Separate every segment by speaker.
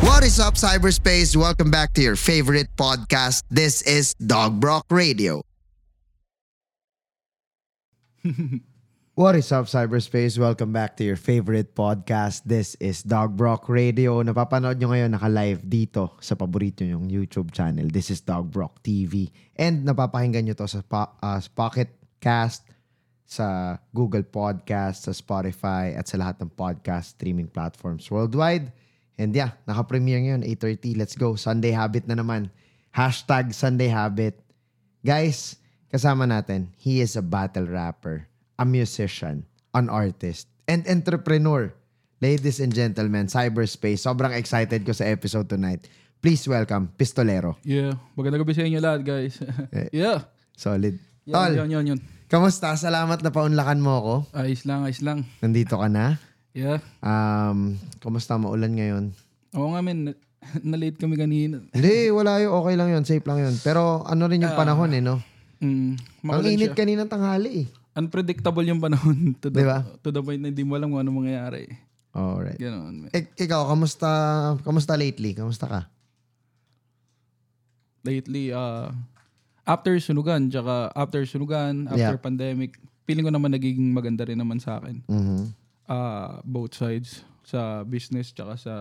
Speaker 1: What's up, cyberspace? Welcome back to your favorite podcast. This is Dog Brock Radio. What is up, cyberspace? Welcome back to your favorite podcast. This is Dog Brock Radio. Napapanood nyo ngayon naka-live dito sa paborito nyong YouTube channel. This is Dog Brock TV. And napapakinggan nyo to sa, po- ah, sa Pocket Cast, sa Google Podcast, sa Spotify, at sa lahat ng podcast streaming platforms worldwide. And yeah, naka-premiere ngayon, 8.30. Let's go. Sunday Habit na naman. Hashtag Sunday Habit. Guys, kasama natin, he is a battle rapper, a musician, an artist, and entrepreneur. Ladies and gentlemen, cyberspace, sobrang excited ko sa episode tonight. Please welcome, Pistolero.
Speaker 2: Yeah. Magandang gabi sa inyo lahat, guys.
Speaker 1: Eh,
Speaker 2: yeah.
Speaker 1: Solid.
Speaker 2: Yun,
Speaker 1: Tol,
Speaker 2: yun, yun, yun.
Speaker 1: kamusta? Salamat na paunlakan mo ako.
Speaker 2: Ayos lang, ayos lang.
Speaker 1: Nandito ka na.
Speaker 2: Yeah.
Speaker 1: Um, kamusta maulan ngayon?
Speaker 2: Oo nga, men. Na- Na-late kami kanina.
Speaker 1: Hindi, wala yun. Okay lang yun. Safe lang yun. Pero ano rin yung panahon eh, no? Ang
Speaker 2: Mm, makulit
Speaker 1: init
Speaker 2: siya.
Speaker 1: kanina tanghali eh.
Speaker 2: Unpredictable yung panahon. To the,
Speaker 1: Diba?
Speaker 2: to the point na hindi mo alam kung ano mangyayari.
Speaker 1: Alright.
Speaker 2: Ganon. men.
Speaker 1: Ik- ikaw, kamusta, kamusta lately? Kamusta ka?
Speaker 2: Lately, uh, after sunugan, tsaka after sunugan, after pandemic, feeling ko naman nagiging maganda rin naman sa akin.
Speaker 1: Mhm.
Speaker 2: Uh, both sides. Sa business, tsaka sa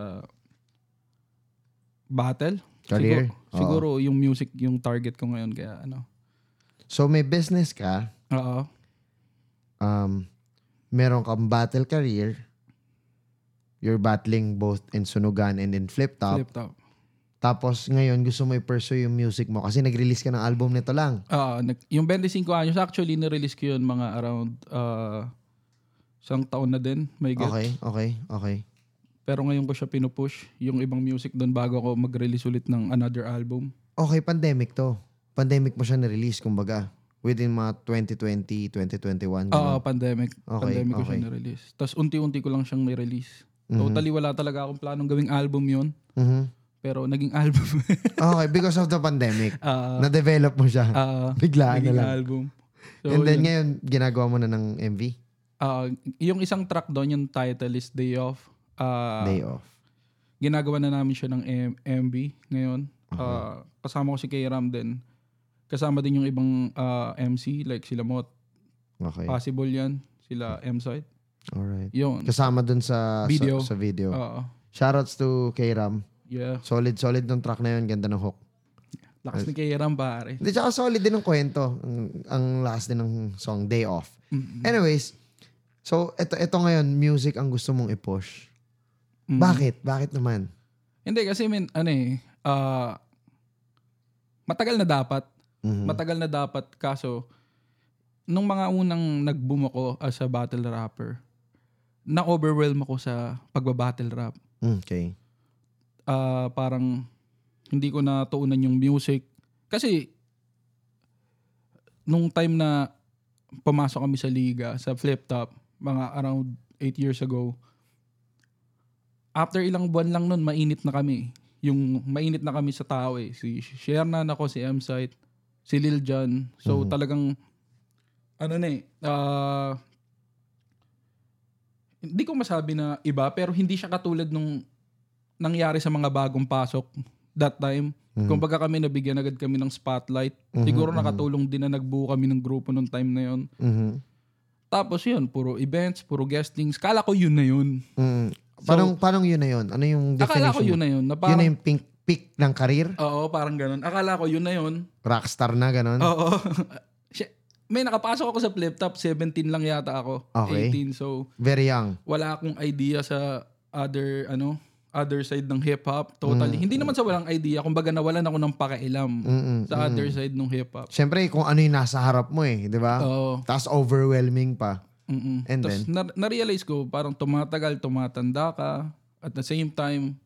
Speaker 2: battle.
Speaker 1: Career?
Speaker 2: Siguro, siguro yung music yung target ko ngayon. Kaya ano.
Speaker 1: So may business ka,
Speaker 2: Oo.
Speaker 1: um, meron kang battle career, you're battling both in Sunugan and in Flip Top.
Speaker 2: Flip top.
Speaker 1: Tapos ngayon gusto mo i-pursue yung music mo kasi nag-release ka ng album nito lang.
Speaker 2: Ah, nag, yung 25 anyos, actually, nirelease ko yun mga around uh, isang taon na din, may get.
Speaker 1: Okay, okay, okay.
Speaker 2: Pero ngayon ko siya pinupush, yung ibang music doon bago ako mag-release ulit ng another album.
Speaker 1: Okay, pandemic to. Pandemic mo siya na-release, kumbaga. Within mga 2020, 2021. ganun.
Speaker 2: Ah, pandemic.
Speaker 1: Mm-hmm. Okay,
Speaker 2: pandemic ko
Speaker 1: okay.
Speaker 2: siya nirelease. Tapos unti-unti ko lang siyang nirelease.
Speaker 1: Mhm.
Speaker 2: Totally wala talaga akong planong gawing album yun.
Speaker 1: Mhm.
Speaker 2: Pero naging album.
Speaker 1: Okay, because of the pandemic,
Speaker 2: Ah,
Speaker 1: na-develop mo siya.
Speaker 2: ah,
Speaker 1: Biglaan na
Speaker 2: naging
Speaker 1: lang.
Speaker 2: album. So,
Speaker 1: And then
Speaker 2: yun.
Speaker 1: ngayon, ginagawa mo na ng MV?
Speaker 2: Ah, yung isang track doon, yung title is Day Off. Ah,
Speaker 1: Day off.
Speaker 2: ginagawa na namin siya ng M- MB ngayon.
Speaker 1: Mhm.
Speaker 2: Ah, kasama ko si K-Ram din. Kasama din yung ibang ah, MC, like sila Mot.
Speaker 1: Okay.
Speaker 2: Possible yan. Sila M-Side.
Speaker 1: Alright.
Speaker 2: Yun.
Speaker 1: Kasama dun sa
Speaker 2: Video. Oh.
Speaker 1: Sa, sa video.
Speaker 2: Oo.
Speaker 1: Shoutouts to K-Ram.
Speaker 2: yeah.
Speaker 1: Solid, solid ng track na yun. Ganda ng hook.
Speaker 2: Lakas ni K-Ram, pare.
Speaker 1: Hindi, tsaka solid din ng kwento. Ang, ang last din ng song, Day Off.
Speaker 2: Mm.
Speaker 1: Anyways, so ito, ito ngayon, music ang gusto mong i-push.
Speaker 2: Mm.
Speaker 1: Bakit? Bakit naman?
Speaker 2: Hindi, kasi min, ano eh, ah, matagal na dapat.
Speaker 1: Mhm.
Speaker 2: Matagal na dapat. Kaso, nung mga unang nag-boom ako as a battle rapper, na-overwhelm ako sa pagba-battle rap.
Speaker 1: Mm, Okay.
Speaker 2: ah parang hindi ko natuunan yung music. Kasi nung time na pumasok kami sa liga, sa flip top, mga around 8 years ago, after ilang buwan lang nun, mainit na kami. Yung mainit na kami sa tao eh. Si Shernan ako, si M-Site, si Lil Jon. So talagang, ano na eh, ah, hindi ko masabi na iba, pero hindi siya katulad nung nangyari sa mga bagong pasok that time.
Speaker 1: Mm-hmm. Mm.
Speaker 2: Kung baga kami nabigyan agad kami ng spotlight. Siguro nakatulong din na nagbuo kami ng grupo nung time na yon.
Speaker 1: Mhm.
Speaker 2: Tapos yun, puro events, puro guestings. Kala ko yun na yun.
Speaker 1: Mm. Parang, parang yun na yun. Ano yung definition?
Speaker 2: Akala ko yun
Speaker 1: mo?
Speaker 2: na yun.
Speaker 1: Yun
Speaker 2: Na
Speaker 1: na
Speaker 2: parang,
Speaker 1: yung pink, peak ng career?
Speaker 2: oo, parang ganun. Akala ko yun na yun.
Speaker 1: Rockstar na, ganun?
Speaker 2: Oo. Shit. May nakapasok ako sa flip top, 17 lang yata ako.
Speaker 1: Okay.
Speaker 2: 18, so
Speaker 1: Very young.
Speaker 2: wala akong idea sa other, ano, other side ng hip-hop. Totally.
Speaker 1: Mm.
Speaker 2: Hindi naman sa walang idea. Kumbaga nawalan ako ng pakailam
Speaker 1: Mm-mm.
Speaker 2: sa other side ng hip-hop.
Speaker 1: Mm-hmm. Siyempre, kung ano yung nasa harap mo eh, di ba?
Speaker 2: Oo.
Speaker 1: Tapos overwhelming pa.
Speaker 2: Mm-mm.
Speaker 1: And
Speaker 2: Tapos na- na-realize ko, parang tumatagal, tumatanda ka. At the same time,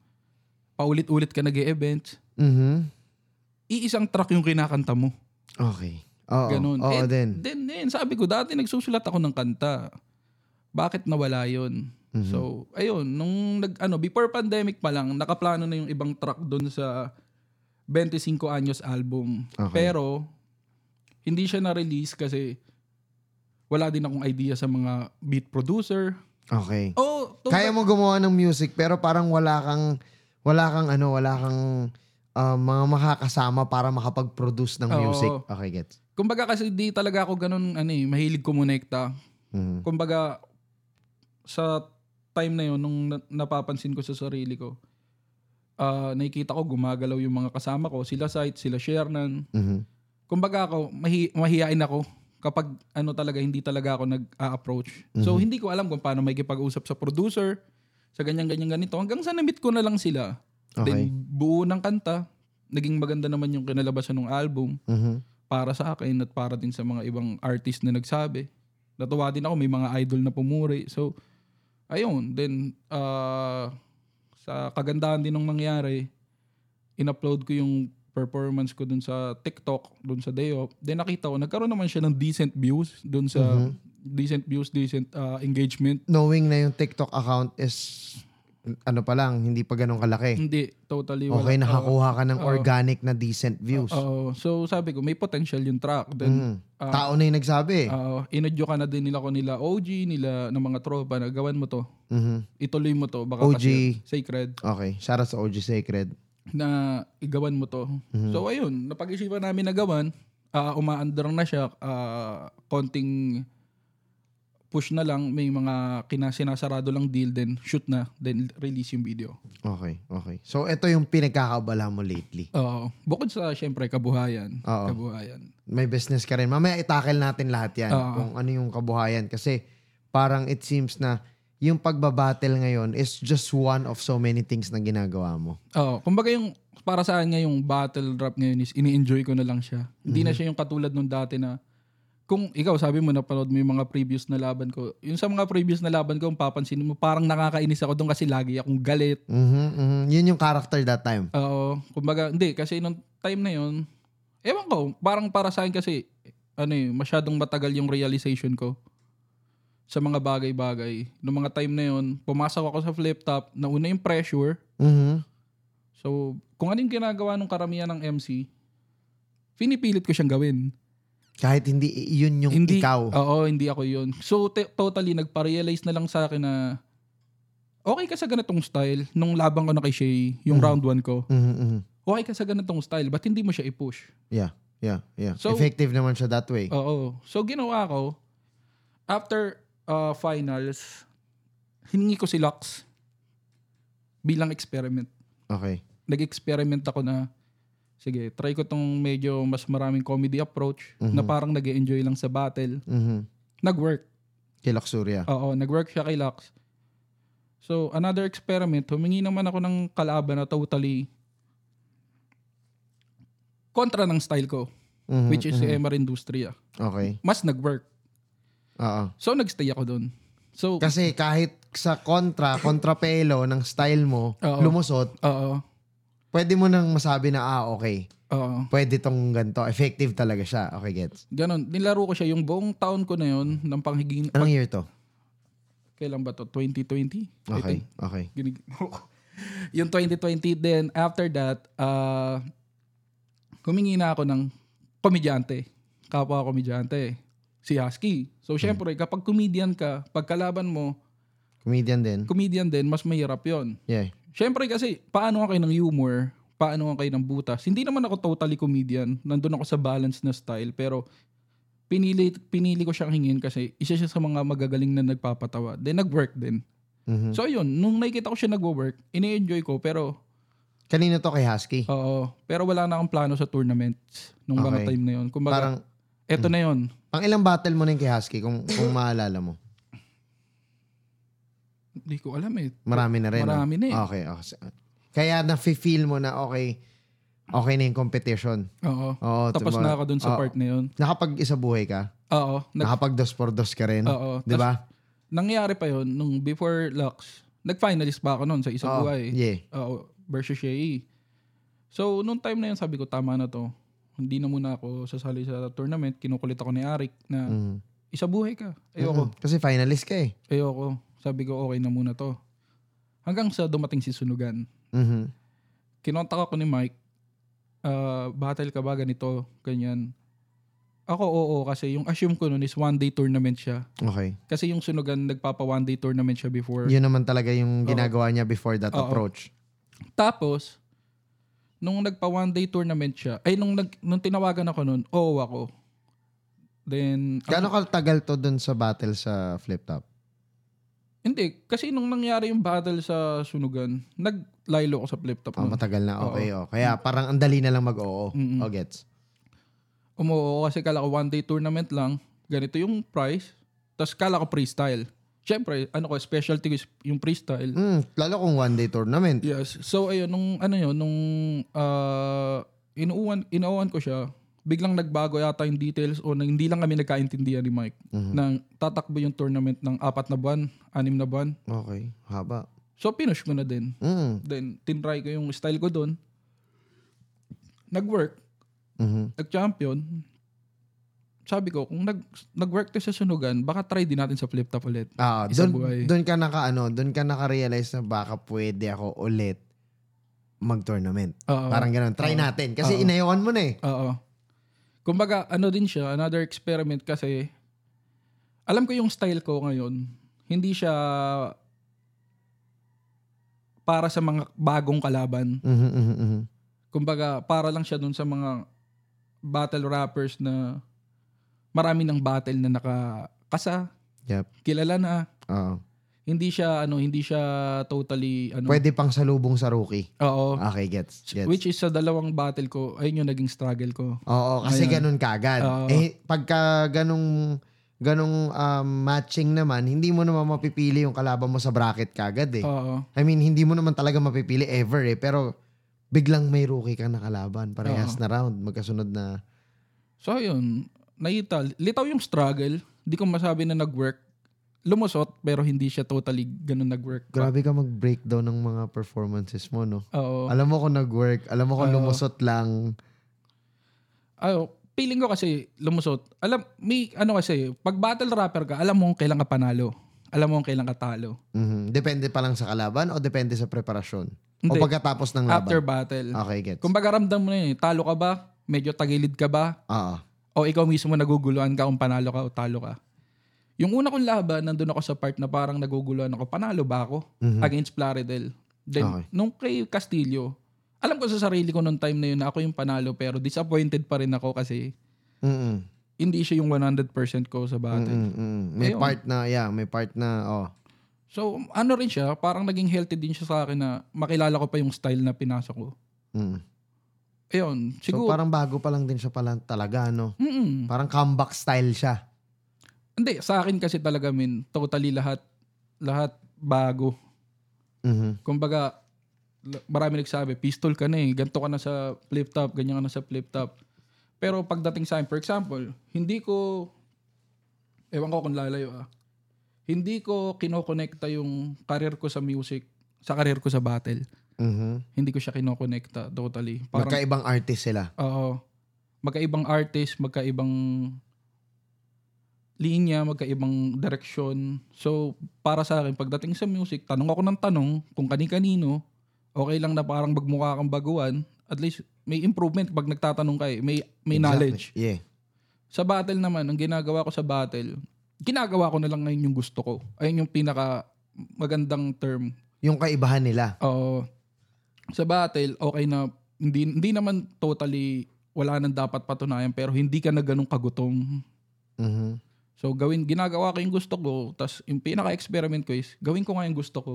Speaker 2: paulit-ulit ka nag event
Speaker 1: Mhm.
Speaker 2: Iisang track yung kinakanta mo.
Speaker 1: Okay. Oo.
Speaker 2: Ganun.
Speaker 1: Oo
Speaker 2: And
Speaker 1: din.
Speaker 2: Then, then, sabi ko, dati nagsusulat ako ng kanta. Bakit nawala yon
Speaker 1: Mm-hmm.
Speaker 2: So, ayun, nung nag, ano, before pandemic pa lang, nakaplano na yung ibang track doon sa 25 Anyos album.
Speaker 1: Okay.
Speaker 2: Pero, hindi siya na-release kasi wala din akong idea sa mga beat producer.
Speaker 1: Okay.
Speaker 2: Oh, to-
Speaker 1: Kaya mo gumawa ng music pero parang wala kang Wala kang ano, wala kang ah, mga makakasama para makapag-produce ng
Speaker 2: Oo.
Speaker 1: music. Okay, gets.
Speaker 2: Kumbaga kasi di talaga ako ganun, ano eh, mahilig kumonekta.
Speaker 1: Mhm.
Speaker 2: Kumbaga, sa time na yun, nung na- napapansin ko sa sarili ko, ah, nakikita ko gumagalaw yung mga kasama ko, sila Sight, sila Shernan.
Speaker 1: Mhm.
Speaker 2: Kumbaga ako, mahi- mahihain ako kapag ano talaga, hindi talaga ako nag-a-approach. So, hindi ko alam kung paano may usap sa producer, sa ganyan-ganyan ganito. Hanggang sa na-meet ko na lang sila.
Speaker 1: Okay.
Speaker 2: Then, buo ng kanta. Naging maganda naman yung kinalabasan ng album
Speaker 1: Mhm.
Speaker 2: para sa akin at para din sa mga ibang artist na nagsabi. Natuwa din ako, may mga idol na pumuri. So, ayun. Then, ah, sa kagandahan din ng nangyari, in-upload ko yung performance ko dun sa TikTok, dun sa day off. Then nakita ko, nagkaroon naman siya ng decent views dun sa decent views, decent ah, engagement.
Speaker 1: Knowing na yung TikTok account is ano pa lang, hindi pa ganun kalaki.
Speaker 2: Hindi, totally wala.
Speaker 1: Okay, nakakuha ka ng
Speaker 2: Oo.
Speaker 1: organic na decent views.
Speaker 2: Oo. so, sabi ko, may potential yung track. Then, ah,
Speaker 1: Mhm. Tao na yung nagsabi. eh.
Speaker 2: Oo, inadyo ka na din nila ko nila OG, nila ng mga tropa na gawan mo to.
Speaker 1: Mhm.
Speaker 2: Ituloy mo to. Baka
Speaker 1: OG.
Speaker 2: kasi sacred
Speaker 1: Okay, shout out sa OG Sacred.
Speaker 2: na igawan mo to. So ayun, napag-isipan namin na gawan. Ah, umaandar na siya. ah, konting push na lang. May mga kinasinasarado lang deal. Then shoot na. Then release yung video.
Speaker 1: Okay, okay. So, ito yung pinagkakabala mo lately.
Speaker 2: Oo. Ah, bukod sa syempre kabuhayan.
Speaker 1: Oo.
Speaker 2: Kabuhayan.
Speaker 1: May business ka rin. Mamaya itakil natin lahat yan.
Speaker 2: Oo.
Speaker 1: Kung ano yung kabuhayan. Kasi, parang it seems na yung pagbabattle ngayon is just one of so many things na ginagawa mo.
Speaker 2: Oo. Kumbaga yung para sa akin yung battle rap ngayon is ini-enjoy ko na lang siya. Hindi na siya yung katulad nung dati na kung ikaw sabi mo napanood mo yung mga previous na laban ko. Yung sa mga previous na laban ko, kung papansin mo, parang nakakainis ako doon kasi lagi akong galit.
Speaker 1: Mhm, mhm. Yun yung character that time.
Speaker 2: Oo. Kumbaga, hindi kasi nung time na yun, ewan ko, parang para sa akin kasi ano eh, masyadong matagal yung realization ko sa mga bagay-bagay. Noong mga time na yun, pumasok ako sa flip top, nauna yung pressure,
Speaker 1: Mhm.
Speaker 2: So, kung ano yung ginagawa ng karamihan ng MC, pinipilit ko siyang gawin.
Speaker 1: Kahit hindi yun yung
Speaker 2: hindi,
Speaker 1: ikaw.
Speaker 2: Oo, hindi ako yun. So, te- totally, nagpa-realize na lang sa akin na okay ka sa ganitong style nung labang ko na kay Shay, yung
Speaker 1: Mhm.
Speaker 2: round 1 ko.
Speaker 1: Mhm, mhm.
Speaker 2: Okay ka sa ganitong style, ba't hindi mo siya i-push?
Speaker 1: Yeah, yeah.
Speaker 2: So-
Speaker 1: Effective naman siya that way.
Speaker 2: Oo. So, ginawa ko, after uh, finals, hiningi ko si Lux bilang experiment.
Speaker 1: Okay.
Speaker 2: nag-experiment ako na sige, try ko tong medyo mas maraming comedy approach na
Speaker 1: Mhm.
Speaker 2: parang nag enjoy lang sa battle.
Speaker 1: Mhm.
Speaker 2: Nag-work.
Speaker 1: Kay Luxuria.
Speaker 2: Oo, nag-work siya kay Lux. So, another experiment, humingi naman ako ng kalaban na totally kontra ng style ko,
Speaker 1: Mhm,
Speaker 2: which is eh, si
Speaker 1: mhm.
Speaker 2: Emma Industria.
Speaker 1: Okay.
Speaker 2: Mas nag-work.
Speaker 1: Oo.
Speaker 2: So, nagstay ako doon. So,
Speaker 1: Kasi kahit sa kontra, kontrapelo ng style mo,
Speaker 2: Oo.
Speaker 1: lumusot,
Speaker 2: oo,
Speaker 1: pwede mo nang masabi na, ah, okay,
Speaker 2: oo.
Speaker 1: pwede tong ganito. Effective talaga siya. Okay, gets.
Speaker 2: Ganon, nilaro ko siya yung buong taon ko na yon ng panghiging,
Speaker 1: Anong year to?
Speaker 2: kailan ba to? 2020? I think.
Speaker 1: Okay, okay.
Speaker 2: ginig yung 2020 then after that uh, humingi na ako ng komedyante kapwa ko komedyante si Husky so syempre kapag comedian ka pagkalaban mo
Speaker 1: Comedian din.
Speaker 2: comedian din mas mahirap yon
Speaker 1: Yeah.
Speaker 2: syempre kasi paano ka kayo ng humor paano ka kayo ng butas hindi naman ako totally comedian nandun ako sa balance na style pero pinili pinili ko siyang hingin kasi isa siya sa mga magagaling na nagpapatawa then nag-work din
Speaker 1: Mhm.
Speaker 2: So yun, nung nakikita ko siya nagwo-work, ini-enjoy ko pero
Speaker 1: Kanino to kay Husky?
Speaker 2: oo, pero wala na akong plano sa tournaments nung mga
Speaker 1: Okay.
Speaker 2: time na yun. Kumbaga,
Speaker 1: Parang,
Speaker 2: eto na yun.
Speaker 1: pang ilang battle mo na yung kay Husky kung, kung maalala mo?
Speaker 2: Hindi ko alam eh.
Speaker 1: Marami na Ah. rin. no?
Speaker 2: Marami na eh.
Speaker 1: Okay, okay. Kaya nafe-feel mo na okay, okay na yung competition.
Speaker 2: Oo.
Speaker 1: Oo,
Speaker 2: Tapos
Speaker 1: tama.
Speaker 2: na ako dun sa
Speaker 1: Oo.
Speaker 2: part na yun.
Speaker 1: Nakapag-isa buhay ka?
Speaker 2: Oo. Nag-
Speaker 1: Nakapag-dos por dos ka rin? diba?
Speaker 2: oo.
Speaker 1: Di
Speaker 2: Tas,
Speaker 1: ba?
Speaker 2: nangyari pa yun nung before Lux. Nag-finalist pa ako noon sa isang
Speaker 1: Oo,
Speaker 2: buhay.
Speaker 1: Ah. Yeah.
Speaker 2: Oo, versus Shea. So, nung time na yun, sabi ko, tama na to. Hindi na muna ako sasali sa tournament. Kinukulit ako ni Arik na
Speaker 1: Mhm.
Speaker 2: isa buhay ka. Ah. Ayoko.
Speaker 1: Mhm. Kasi finalist ka eh.
Speaker 2: Ayoko. Sabi ko, okay na muna to. Hanggang sa dumating si Sunugan.
Speaker 1: Mhm.
Speaker 2: Kinontak ako ni Mike. Ah, battle ka ba ganito? Ganyan. Ako, oo. Kasi yung assume ko nun is one day tournament siya.
Speaker 1: Okay.
Speaker 2: Kasi yung Sunugan nagpapa one day tournament siya before.
Speaker 1: Yun naman talaga yung
Speaker 2: Oo.
Speaker 1: ginagawa niya before that
Speaker 2: Oo.
Speaker 1: approach.
Speaker 2: Tapos, nung nagpa one day tournament siya, ay nung, nag, nung tinawagan ako noon, oo ako. Then, ang-
Speaker 1: Gaano katagal to dun sa battle sa flip top?
Speaker 2: hindi, kasi nung nangyari yung battle sa sunugan, naglaylo ako sa flip top.
Speaker 1: Ah,
Speaker 2: nun.
Speaker 1: matagal na.
Speaker 2: Mm. Oo.
Speaker 1: Okay, oh. Kaya parang ang dali na lang mag-oo.
Speaker 2: Mm-mm.
Speaker 1: Oh, gets.
Speaker 2: Umuo ako kasi kala ko one day tournament lang, ganito yung price, tapos kala ko freestyle. Siyempre, ano ko, specialty ko is yung freestyle.
Speaker 1: Mm, lalo kung one-day tournament.
Speaker 2: Yes. So ayun nung ano yun nung ah, inuuan inuuan ko siya. Biglang nagbago yata yung details o na- hindi lang kami nagkaintindihan ni Mike
Speaker 1: Mhm.
Speaker 2: nang tatakbo yung tournament ng apat na buwan, anim na buwan.
Speaker 1: Okay, haba.
Speaker 2: So pinush ko na din.
Speaker 1: Mm.
Speaker 2: Then tinry ko yung style ko doon. Nag-work,
Speaker 1: Mhm.
Speaker 2: nag-champion. Sabi ko, kung nag, nag-work to sa sunugan, baka try din natin sa flip-top ulit.
Speaker 1: Ah,
Speaker 2: Isang buhay.
Speaker 1: doon doon ka naka ano, doon ka naka-realize na baka pwede ako ulit mag-tournament.
Speaker 2: Oo.
Speaker 1: Parang ganoon. Try
Speaker 2: Oo.
Speaker 1: natin kasi
Speaker 2: Oo.
Speaker 1: inayawan mo na eh.
Speaker 2: Oo. Kumbaga, ano din siya, another experiment kasi alam ko yung style ko ngayon, hindi siya para sa mga bagong kalaban.
Speaker 1: Mhm, mhm, mhm.
Speaker 2: Kumbaga, para lang siya dun sa mga battle rappers na marami ng battle na nakakasa.
Speaker 1: Yep.
Speaker 2: Kilala na.
Speaker 1: Oo.
Speaker 2: Hindi siya ano, hindi siya totally ano.
Speaker 1: Pwede pang salubong sa rookie.
Speaker 2: Oo.
Speaker 1: Okay, gets. Gets.
Speaker 2: Oh. Which is sa dalawang battle ko, ayun yung naging struggle ko.
Speaker 1: Oo, kasi
Speaker 2: Ayun.
Speaker 1: ganun kaagad.
Speaker 2: Oo.
Speaker 1: eh, pagka ganung ganung um, matching naman, hindi mo naman mapipili yung kalaban mo sa bracket kaagad eh.
Speaker 2: Oo.
Speaker 1: I mean, hindi mo naman talaga mapipili ever eh, pero biglang may rookie ka na kalaban. Parehas
Speaker 2: Oo.
Speaker 1: na round, magkasunod na.
Speaker 2: So yun, naita. Litaw yung struggle. Hindi ko masabi na nag-work. Lumusot, pero hindi siya totally ganun nag-work.
Speaker 1: Grabe ka mag-breakdown ng mga performances mo, no?
Speaker 2: Oo.
Speaker 1: Alam mo kung nag-work, alam mo kung
Speaker 2: Oo.
Speaker 1: lumusot lang.
Speaker 2: Ayo, oh, feeling ko kasi lumusot. Alam, may ano kasi, pag battle rapper ka, alam mo kung kailan ka panalo. Alam mo kung kailan ka talo.
Speaker 1: Mhm. Depende pa lang sa kalaban o depende sa preparasyon?
Speaker 2: Hindi,
Speaker 1: O pagkatapos ng laban?
Speaker 2: after battle.
Speaker 1: Okay, gets.
Speaker 2: Kung baga ramdam mo na yun, eh, talo ka ba? Medyo tagilid ka ba?
Speaker 1: Oo.
Speaker 2: O ikaw mismo naguguluhan ka kung panalo ka o talo ka? Yung una kong laban, nandun ako sa part na parang naguguluhan ako, panalo ba ako?
Speaker 1: Mhm.
Speaker 2: against Plaridel. Then,
Speaker 1: Okay.
Speaker 2: nung kay Castillo, alam ko sa sarili ko nung time na yun na ako yung panalo pero disappointed pa rin ako kasi
Speaker 1: Mhm.
Speaker 2: hindi siya yung 100% ko sa battle.
Speaker 1: Mm, mm, mm. May
Speaker 2: Ayun.
Speaker 1: part na, yeah, may part na, oh.
Speaker 2: So, ano rin siya, parang naging healthy din siya sa akin na makilala ko pa yung style na pinasok ko.
Speaker 1: Mm.
Speaker 2: Ayun,
Speaker 1: So
Speaker 2: siguro.
Speaker 1: parang bago pa lang din siya pala talaga, no?
Speaker 2: Mm-mm.
Speaker 1: Parang comeback style siya.
Speaker 2: Hindi, sa akin kasi talaga min, totally lahat, lahat bago.
Speaker 1: Mhm.
Speaker 2: Kumbaga, la- marami nagsabi, pistol ka na eh, ganito ka na sa flip top, ganyan ka na sa flip top. Pero pagdating sa akin, for example, hindi ko, ewan ko kung lalayo ah, hindi ko kinokonekta yung career ko sa music sa career ko sa battle.
Speaker 1: Mhm.
Speaker 2: Hindi ko siya kinokonekta totally. Parang,
Speaker 1: Magkaibang artist sila.
Speaker 2: oo, magkaibang artist, magkaibang linya, magkaibang direction. So, para sa akin, pagdating sa music, tanong ako ng tanong kung kani-kanino, okay lang na parang magmukha kang baguhan, at least may improvement pag nagtatanong ka eh. May, may
Speaker 1: Exactly.
Speaker 2: knowledge.
Speaker 1: Yeah.
Speaker 2: Sa battle naman, ang ginagawa ko sa battle, ginagawa ko na lang ngayon yung gusto ko. Ayun yung pinaka magandang term
Speaker 1: Yung kaibahan nila.
Speaker 2: Oo. Sa battle, okay na hindi hindi naman totally wala nang dapat patunayan pero hindi ka na ganun kagutom.
Speaker 1: Mhm.
Speaker 2: So gawin ginagawa ko yung gusto ko, tas yung pinaka-experiment ko is gawin ko nga yung gusto ko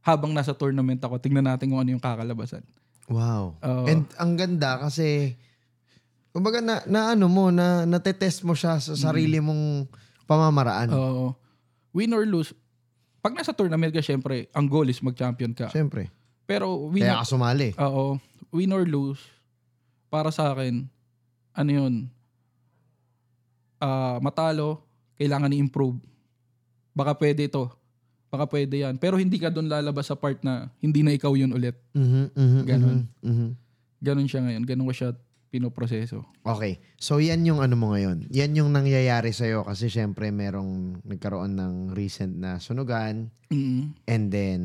Speaker 2: habang nasa tournament ako. Tingnan natin kung ano yung kakalabasan.
Speaker 1: Wow.
Speaker 2: Oo.
Speaker 1: And ang ganda kasi kumbaga na, na ano mo na natetest mo siya sa sarili
Speaker 2: Mm-hmm.
Speaker 1: mong pamamaraan.
Speaker 2: Oo. win or lose, pag nasa tournament ka, syempre, ang goal is mag-champion ka.
Speaker 1: Siyempre.
Speaker 2: Pero win
Speaker 1: Kaya ka sumali.
Speaker 2: Oo. Win or lose, para sa akin, ano yun, ah, matalo, kailangan i-improve. Baka pwede ito. Baka pwede yan. Pero hindi ka doon lalabas sa part na hindi na ikaw yun ulit.
Speaker 1: Mhm, mhm,
Speaker 2: Ganun.
Speaker 1: mhm, mhm.
Speaker 2: Ganon siya ngayon. Ganon ko siya pinoproseso.
Speaker 1: Okay. So yan yung ano mo ngayon. Yan yung nangyayari sa'yo kasi syempre merong nagkaroon ng recent na sunugan
Speaker 2: Mm-mm.
Speaker 1: and then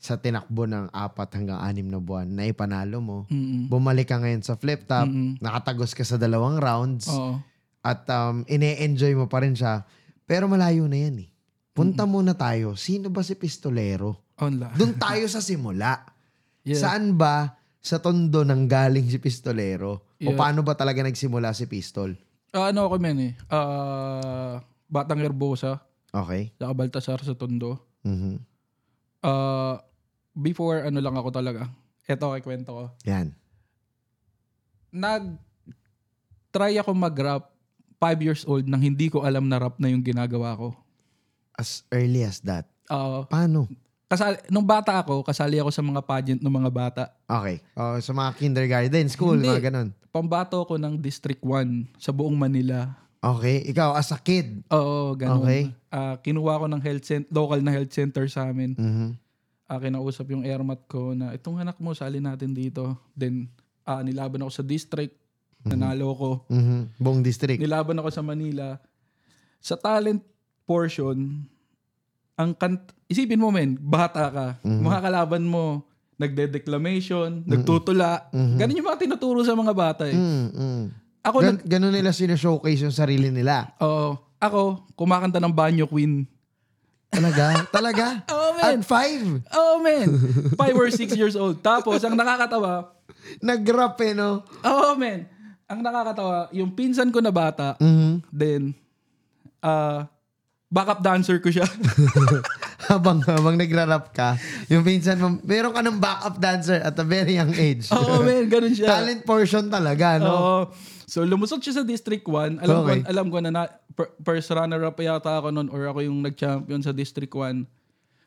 Speaker 1: sa tinakbo ng apat hanggang anim na buwan na ipanalo mo.
Speaker 2: Mm-mm.
Speaker 1: Bumalik ka ngayon sa flip top.
Speaker 2: Mm-mm.
Speaker 1: Nakatagos ka sa dalawang rounds
Speaker 2: Oo.
Speaker 1: at um, ine-enjoy mo pa rin siya. Pero malayo na yan eh.
Speaker 2: Mm.
Speaker 1: Punta muna tayo. Sino ba si Pistolero?
Speaker 2: Onla.
Speaker 1: Doon tayo sa simula.
Speaker 2: Yeah.
Speaker 1: Saan ba sa tondo nang galing si Pistolero? O
Speaker 2: Yeah.
Speaker 1: paano ba talaga nagsimula si Pistol?
Speaker 2: Ah, ano ako men eh. Ah, Batang Herbosa,
Speaker 1: Okay.
Speaker 2: saka Baltasar sa Tondo.
Speaker 1: Mhm.
Speaker 2: Ah, before ano lang ako talaga. Eto kay kwento ko.
Speaker 1: Yan.
Speaker 2: Nag try ako mag-rap 5 years old nang hindi ko alam na rap na yung ginagawa ko.
Speaker 1: As early as that.
Speaker 2: Ah,
Speaker 1: Paano?
Speaker 2: kasali, nung bata ako, kasali ako sa mga pageant ng mga bata.
Speaker 1: Okay. Oh, sa mga kindergarten, school,
Speaker 2: Hindi.
Speaker 1: mga ganun.
Speaker 2: Pambato ko ng District 1 sa buong Manila.
Speaker 1: Okay. Ikaw, as a kid.
Speaker 2: Oo, ganun.
Speaker 1: Okay.
Speaker 2: Ah, kinuha ko ng health cent- local na health center sa amin.
Speaker 1: Mhm.
Speaker 2: Ah, kinausap yung airmat ko na itong anak mo, sali natin dito. Then, ah, nilaban ako sa district. Nanalo ko.
Speaker 1: Mhm. Buong district.
Speaker 2: Nilaban ako sa Manila. Sa talent portion, ang kant... Isipin mo, men, bata ka.
Speaker 1: Mhm.
Speaker 2: Mga kalaban mo, nagde-declamation,
Speaker 1: Mm-hmm.
Speaker 2: nagtutula.
Speaker 1: Mhm.
Speaker 2: Ganun yung mga tinuturo sa mga bata eh.
Speaker 1: Mm, mm.
Speaker 2: Ako, nag,
Speaker 1: Gan- ganun nila sinashowcase yung sarili nila.
Speaker 2: oo, ako, kumakanta ng Banyo Queen.
Speaker 1: Talaga? talaga?
Speaker 2: Oh,
Speaker 1: At
Speaker 2: man.
Speaker 1: five,
Speaker 2: Oh, man. Five or six years old. Tapos, ang nakakatawa,
Speaker 1: nag-rap eh, no?
Speaker 2: oh, man. Ang nakakatawa, yung pinsan ko na bata,
Speaker 1: Mhm.
Speaker 2: then, ah, backup dancer ko siya.
Speaker 1: habang, habang nagra-rap ka, yung pinsan mo, meron ka ng backup dancer at a very young age.
Speaker 2: oh, man. Ganun siya.
Speaker 1: Talent portion talaga, no?
Speaker 2: Oo. so lumusot siya sa District 1. Alam
Speaker 1: Okay.
Speaker 2: ko alam ko na, na per- first runner up yata ako noon or ako yung nag-champion sa District 1.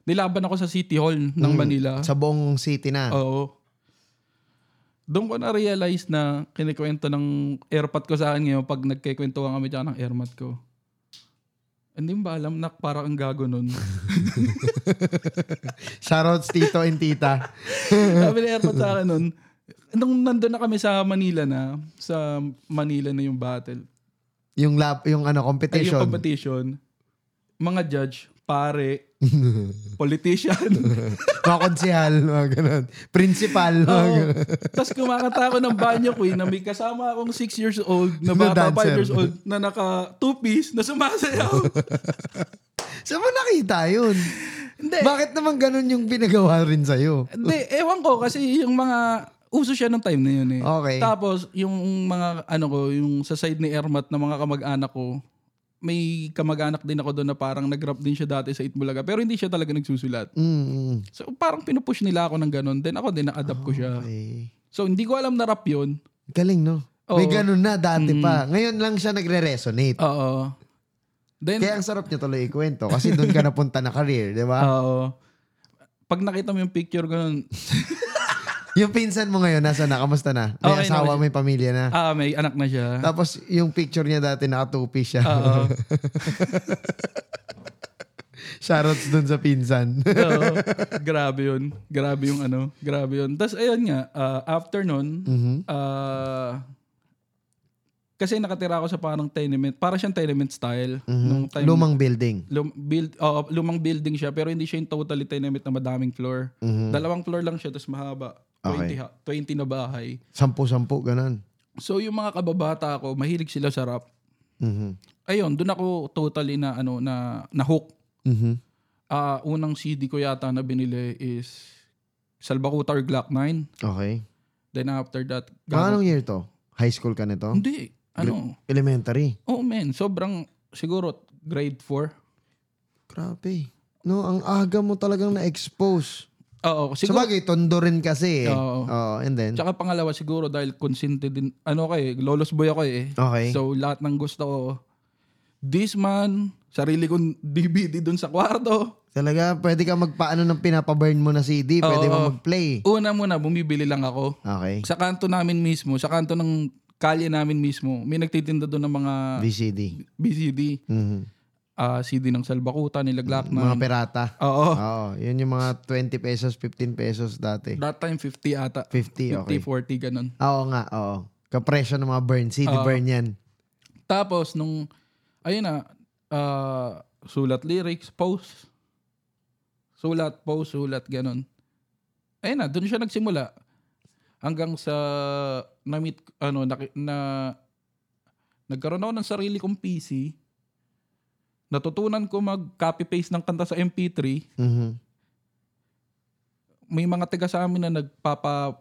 Speaker 2: Nilaban ako sa City Hall ng
Speaker 1: Hmm.
Speaker 2: Manila.
Speaker 1: Sa buong city na.
Speaker 2: Oo. Doon ko na-realize na kinikwento ng airpat ko sa akin ngayon pag nagkikwento kami tsaka ng airmat ko. Hindi mo ba alam na parang ang gago nun?
Speaker 1: Shoutouts tito and tita.
Speaker 2: Sabi ni airpat sa akin nun, nung nandun na kami sa Manila na, sa Manila na yung battle,
Speaker 1: Yung lab, yung ano,
Speaker 2: Ay, yung
Speaker 1: competition.
Speaker 2: competition, mga judge, pare, politician.
Speaker 1: mga konsihal, mga ganun. Principal, mga
Speaker 2: Oo.
Speaker 1: Ah, ganun.
Speaker 2: Tapos kumakanta ako ng banyo queen na may kasama akong 6 years old na bata,
Speaker 1: Na dancer.
Speaker 2: 5 years old na naka two-piece na sumasayaw.
Speaker 1: Saan mo nakita yun?
Speaker 2: Hindi.
Speaker 1: Bakit naman ganun yung pinagawa rin sa'yo?
Speaker 2: Hindi, ewan ko kasi yung mga uso siya nung time na yun eh.
Speaker 1: Okay.
Speaker 2: Tapos yung mga ano ko, yung sa side ni Ermat na mga kamag-anak ko, may kamag-anak din ako doon na parang nag-rap din siya dati sa Itbulaga pero hindi siya talaga nagsusulat.
Speaker 1: Mm, mm.
Speaker 2: So parang pinupush nila ako ng ganun. Then ako din na-adapt ko siya.
Speaker 1: Okay.
Speaker 2: So hindi ko alam na rap yun.
Speaker 1: Galing, no? May
Speaker 2: Oo. Mm.
Speaker 1: ganun na dati pa. Ngayon lang siya nagre-resonate.
Speaker 2: Oo. Then,
Speaker 1: Kaya ang sarap niya tuloy ikwento kasi doon ka napunta na career, di
Speaker 2: Ah.
Speaker 1: ba?
Speaker 2: oo. Pag nakita mo yung picture ganun,
Speaker 1: Yung pinsan mo ngayon, nasa na? Kamusta na? May
Speaker 2: Okay na
Speaker 1: asawa,
Speaker 2: ba siya?
Speaker 1: may pamilya na.
Speaker 2: ah, may anak na siya.
Speaker 1: Tapos yung picture niya dati, nakatupi siya.
Speaker 2: Oo.
Speaker 1: Shoutouts doon sa pinsan.
Speaker 2: Oo. grabe yun. Grabe yung ano. Grabe yun. Tapos ayun nga, ah, after nun,
Speaker 1: Mhm.
Speaker 2: ah, kasi nakatira ako sa parang tenement, para siyang tenement style.
Speaker 1: Mhm.
Speaker 2: Nung time,
Speaker 1: Lumang building.
Speaker 2: lum- build, oo, lumang building siya pero hindi siya yung totally tenement na madaming floor.
Speaker 1: Mhm.
Speaker 2: Dalawang floor lang siya tapos mahaba.
Speaker 1: Okay.
Speaker 2: 20, ha- 20 na bahay.
Speaker 1: Sampu-sampu, ganun.
Speaker 2: So yung mga kababata ko, mahilig sila sa rap.
Speaker 1: Mhm.
Speaker 2: Ayun, doon ako totally na ano na na hook.
Speaker 1: Mhm.
Speaker 2: Ah, unang CD ko yata na binili is Salbakuta or Glock 9.
Speaker 1: Okay.
Speaker 2: Then after that,
Speaker 1: Mga
Speaker 2: gago-
Speaker 1: anong year to? High school ka nito?
Speaker 2: Hindi, ano?
Speaker 1: Elementary.
Speaker 2: Oh man, sobrang siguro grade 4.
Speaker 1: Grabe. No, ang aga mo talagang na-expose.
Speaker 2: Oo,
Speaker 1: Sa
Speaker 2: siguro.
Speaker 1: bagay, tondo rin kasi eh.
Speaker 2: Oo.
Speaker 1: Oo, and then?
Speaker 2: Tsaka pangalawa siguro dahil consente din ano kay, lolos boy ako eh.
Speaker 1: Okay.
Speaker 2: So lahat ng gusto ko this man, sarili kong DVD dun sa kwarto.
Speaker 1: Talaga, pwede ka magpaano ng pinapaburn mo na CD. Pwede
Speaker 2: Oo.
Speaker 1: mo mag-play.
Speaker 2: Una muna, bumibili lang ako.
Speaker 1: Okay.
Speaker 2: Sa kanto namin mismo, sa kanto ng kalye namin mismo, may nagtitinda doon ng mga
Speaker 1: VCD.
Speaker 2: BCD,
Speaker 1: Mhm.
Speaker 2: ah, CD ng Salbakuta, nilaglak
Speaker 1: Mga
Speaker 2: na.
Speaker 1: pirata.
Speaker 2: Oo.
Speaker 1: Oo, yun yung mga 20 pesos, 15 pesos dati.
Speaker 2: That time 50 ata.
Speaker 1: 50, okay.
Speaker 2: 50-40, ganun.
Speaker 1: Oo nga, oo. Kapresyo ng mga burn, CD
Speaker 2: Oo.
Speaker 1: burn yan.
Speaker 2: Tapos, nung, ayun na, ah, sulat lyrics, post. Sulat, post, sulat, ganun. Ayun na, doon siya nagsimula. Hanggang sa, na-meet, ano, na, na nagkaroon ako ng sarili kong PC. Natutunan ko mag-copy-paste ng kanta sa MP3.
Speaker 1: Mhm.
Speaker 2: may mga taga sa amin na nagpapa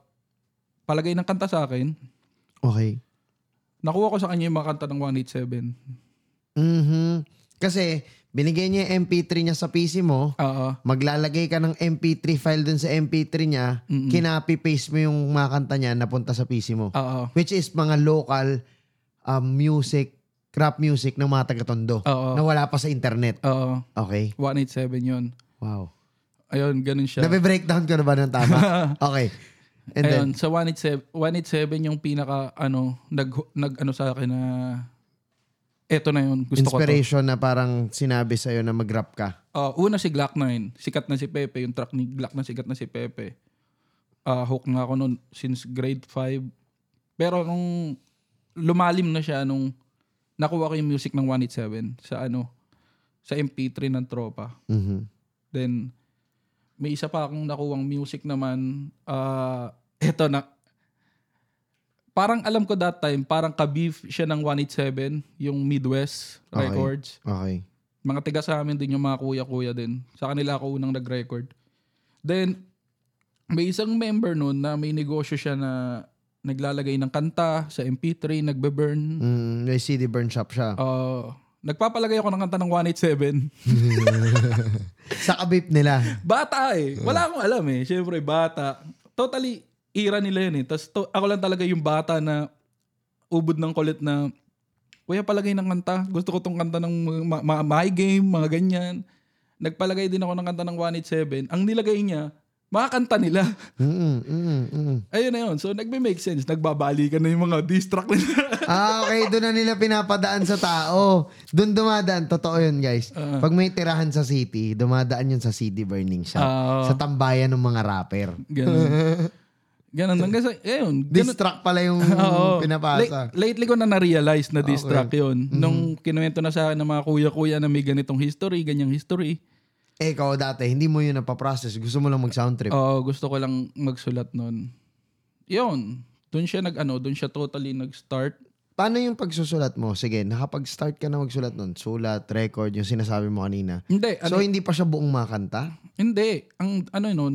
Speaker 2: palagay ng kanta sa akin.
Speaker 1: Okay.
Speaker 2: Nakuha ko sa kanya yung mga kanta ng 187.
Speaker 1: Mhm. Kasi binigay niya yung MP3 niya sa PC mo,
Speaker 2: Oo.
Speaker 1: maglalagay ka ng MP3 file dun sa MP3 niya,
Speaker 2: Mm-mm.
Speaker 1: kinapi-paste mo yung mga kanta niya napunta sa PC mo.
Speaker 2: Oo.
Speaker 1: Which is mga local um, music, rap music ng mga taga-tondo
Speaker 2: Oo.
Speaker 1: na wala pa sa internet.
Speaker 2: Oo.
Speaker 1: Okay.
Speaker 2: 187 yun.
Speaker 1: Wow.
Speaker 2: Ayun, ganun siya.
Speaker 1: Nabe-breakdown ko na ba ng tama? okay. And then,
Speaker 2: Ayun, sa 187, 187 yung pinaka ano nag nag ano sa akin na eto na yun, gusto ko to.
Speaker 1: inspiration na parang sinabi sa'yo na mag-rap ka.
Speaker 2: Ah, una si Glock 9, sikat na si Pepe, yung track ni Glock na sikat na si Pepe. Ah, hook na ako noon since grade 5. Pero nung lumalim na siya nung nakuha ko yung music ng 187 sa ano sa MP3 ng tropa.
Speaker 1: Mhm.
Speaker 2: Then, may isa pa akong nakuwang music naman. ah eto na. Parang alam ko that time, parang kabif siya ng 187, yung Midwest
Speaker 1: Okay.
Speaker 2: Records.
Speaker 1: Okay.
Speaker 2: Mga tiga sa amin din yung mga kuya-kuya din. Sa kanila ako unang nag-record. Then, may isang member nun na may negosyo siya na naglalagay ng kanta sa MP3, nagbe-burn.
Speaker 1: Mm, may CD burn shop siya.
Speaker 2: Ah, nagpapalagay ako ng kanta ng 187.
Speaker 1: Sa kabip nila.
Speaker 2: Bata eh. Wala akong alam eh. Siyempre, bata. Totally, era nila yun eh. Tapos to, ako lang talaga yung bata na ubod ng kulit na kuya palagay ng kanta. Gusto ko tong kanta ng ma- ma- my game, mga ganyan. Nagpalagay din ako ng kanta ng 187. Ang nilagay niya, mga kanta nila.
Speaker 1: Mm, mm, mm.
Speaker 2: Ayun na yun. So, nagme-make sense. Nagbabalikan na yung mga distract nila.
Speaker 1: Ah, okay. Doon na nila pinapadaan sa tao. Doon dumadaan. Totoo yun, guys.
Speaker 2: Ah.
Speaker 1: Pag may tirahan sa city, dumadaan yun sa CD burning shop.
Speaker 2: Ah.
Speaker 1: sa tambayan ng mga rapper.
Speaker 2: Ganun. Ganun. Hanggang sa, ayun. Ganun,
Speaker 1: Distract pala yung
Speaker 2: Oo.
Speaker 1: pinapasa.
Speaker 2: Late- lately ko na na-realize na diss
Speaker 1: Okay.
Speaker 2: track yun. Nung kinuwento na sa akin ng mga kuya-kuya na may ganitong history, ganyang history.
Speaker 1: Eh, ikaw dati, hindi mo yun napaprocess. Gusto mo lang mag-sound trip.
Speaker 2: Oo, ah, gusto ko lang magsulat nun. Yun. Doon siya nag ano, doon siya totally nag-start.
Speaker 1: Paano yung pagsusulat mo? Sige, nakapag-start ka na magsulat nun. Sulat, record, yung sinasabi mo kanina.
Speaker 2: Hindi, ano,
Speaker 1: So, hindi pa siya buong makanta?
Speaker 2: hindi. Ang ano nun,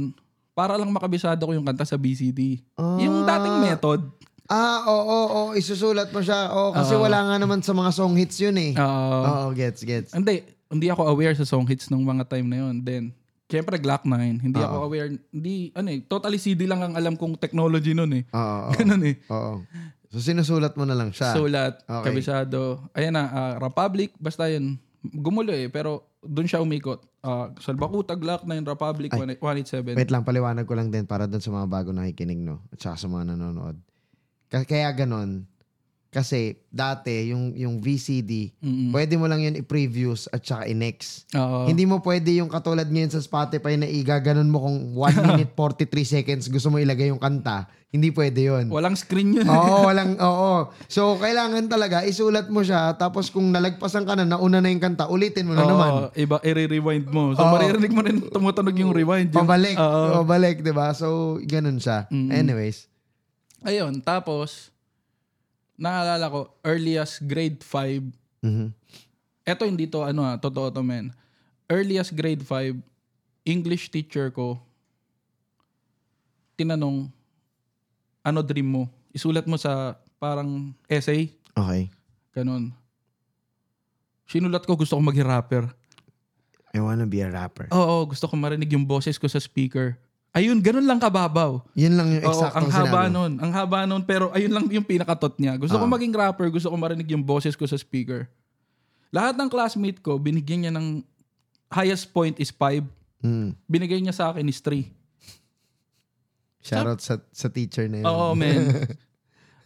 Speaker 2: para lang makabisado ko yung kanta sa BCD. Yung dating method.
Speaker 1: Ah, oo, oo, oo. Isusulat mo siya. Oo, kasi wala nga naman sa mga song hits yun eh.
Speaker 2: Oo.
Speaker 1: Oo, gets, gets.
Speaker 2: ah, Hindi, hindi ako aware sa song hits nung mga time na yon. Then, syempre Glock 9, hindi ako aware. Hindi, ano eh, totally CD lang ang alam kong technology nun eh.
Speaker 1: Oo, oo.
Speaker 2: Ganun eh.
Speaker 1: oo. So, sinusulat mo na lang siya.
Speaker 2: Sulat,
Speaker 1: Ah, Okay.
Speaker 2: kabisado. Ayan na, ah, Republic, basta yun. Gumulo eh, pero doon siya umikot. Ah, Salbakuta, Glock 9, Republic, 187.
Speaker 1: Wait lang, paliwanag ko lang din para dun sa mga bago nakikinig, no? At saka sa mga nanonood. Ka- Kaya ganun. Kasi dati, yung, yung VCD,
Speaker 2: Mm-mm. Ah,
Speaker 1: pwede mo lang yun i-previews at saka i-next.
Speaker 2: Oo.
Speaker 1: Hindi mo pwede yung katulad ngayon sa Spotify na igaganon mo kung 1 minute 43 seconds gusto mo ilagay yung kanta. Hindi pwede yun.
Speaker 2: Walang screen yun.
Speaker 1: oo, walang, oo. So, kailangan talaga, isulat mo siya, tapos kung nalagpasan ka na, nauna na yung kanta, ulitin mo na
Speaker 2: Oo,
Speaker 1: ano naman.
Speaker 2: Ah, iba, i-rewind mo. So,
Speaker 1: Oo.
Speaker 2: maririnig mo rin tumutunog yung rewind. Ah, Yung,
Speaker 1: Pabalik,
Speaker 2: Oo.
Speaker 1: pabalik, di ba? So, ganun siya. Anyways,
Speaker 2: Ayun, tapos, naalala ko, earliest grade 5,
Speaker 1: mhm.
Speaker 2: eto hindi to ano ah, totoo to men. Earliest grade 5, English teacher ko, tinanong, ano dream mo? Isulat mo sa parang essay,
Speaker 1: okay.
Speaker 2: ganun. Sinulat ko, gusto ko maging rapper.
Speaker 1: I wanna be a rapper.
Speaker 2: Oo, gusto ko marinig yung boses ko sa speaker. Ayun, ganun lang kababaw.
Speaker 1: Yun lang yung
Speaker 2: Oo,
Speaker 1: eksaktong
Speaker 2: ang haba
Speaker 1: sinabi.
Speaker 2: nun. Ang haba nun. Pero ayun lang yung pinakatot niya. Gusto ko
Speaker 1: Ah.
Speaker 2: maging rapper. Gusto ko marinig yung boses ko sa speaker. Lahat ng classmate ko, binigyan niya ng highest point is 5.
Speaker 1: Mm.
Speaker 2: Binigay niya sa akin is 3.
Speaker 1: Shoutout sa, sa teacher na yun.
Speaker 2: Oo, man.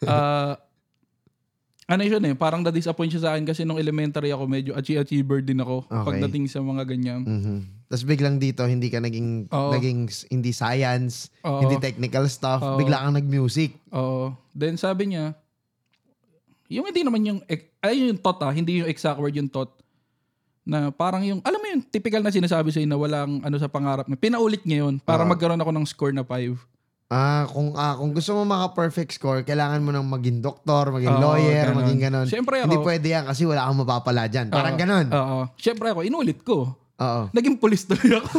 Speaker 2: Ah, ano yun eh, parang na-disappoint siya sa akin kasi nung elementary ako, medyo achiever din ako
Speaker 1: Okay.
Speaker 2: pagdating sa mga ganyan.
Speaker 1: Mhm. Tapos biglang dito, hindi ka naging,
Speaker 2: Oo.
Speaker 1: naging s- hindi science,
Speaker 2: Oo.
Speaker 1: hindi technical stuff,
Speaker 2: Oo.
Speaker 1: bigla kang nag-music.
Speaker 2: Oo. Then sabi niya, yung hindi naman yung, ex- ay yung tot ah, hindi yung exact word yung tot. Na parang yung, alam mo yung typical na sinasabi sa'yo na walang ano sa pangarap mo. Pinaulit niya yun
Speaker 1: Ah.
Speaker 2: para magkaroon ako ng score na 5.
Speaker 1: Ah, kung ah, kung gusto mo maka-perfect score, kailangan mo nang maging doktor, maging lawyer,
Speaker 2: ganon.
Speaker 1: maging ganon.
Speaker 2: Siyempre ako.
Speaker 1: Hindi pwede yan kasi wala kang mapapala dyan. Parang
Speaker 2: Oo.
Speaker 1: ganon.
Speaker 2: Oo. Siyempre ako, inulit ko.
Speaker 1: Oo.
Speaker 2: Naging police tuloy ako.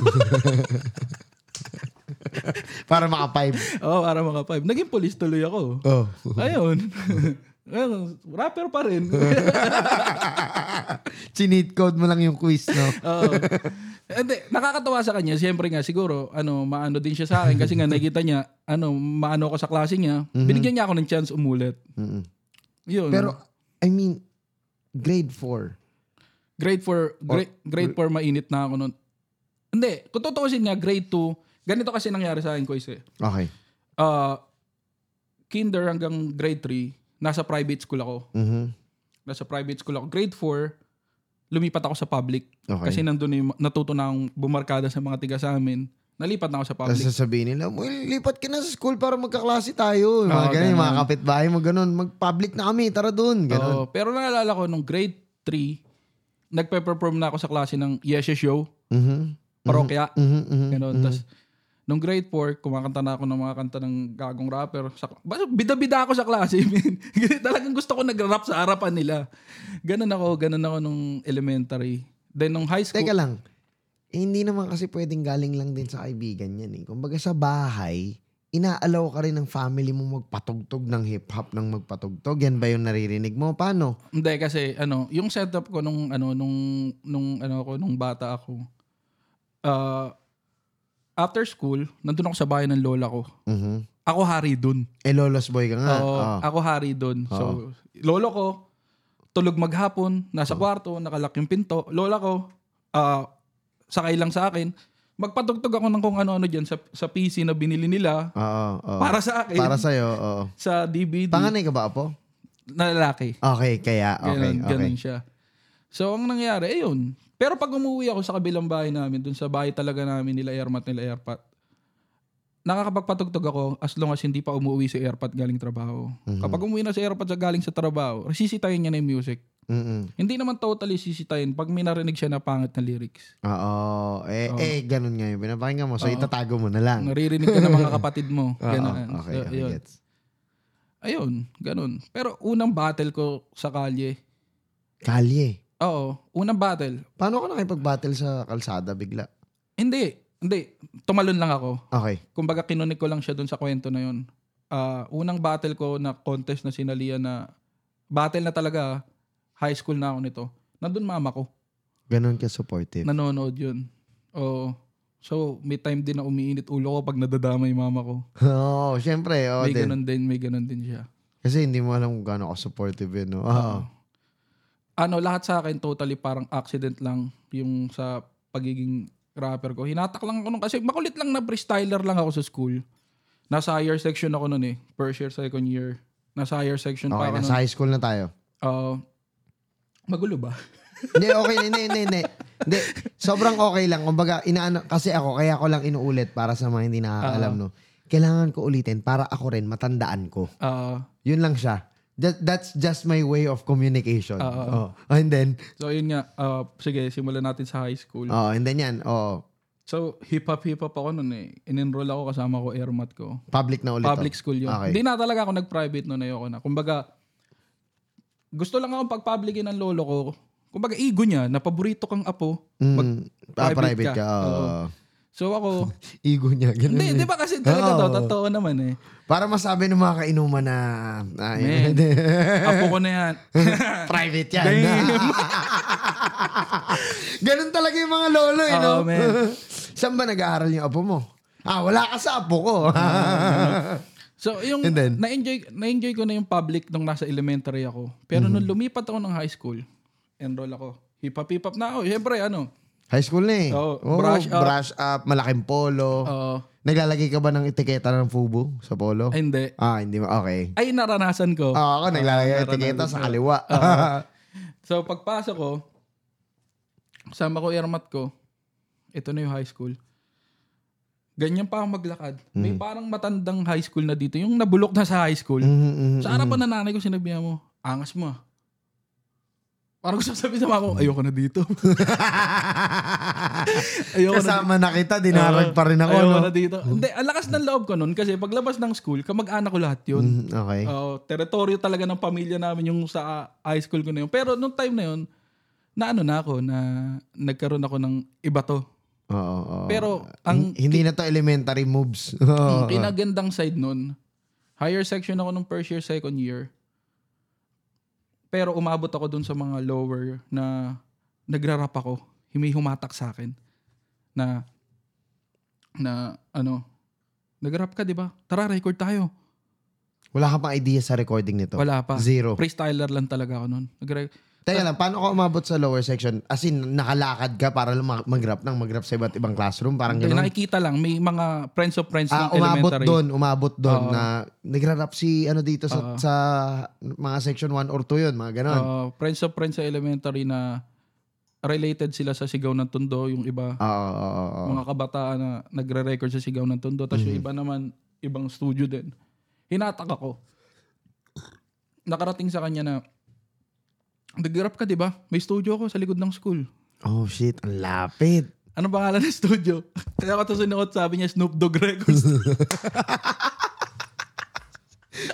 Speaker 1: Para maka-five.
Speaker 2: Oo, para mga five. Naging police tuloy ako.
Speaker 1: Oh.
Speaker 2: Ayun. Ayun, rapper pa rin.
Speaker 1: Chinit code mo lang yung quiz, no?
Speaker 2: Oo. Hindi, nakakatawa sa kanya. Siyempre nga, siguro, ano, maano din siya sa akin. Kasi nga, nakita niya, ano, maano ako sa klase niya. Binigyan niya ako ng chance umulit.
Speaker 1: Mm-mm.
Speaker 2: Mm. Yun.
Speaker 1: Mhm. Pero, I mean, grade 4.
Speaker 2: grade 4,
Speaker 1: Oh.
Speaker 2: grade, grade 4 mainit na ako noon. Hindi, kung tutuusin nga, grade 2, ganito kasi nangyari sa akin, Koise.
Speaker 1: Okay.
Speaker 2: Uh, kinder hanggang grade 3, nasa private school ako.
Speaker 1: Mhm.
Speaker 2: Nasa private school ako. Grade 4, lumipat ako sa public.
Speaker 1: Okay.
Speaker 2: Kasi nandun na yung, natuto na akong bumarkada sa mga tiga sa amin. Nalipat na ako sa
Speaker 1: Tapos
Speaker 2: public.
Speaker 1: sasabihin nila, well, lipat ka na sa school para magkaklase tayo. Yung mga
Speaker 2: Oo,
Speaker 1: ganun, yung mga
Speaker 2: ganun.
Speaker 1: kapitbahay mo, ganun. Mag-public na kami, tara dun. Ganun.
Speaker 2: Oo, pero naalala ko, nung grade 3, nagpe-perform na ako sa klase ng Yeshe Show,
Speaker 1: Mhm.
Speaker 2: parokya.
Speaker 1: Mhm, mhm,
Speaker 2: Ganon.
Speaker 1: mhm.
Speaker 2: Tapos, nung grade 4, kumakanta na ako ng mga kanta ng gagong rapper. Sa, basta bida-bida ako sa klase. man. Talagang gusto ko nag-rap sa harapan nila. Ganon ako, ganon ako nung elementary. Then nung high school,
Speaker 1: Teka lang. Eh, hindi naman kasi pwedeng galing lang din sa kaibigan yan eh. Kumbaga sa bahay, inaalaw ka rin ng family mo magpatugtog ng hip-hop ng magpatugtog. Yan ba yung naririnig mo? Paano?
Speaker 2: hindi kasi ano, yung setup ko nung ano nung nung ano ko nung bata ako. ah, after school, nandun ako sa bahay ng lola ko.
Speaker 1: Mhm.
Speaker 2: Ako hari dun.
Speaker 1: Eh, lolos boy ka nga.
Speaker 2: Oo,
Speaker 1: Oo.
Speaker 2: Ako hari doon. So,
Speaker 1: Ah.
Speaker 2: lolo ko, tulog maghapon,
Speaker 1: Ah.
Speaker 2: nasa kwarto, nakalak yung pinto. Lola ko, ah, sakay lang sa akin. Magpatugtog ako ng kung ano-ano dyan sa, sa PC na binili nila
Speaker 1: Oo. oo.
Speaker 2: para sa akin,
Speaker 1: Ah. Para sa'yo, oo.
Speaker 2: sa DVD
Speaker 1: Panganay ka ba, Apo?
Speaker 2: na lalaki.
Speaker 1: Okay, kaya. Okay,
Speaker 2: Ganun,
Speaker 1: okay.
Speaker 2: ganun siya. So, ang nangyari, ayun. Pero pag umuwi ako sa kabilang bahay namin, dun sa bahay talaga namin nila Airmat, nila Airpat, nakakapagpatugtog ako as long as hindi pa umuwi si Airpat galing trabaho.
Speaker 1: Mhm.
Speaker 2: Kapag umuwi na si Airpat sa galing sa trabaho, sisitayin niya na yung music.
Speaker 1: Mm-mm.
Speaker 2: Hindi naman totally sisitayin pag may narinig siya na pangit na lyrics.
Speaker 1: Oo. Eh,
Speaker 2: Oo.
Speaker 1: eh, ganun nga yung pinapakinggan mo. So,
Speaker 2: Oo.
Speaker 1: itatago mo na lang.
Speaker 2: Naririnig ka ng mga kapatid mo.
Speaker 1: Oo,
Speaker 2: Ganun.
Speaker 1: Ah. okay,
Speaker 2: So,
Speaker 1: okay,
Speaker 2: ayun.
Speaker 1: gets.
Speaker 2: Ayun, ganun. Pero unang battle ko sa kalye,
Speaker 1: Kalye.
Speaker 2: oo, unang battle,
Speaker 1: Paano ka nakipag-battle sa kalsada bigla?
Speaker 2: hindi, hindi, tumalon lang ako.
Speaker 1: Okay.
Speaker 2: kumbaga kinunik ko lang siya dun sa kwento na yun. Ah, unang battle ko na contest na sinalian na battle na talaga, ah, high school na ako nito. Nandun mama ko,
Speaker 1: Ganun ka supportive.
Speaker 2: nanonood yun. Oo. So, may time din na umiinit ulo ko pag nadadama yung mama ko.
Speaker 1: Oo, syempre. Oo,
Speaker 2: may
Speaker 1: din.
Speaker 2: ganun din, may ganun din siya.
Speaker 1: Kasi hindi mo alam kung gaano ka supportive yun, no? Oo.
Speaker 2: Ano, lahat sa akin totally parang accident lang yung sa pagiging rapper ko. Hinatak lang ako nun kasi makulit lang na freestyler lang ako sa school. Nasa higher section ako nun eh. First year, second year. Nasa higher section
Speaker 1: Okay,
Speaker 2: pa ako nun.
Speaker 1: nasa high school na tayo.
Speaker 2: Ah, magulo ba?
Speaker 1: hindi, okay. Hindi, hindi, hindi. Hindi, sobrang okay lang. Kumbaga, inaano, kasi ako, kaya ko lang inuulit para sa mga hindi nakakaalam, no? Kailangan ko ulitin para ako rin matandaan ko.
Speaker 2: Ah,
Speaker 1: Yun lang siya. That, that's just my way of communication. Oh.
Speaker 2: Oo.
Speaker 1: And then,
Speaker 2: so, yun nga. ah, sige, simulan natin sa high school.
Speaker 1: oh, and then yan, oh,
Speaker 2: So, hip-hop-hip-hop ako nun eh. In-enroll ako kasama ko, airmat ko.
Speaker 1: public na ulit. oh.
Speaker 2: Public school yun.
Speaker 1: Okay.
Speaker 2: Hindi na talaga ako nag-private nun. Ayoko na. Kumbaga, gusto lang akong pag-publicin ng lolo ko. Kumbaga, ego niya, na paborito kang apo.
Speaker 1: Mm,
Speaker 2: Pag-
Speaker 1: ah,
Speaker 2: private
Speaker 1: private
Speaker 2: ka.
Speaker 1: ka. oo.
Speaker 2: Oo. So, ako,
Speaker 1: Ego niya. Ganun
Speaker 2: hindi,
Speaker 1: eh.
Speaker 2: di ba kasi talaga to,
Speaker 1: Oo.
Speaker 2: totoo naman eh.
Speaker 1: Para masabi ng mga kainuman na ah,
Speaker 2: Man. Apo ko na yan.
Speaker 1: private yan.
Speaker 2: Damn.
Speaker 1: Ganun talaga yung mga lolo, eh, no?
Speaker 2: Oo, man.
Speaker 1: Saan ba nag-aaral yung apo mo? Ah, wala ka sa apo ko.
Speaker 2: Ah. So, yung
Speaker 1: And then?
Speaker 2: na-enjoy, na-enjoy ko na yung public nung nasa elementary ako. Pero
Speaker 1: Mm-hmm.
Speaker 2: nung lumipat ako ng high school, enroll ako. Hip-hop-hip-hop na ako. Siyempre, ano,
Speaker 1: High school na eh.
Speaker 2: Oo,
Speaker 1: Oo,
Speaker 2: brush up.
Speaker 1: brush up, malaking polo.
Speaker 2: uh,
Speaker 1: Naglalagay ka ba ng etiketa ng FUBU sa polo?
Speaker 2: ay, hindi.
Speaker 1: ah, hindi mo. Okay.
Speaker 2: Ay, naranasan
Speaker 1: Oo,
Speaker 2: ko.
Speaker 1: ako naglalagay ng
Speaker 2: naranasan
Speaker 1: etiketa sa
Speaker 2: ko.
Speaker 1: kaliwa. Ah.
Speaker 2: So, pagpasok ko, kasama ko airmat ko, ito na yung high school. Ganyan pa ako maglakad.
Speaker 1: Mm.
Speaker 2: May parang matandang high school na dito. Yung nabulok na sa high school.
Speaker 1: Mhm, mhm.
Speaker 2: Sa harapan na nanay ko, sinabi niya mo, angas mo ah." Parang gusto ko sabihin sa mama ko, ayoko na dito. ayoko na
Speaker 1: Kasama na kita, dinarag pa rin ako.
Speaker 2: Ayaw
Speaker 1: no?
Speaker 2: na dito. Hindi, ang lakas ng loob ko nun kasi paglabas ng school, kamag-anak ko lahat yun.
Speaker 1: Mhm, Okay.
Speaker 2: Oo, Oh, teritoryo talaga ng pamilya namin yung sa ah, high school ko na yun. Pero nung time na yun, na ano na ako, na nagkaroon ako ng iba to.
Speaker 1: Oo, oo.
Speaker 2: Pero
Speaker 1: Hin-
Speaker 2: ang
Speaker 1: hindi na to elementary moves. Oo.
Speaker 2: Ang kinagandang side nun, higher section ako nung first year, second year. Pero umabot ako dun sa mga lower na nagrarap ako. May humatak sa akin. Na, na ano, nagrap ka, di ba? Tara, record tayo.
Speaker 1: Wala ka pang idea sa recording nito.
Speaker 2: Wala pa.
Speaker 1: Zero.
Speaker 2: Freestyler lang talaga ako nun. Nagre-
Speaker 1: Teka lang, paano ka umabot sa lower section? As in, nakalakad ka para luma- mag-rap ng mag-rap sa iba't ibang classroom? Parang
Speaker 2: Hindi,
Speaker 1: gano'n?
Speaker 2: nakikita lang, may mga friends of friends
Speaker 1: Ah,
Speaker 2: ng
Speaker 1: umabot
Speaker 2: elementary.
Speaker 1: doon, umabot doon
Speaker 2: Oo.
Speaker 1: na nagra-rap si ano dito sa,
Speaker 2: Oo.
Speaker 1: sa mga section 1 or 2 yun, mga gano'n.
Speaker 2: Uh, friends of friends sa elementary na related sila sa sigaw ng tundo, yung iba.
Speaker 1: Oo, oo, oo, Mhm. oo.
Speaker 2: mga kabataan na nagre-record sa sigaw ng tondo. Tapos yung iba naman, ibang studio din. Hinatak ako. Nakarating sa kanya na, nag-rap ka, di ba? May studio ako sa likod ng school.
Speaker 1: Oh shit, ang lapit.
Speaker 2: Ano pangalan ng studio? Kaya ko ito sinuot, sabi niya, Snoop Dogg Records.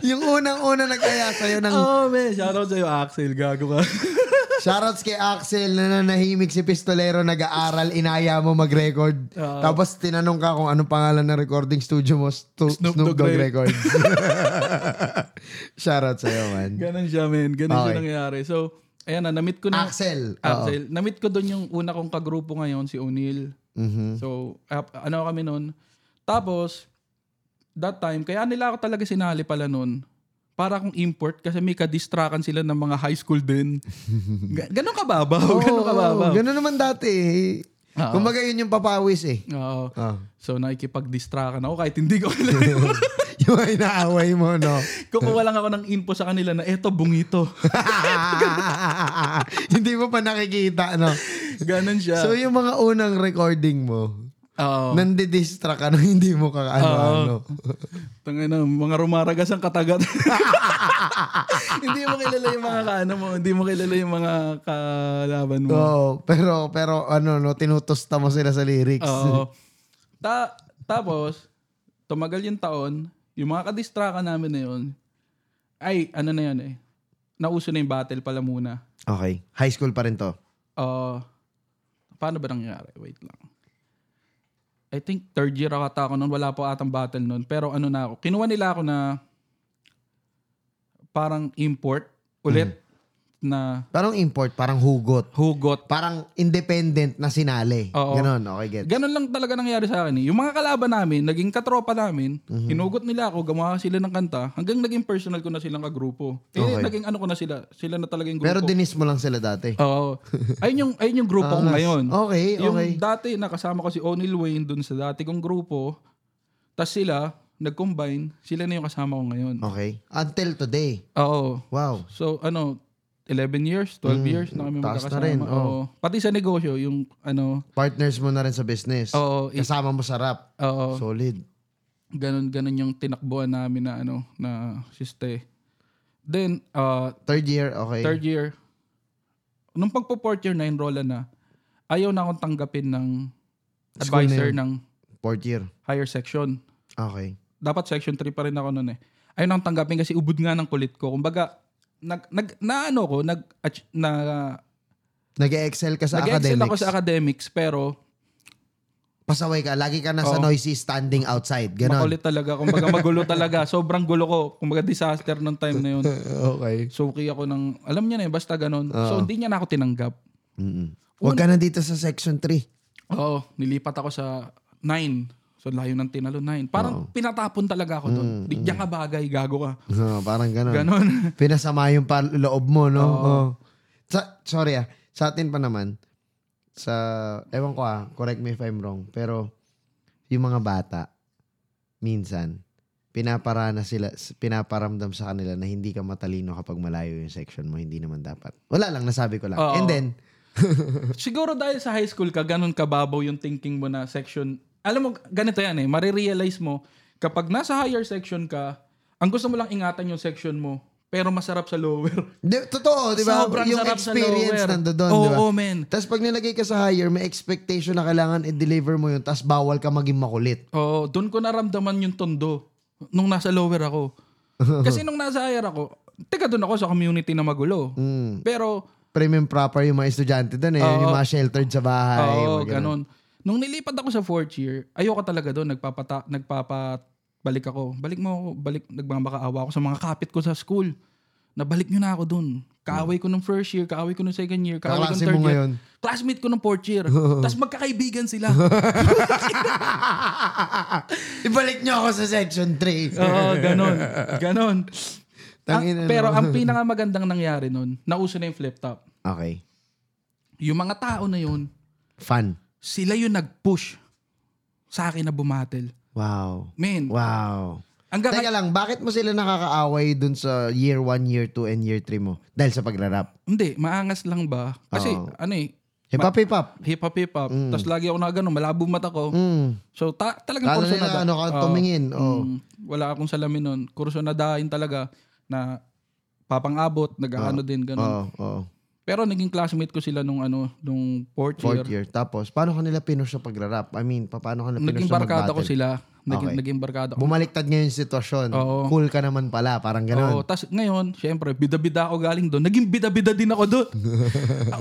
Speaker 1: Yung unang-una nag-aya sa'yo ng
Speaker 2: oh, man. Shoutout sa'yo, Axel. Gago ka.
Speaker 1: shoutouts kay Axel na nanahimik si Pistolero nag-aaral, inaya mo mag-record.
Speaker 2: Oo.
Speaker 1: Tapos tinanong ka kung anong pangalan ng recording studio mo, Stu- Snoop,
Speaker 2: Snoop
Speaker 1: Dogg,
Speaker 2: Dogg Re-
Speaker 1: Records. Shoutout sa'yo, man.
Speaker 2: Ganon siya, man. Ganon siya
Speaker 1: Okay.
Speaker 2: nangyari. So, ayan na, na-meet ko na.
Speaker 1: Axel. Oo.
Speaker 2: Axel. Na-meet ko doon yung una kong kagrupo ngayon, si O'Neal.
Speaker 1: Mhm.
Speaker 2: So, ap- ano kami noon. Tapos, that time, kaya nila ako talaga sinali pala noon. Para akong import kasi may kadistrakan sila ng mga high school din. Ga- Ganun kababaw.
Speaker 1: Oo,
Speaker 2: Oh, ganun kababaw.
Speaker 1: oo, ganun naman dati. eh.
Speaker 2: Oo.
Speaker 1: Kumbaga yun yung papawis eh.
Speaker 2: Oo.
Speaker 1: Oh.
Speaker 2: So, nakikipag-distrakan ako kahit hindi ko alam. yun.
Speaker 1: yung inaaway mo, no?
Speaker 2: Kukuha lang ako ng info sa kanila na eto, bungito.
Speaker 1: Hindi mo pa nakikita, no?
Speaker 2: Ganun siya.
Speaker 1: So yung mga unang recording mo,
Speaker 2: Oo.
Speaker 1: nandidistract ka ano, nung hindi mo kakaano-ano.
Speaker 2: Tangay na, mga rumaragas ang katagat. hindi mo kilala yung mga kaano mo, hindi mo kilala yung mga kalaban mo.
Speaker 1: Oo, pero pero ano no, tinutusta mo sila sa lyrics.
Speaker 2: Oo. Ta- tapos, tumagal yung taon, yung mga kadistraka namin na yun, ay, ano na yun eh, nauso na yung battle pala muna.
Speaker 1: Okay. High school pa rin to.
Speaker 2: Uh, paano ba nangyari? Wait lang. I think third year ako ata ako nun, wala po atang battle nun. Pero ano na ako, kinuha nila ako na parang import ulit
Speaker 1: Hmm.
Speaker 2: na
Speaker 1: Parang import, parang hugot.
Speaker 2: hugot.
Speaker 1: Parang independent na sinali.
Speaker 2: Oo.
Speaker 1: Ganon, okay, get.
Speaker 2: Ganon lang talaga nangyari sa akin. eh. Yung mga kalaban namin, naging katropa namin,
Speaker 1: Mhm.
Speaker 2: hinugot nila ako, gumawa sila ng kanta, hanggang naging personal ko na silang kagrupo. Eh,
Speaker 1: Okay.
Speaker 2: naging ano ko na sila, sila na talaga yung grupo.
Speaker 1: Pero dinis mo lang sila dati.
Speaker 2: Oo. ayun, yung, ayun yung grupo ko
Speaker 1: Angas.
Speaker 2: ngayon.
Speaker 1: Okay,
Speaker 2: Yung
Speaker 1: okay.
Speaker 2: dati, nakasama ko si O'Neal Wayne dun sa dati kong grupo, tas sila, nag-combine, sila na yung kasama ko ngayon.
Speaker 1: Okay. Until today.
Speaker 2: Oo.
Speaker 1: Wow.
Speaker 2: So, ano, 11 years, 12 years na kami
Speaker 1: Mm, taas na
Speaker 2: magkakasama.
Speaker 1: rin,
Speaker 2: Oo. Pati sa negosyo, yung ano,
Speaker 1: Partners mo na rin sa business.
Speaker 2: oo, is-
Speaker 1: Kasama mo sa rap.
Speaker 2: oo.
Speaker 1: Solid.
Speaker 2: ganun ganun yung tinakbuhan namin na ano na siste. Then uh,
Speaker 1: Third year, okay.
Speaker 2: third year nung pagpo fourth year na enrollan na ayaw na akong tanggapin ng
Speaker 1: School na
Speaker 2: advisor
Speaker 1: yun.
Speaker 2: ng
Speaker 1: Fourth year.
Speaker 2: higher section.
Speaker 1: Okay.
Speaker 2: Dapat section 3 pa rin ako noon eh. Ayaw na akong tanggapin kasi ubod nga ng kulit ko. Kumbaga nag nag na ano ko nag ach- na
Speaker 1: Nag-excel ka sa
Speaker 2: nag-excel
Speaker 1: academics.
Speaker 2: ako sa academics pero
Speaker 1: Pasaway ka. Lagi ka nasa
Speaker 2: Oo.
Speaker 1: noisy standing outside. Ganon.
Speaker 2: makulit talaga. Kumbaga magulo talaga. Sobrang gulo ko. Kumbaga disaster nung time na yun.
Speaker 1: Okay.
Speaker 2: suki ako ng, alam niya na eh, basta ganun.
Speaker 1: Oo.
Speaker 2: So, hindi niya na ako tinanggap.
Speaker 1: Mm-mm. Huwag ka na dito sa section 3.
Speaker 2: Oo, nilipat ako sa 9. So, layo ng tinalo, 9. Parang pinatapon talaga ako doon.
Speaker 1: Mm,
Speaker 2: Bigyan ka bagay, gago ka.
Speaker 1: Oo, parang ganon.
Speaker 2: Ganon.
Speaker 1: Pinasama yung pal- loob mo, no? Oo. Sa, sorry ah. Sa atin pa naman, sa, ewan ko ah, correct me if I'm wrong, pero yung mga bata, minsan, pinaparana sila, s- pinaparamdam sa kanila na hindi ka matalino kapag malayo yung section mo, hindi naman dapat. Wala lang, nasabi ko lang.
Speaker 2: Oo.
Speaker 1: And then,
Speaker 2: Siguro dahil sa high school ka, ganun kababaw yung thinking mo na section. Alam mo, ganito yan eh, marirealize mo, kapag nasa higher section ka, ang gusto mo lang ingatan yung section mo, pero masarap sa lower.
Speaker 1: di, totoo, di ba?
Speaker 2: Sobrang
Speaker 1: Yung
Speaker 2: sarap
Speaker 1: experience
Speaker 2: sa lower.
Speaker 1: nando doon,
Speaker 2: Oo,
Speaker 1: di ba?
Speaker 2: oo, men.
Speaker 1: Tapos pag nilagay ka sa higher, may expectation na kailangan i-deliver mo yun, tapos bawal ka maging makulit.
Speaker 2: Oo, doon ko naramdaman yung tondo nung nasa lower ako. Kasi nung nasa higher ako, teka doon ako sa community na magulo.
Speaker 1: Mm.
Speaker 2: Pero,
Speaker 1: prim and proper yung mga estudyante doon eh. Yung mga sheltered sa bahay.
Speaker 2: oo,
Speaker 1: mga ganun.
Speaker 2: ganun. Nung nilipat ako sa fourth year, ayoko talaga doon. Nagpapata, nagpapabalik ako. Balik mo ako. Balik, nagmamakaawa ako sa mga kapit ko sa school. Nabalik nyo na ako doon. Kaaway ko ng first year, kaaway ko ng second year, kaaway ko ng
Speaker 1: Kaklase
Speaker 2: third
Speaker 1: mo
Speaker 2: year.
Speaker 1: ngayon.
Speaker 2: Classmate ko ng fourth year. Tapos magkakaibigan sila.
Speaker 1: Ibalik nyo ako sa section 3.
Speaker 2: Oo, ganon. Ganon. Ang-
Speaker 1: Tangina, no?
Speaker 2: pero ang pinakamagandang nangyari nun, nauso na yung flip top.
Speaker 1: Okay.
Speaker 2: Yung mga tao na yun,
Speaker 1: Fun.
Speaker 2: sila yung nag-push sa akin na bumatel.
Speaker 1: Wow.
Speaker 2: Men,
Speaker 1: Wow.
Speaker 2: hanggang
Speaker 1: Teka lang, bakit mo sila nakakaaway dun sa year 1, year 2, and year 3 mo? Dahil sa pagrarap.
Speaker 2: hindi, maangas lang ba? Kasi
Speaker 1: Oo.
Speaker 2: ano eh,
Speaker 1: Hip-hop, hip-hop.
Speaker 2: hip-hop, hip-hop. Tapos lagi ako na gano'n, malabo mata ko.
Speaker 1: Mm.
Speaker 2: So ta- talagang
Speaker 1: Lalo
Speaker 2: kurso na
Speaker 1: na
Speaker 2: da-
Speaker 1: ano ka
Speaker 2: Oo.
Speaker 1: tumingin. Oh.
Speaker 2: Mm, wala akong salamin nun. Kurso na dahin talaga na papang-abot, nag-ano din,
Speaker 1: Oo,
Speaker 2: gano'n.
Speaker 1: oo.
Speaker 2: Pero naging classmate ko sila nung ano, nung fourth, year.
Speaker 1: Fourth year. Tapos, paano ka nila pinush sa pagrarap? I mean, pa- paano ka nila pinush
Speaker 2: Naging
Speaker 1: sa
Speaker 2: barkada ko
Speaker 1: mag-battle?
Speaker 2: sila. Naging,
Speaker 1: Okay.
Speaker 2: naging barkada ko.
Speaker 1: Bumaliktad ngayon yung sitwasyon.
Speaker 2: Oo.
Speaker 1: Cool ka naman pala. Parang
Speaker 2: Oo,
Speaker 1: gano'n.
Speaker 2: tas ngayon, syempre, bida-bida ako galing doon. Naging bida-bida din ako doon.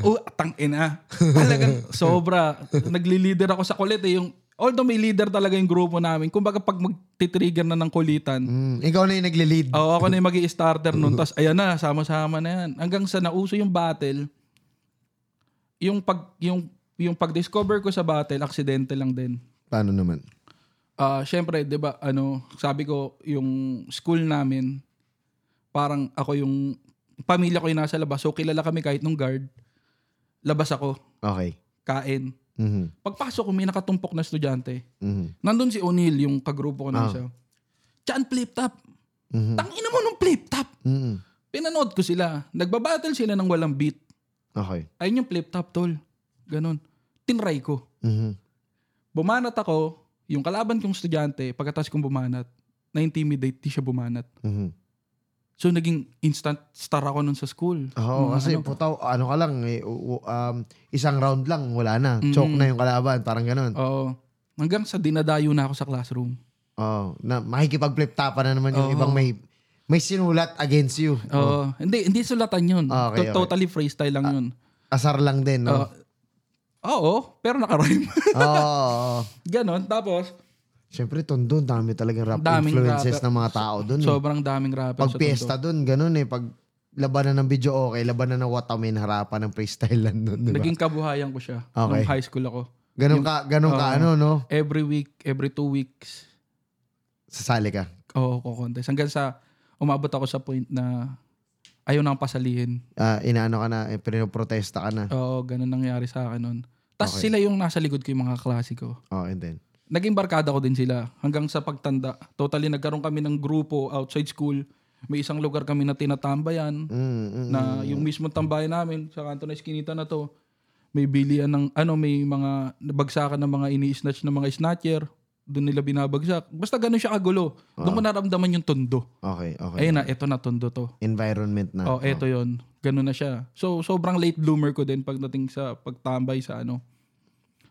Speaker 2: Oo, tang ina. Talagang sobra. Nagli-leader ako sa kulit eh. Yung, although may leader talaga yung grupo namin. Kumbaga pag magtitrigger na ng kulitan,
Speaker 1: Mm. Ikaw na yung nagli-lead.
Speaker 2: Oo, ako na yung magi starter nun. Tapos, ayan na, sama-sama na yan. Hanggang sa nauso yung battle, yung pag yung yung pag-discover ko sa battle, aksidente lang din.
Speaker 1: Paano naman?
Speaker 2: Ah, syempre, 'di ba, ano, sabi ko yung school namin parang ako yung pamilya ko yung nasa labas. So kilala kami kahit nung guard. Labas ako,
Speaker 1: Okay.
Speaker 2: kain.
Speaker 1: Mhm.
Speaker 2: Pagpasok ko, may nakatumpok na estudyante.
Speaker 1: Mhm.
Speaker 2: Nandun si O'Neal, yung kagrupo ko na
Speaker 1: Ah.
Speaker 2: isa. Chan flip top.
Speaker 1: Mhm.
Speaker 2: Tangina mo nung flip top.
Speaker 1: Mhm.
Speaker 2: Pinanood ko sila. Nagbabattle sila ng walang beat.
Speaker 1: Okay.
Speaker 2: Ayun yung flip top, tol. Ganon. Tinry ko.
Speaker 1: Mhm.
Speaker 2: Bumanat ako. Yung kalaban kong estudyante, pagkatas kong bumanat, na-intimidate, di siya bumanat.
Speaker 1: Mhm.
Speaker 2: So, naging instant star ako nun sa school.
Speaker 1: Oo,
Speaker 2: Mga
Speaker 1: kasi
Speaker 2: ano,
Speaker 1: putaw, ano ka lang, eh, u- u- um, isang round lang, wala na.
Speaker 2: Mm.
Speaker 1: Choke na yung kalaban, parang ganun.
Speaker 2: Oo. hanggang sa dinadayo na ako sa classroom.
Speaker 1: Oh, na makikipag-flip tapan na naman yung
Speaker 2: Oo.
Speaker 1: ibang may may sinulat against you.
Speaker 2: Oo. Hindi, hindi sulatan yun.
Speaker 1: Oh. Ah, okay, okay.
Speaker 2: To- Totally freestyle lang yun.
Speaker 1: Asar lang din, no?
Speaker 2: Oo. Oo, pero nakarhyme.
Speaker 1: Oo. oo.
Speaker 2: Ganon. Tapos,
Speaker 1: Siyempre, tondo, dami talagang rap
Speaker 2: Daming
Speaker 1: influences
Speaker 2: rapper.
Speaker 1: ng mga tao dun. eh.
Speaker 2: sobrang daming rapper
Speaker 1: Pag
Speaker 2: sa
Speaker 1: piyesta dun, ganun eh. Pag labanan ng video, okay. Labanan ng watamin, harapan ng freestyle lang dun, di ba?
Speaker 2: Naging kabuhayan ko siya.
Speaker 1: Okay.
Speaker 2: Nung high school ako.
Speaker 1: Ganun ka, ganun ka,
Speaker 2: Oo.
Speaker 1: ano, no?
Speaker 2: Every week, every two weeks,
Speaker 1: Sasali ka.
Speaker 2: Oo, ko contest. Hanggang sa umabot ako sa point na ayaw na akong pasalihin.
Speaker 1: Ah, inaano ka na, eh, pinoprotesta ka na.
Speaker 2: Oo, ganun nangyari sa akin nun. Tapos
Speaker 1: Okay.
Speaker 2: sila yung nasa likod ko yung mga klase ko.
Speaker 1: Oh, and then.
Speaker 2: Naging barkada ko din sila hanggang sa pagtanda. Totally nagkaroon kami ng grupo outside school. May isang lugar kami na tinatambayan
Speaker 1: Mm, mm,
Speaker 2: na yung mismo tambayan namin sa kanto na Eskinita na to. May bilian ng ano, may mga nabagsakan ng mga ini-snatch ng mga snatcher. Doon nila binabagsak. Basta ganun siya kagulo. Doon ko naramdaman yung tondo.
Speaker 1: Okay, okay.
Speaker 2: Ayun na, eto na tondo to.
Speaker 1: Environment na.
Speaker 2: Oh, eto yon. Ganun na siya. So, sobrang late bloomer ko din pagdating sa pagtambay sa ano.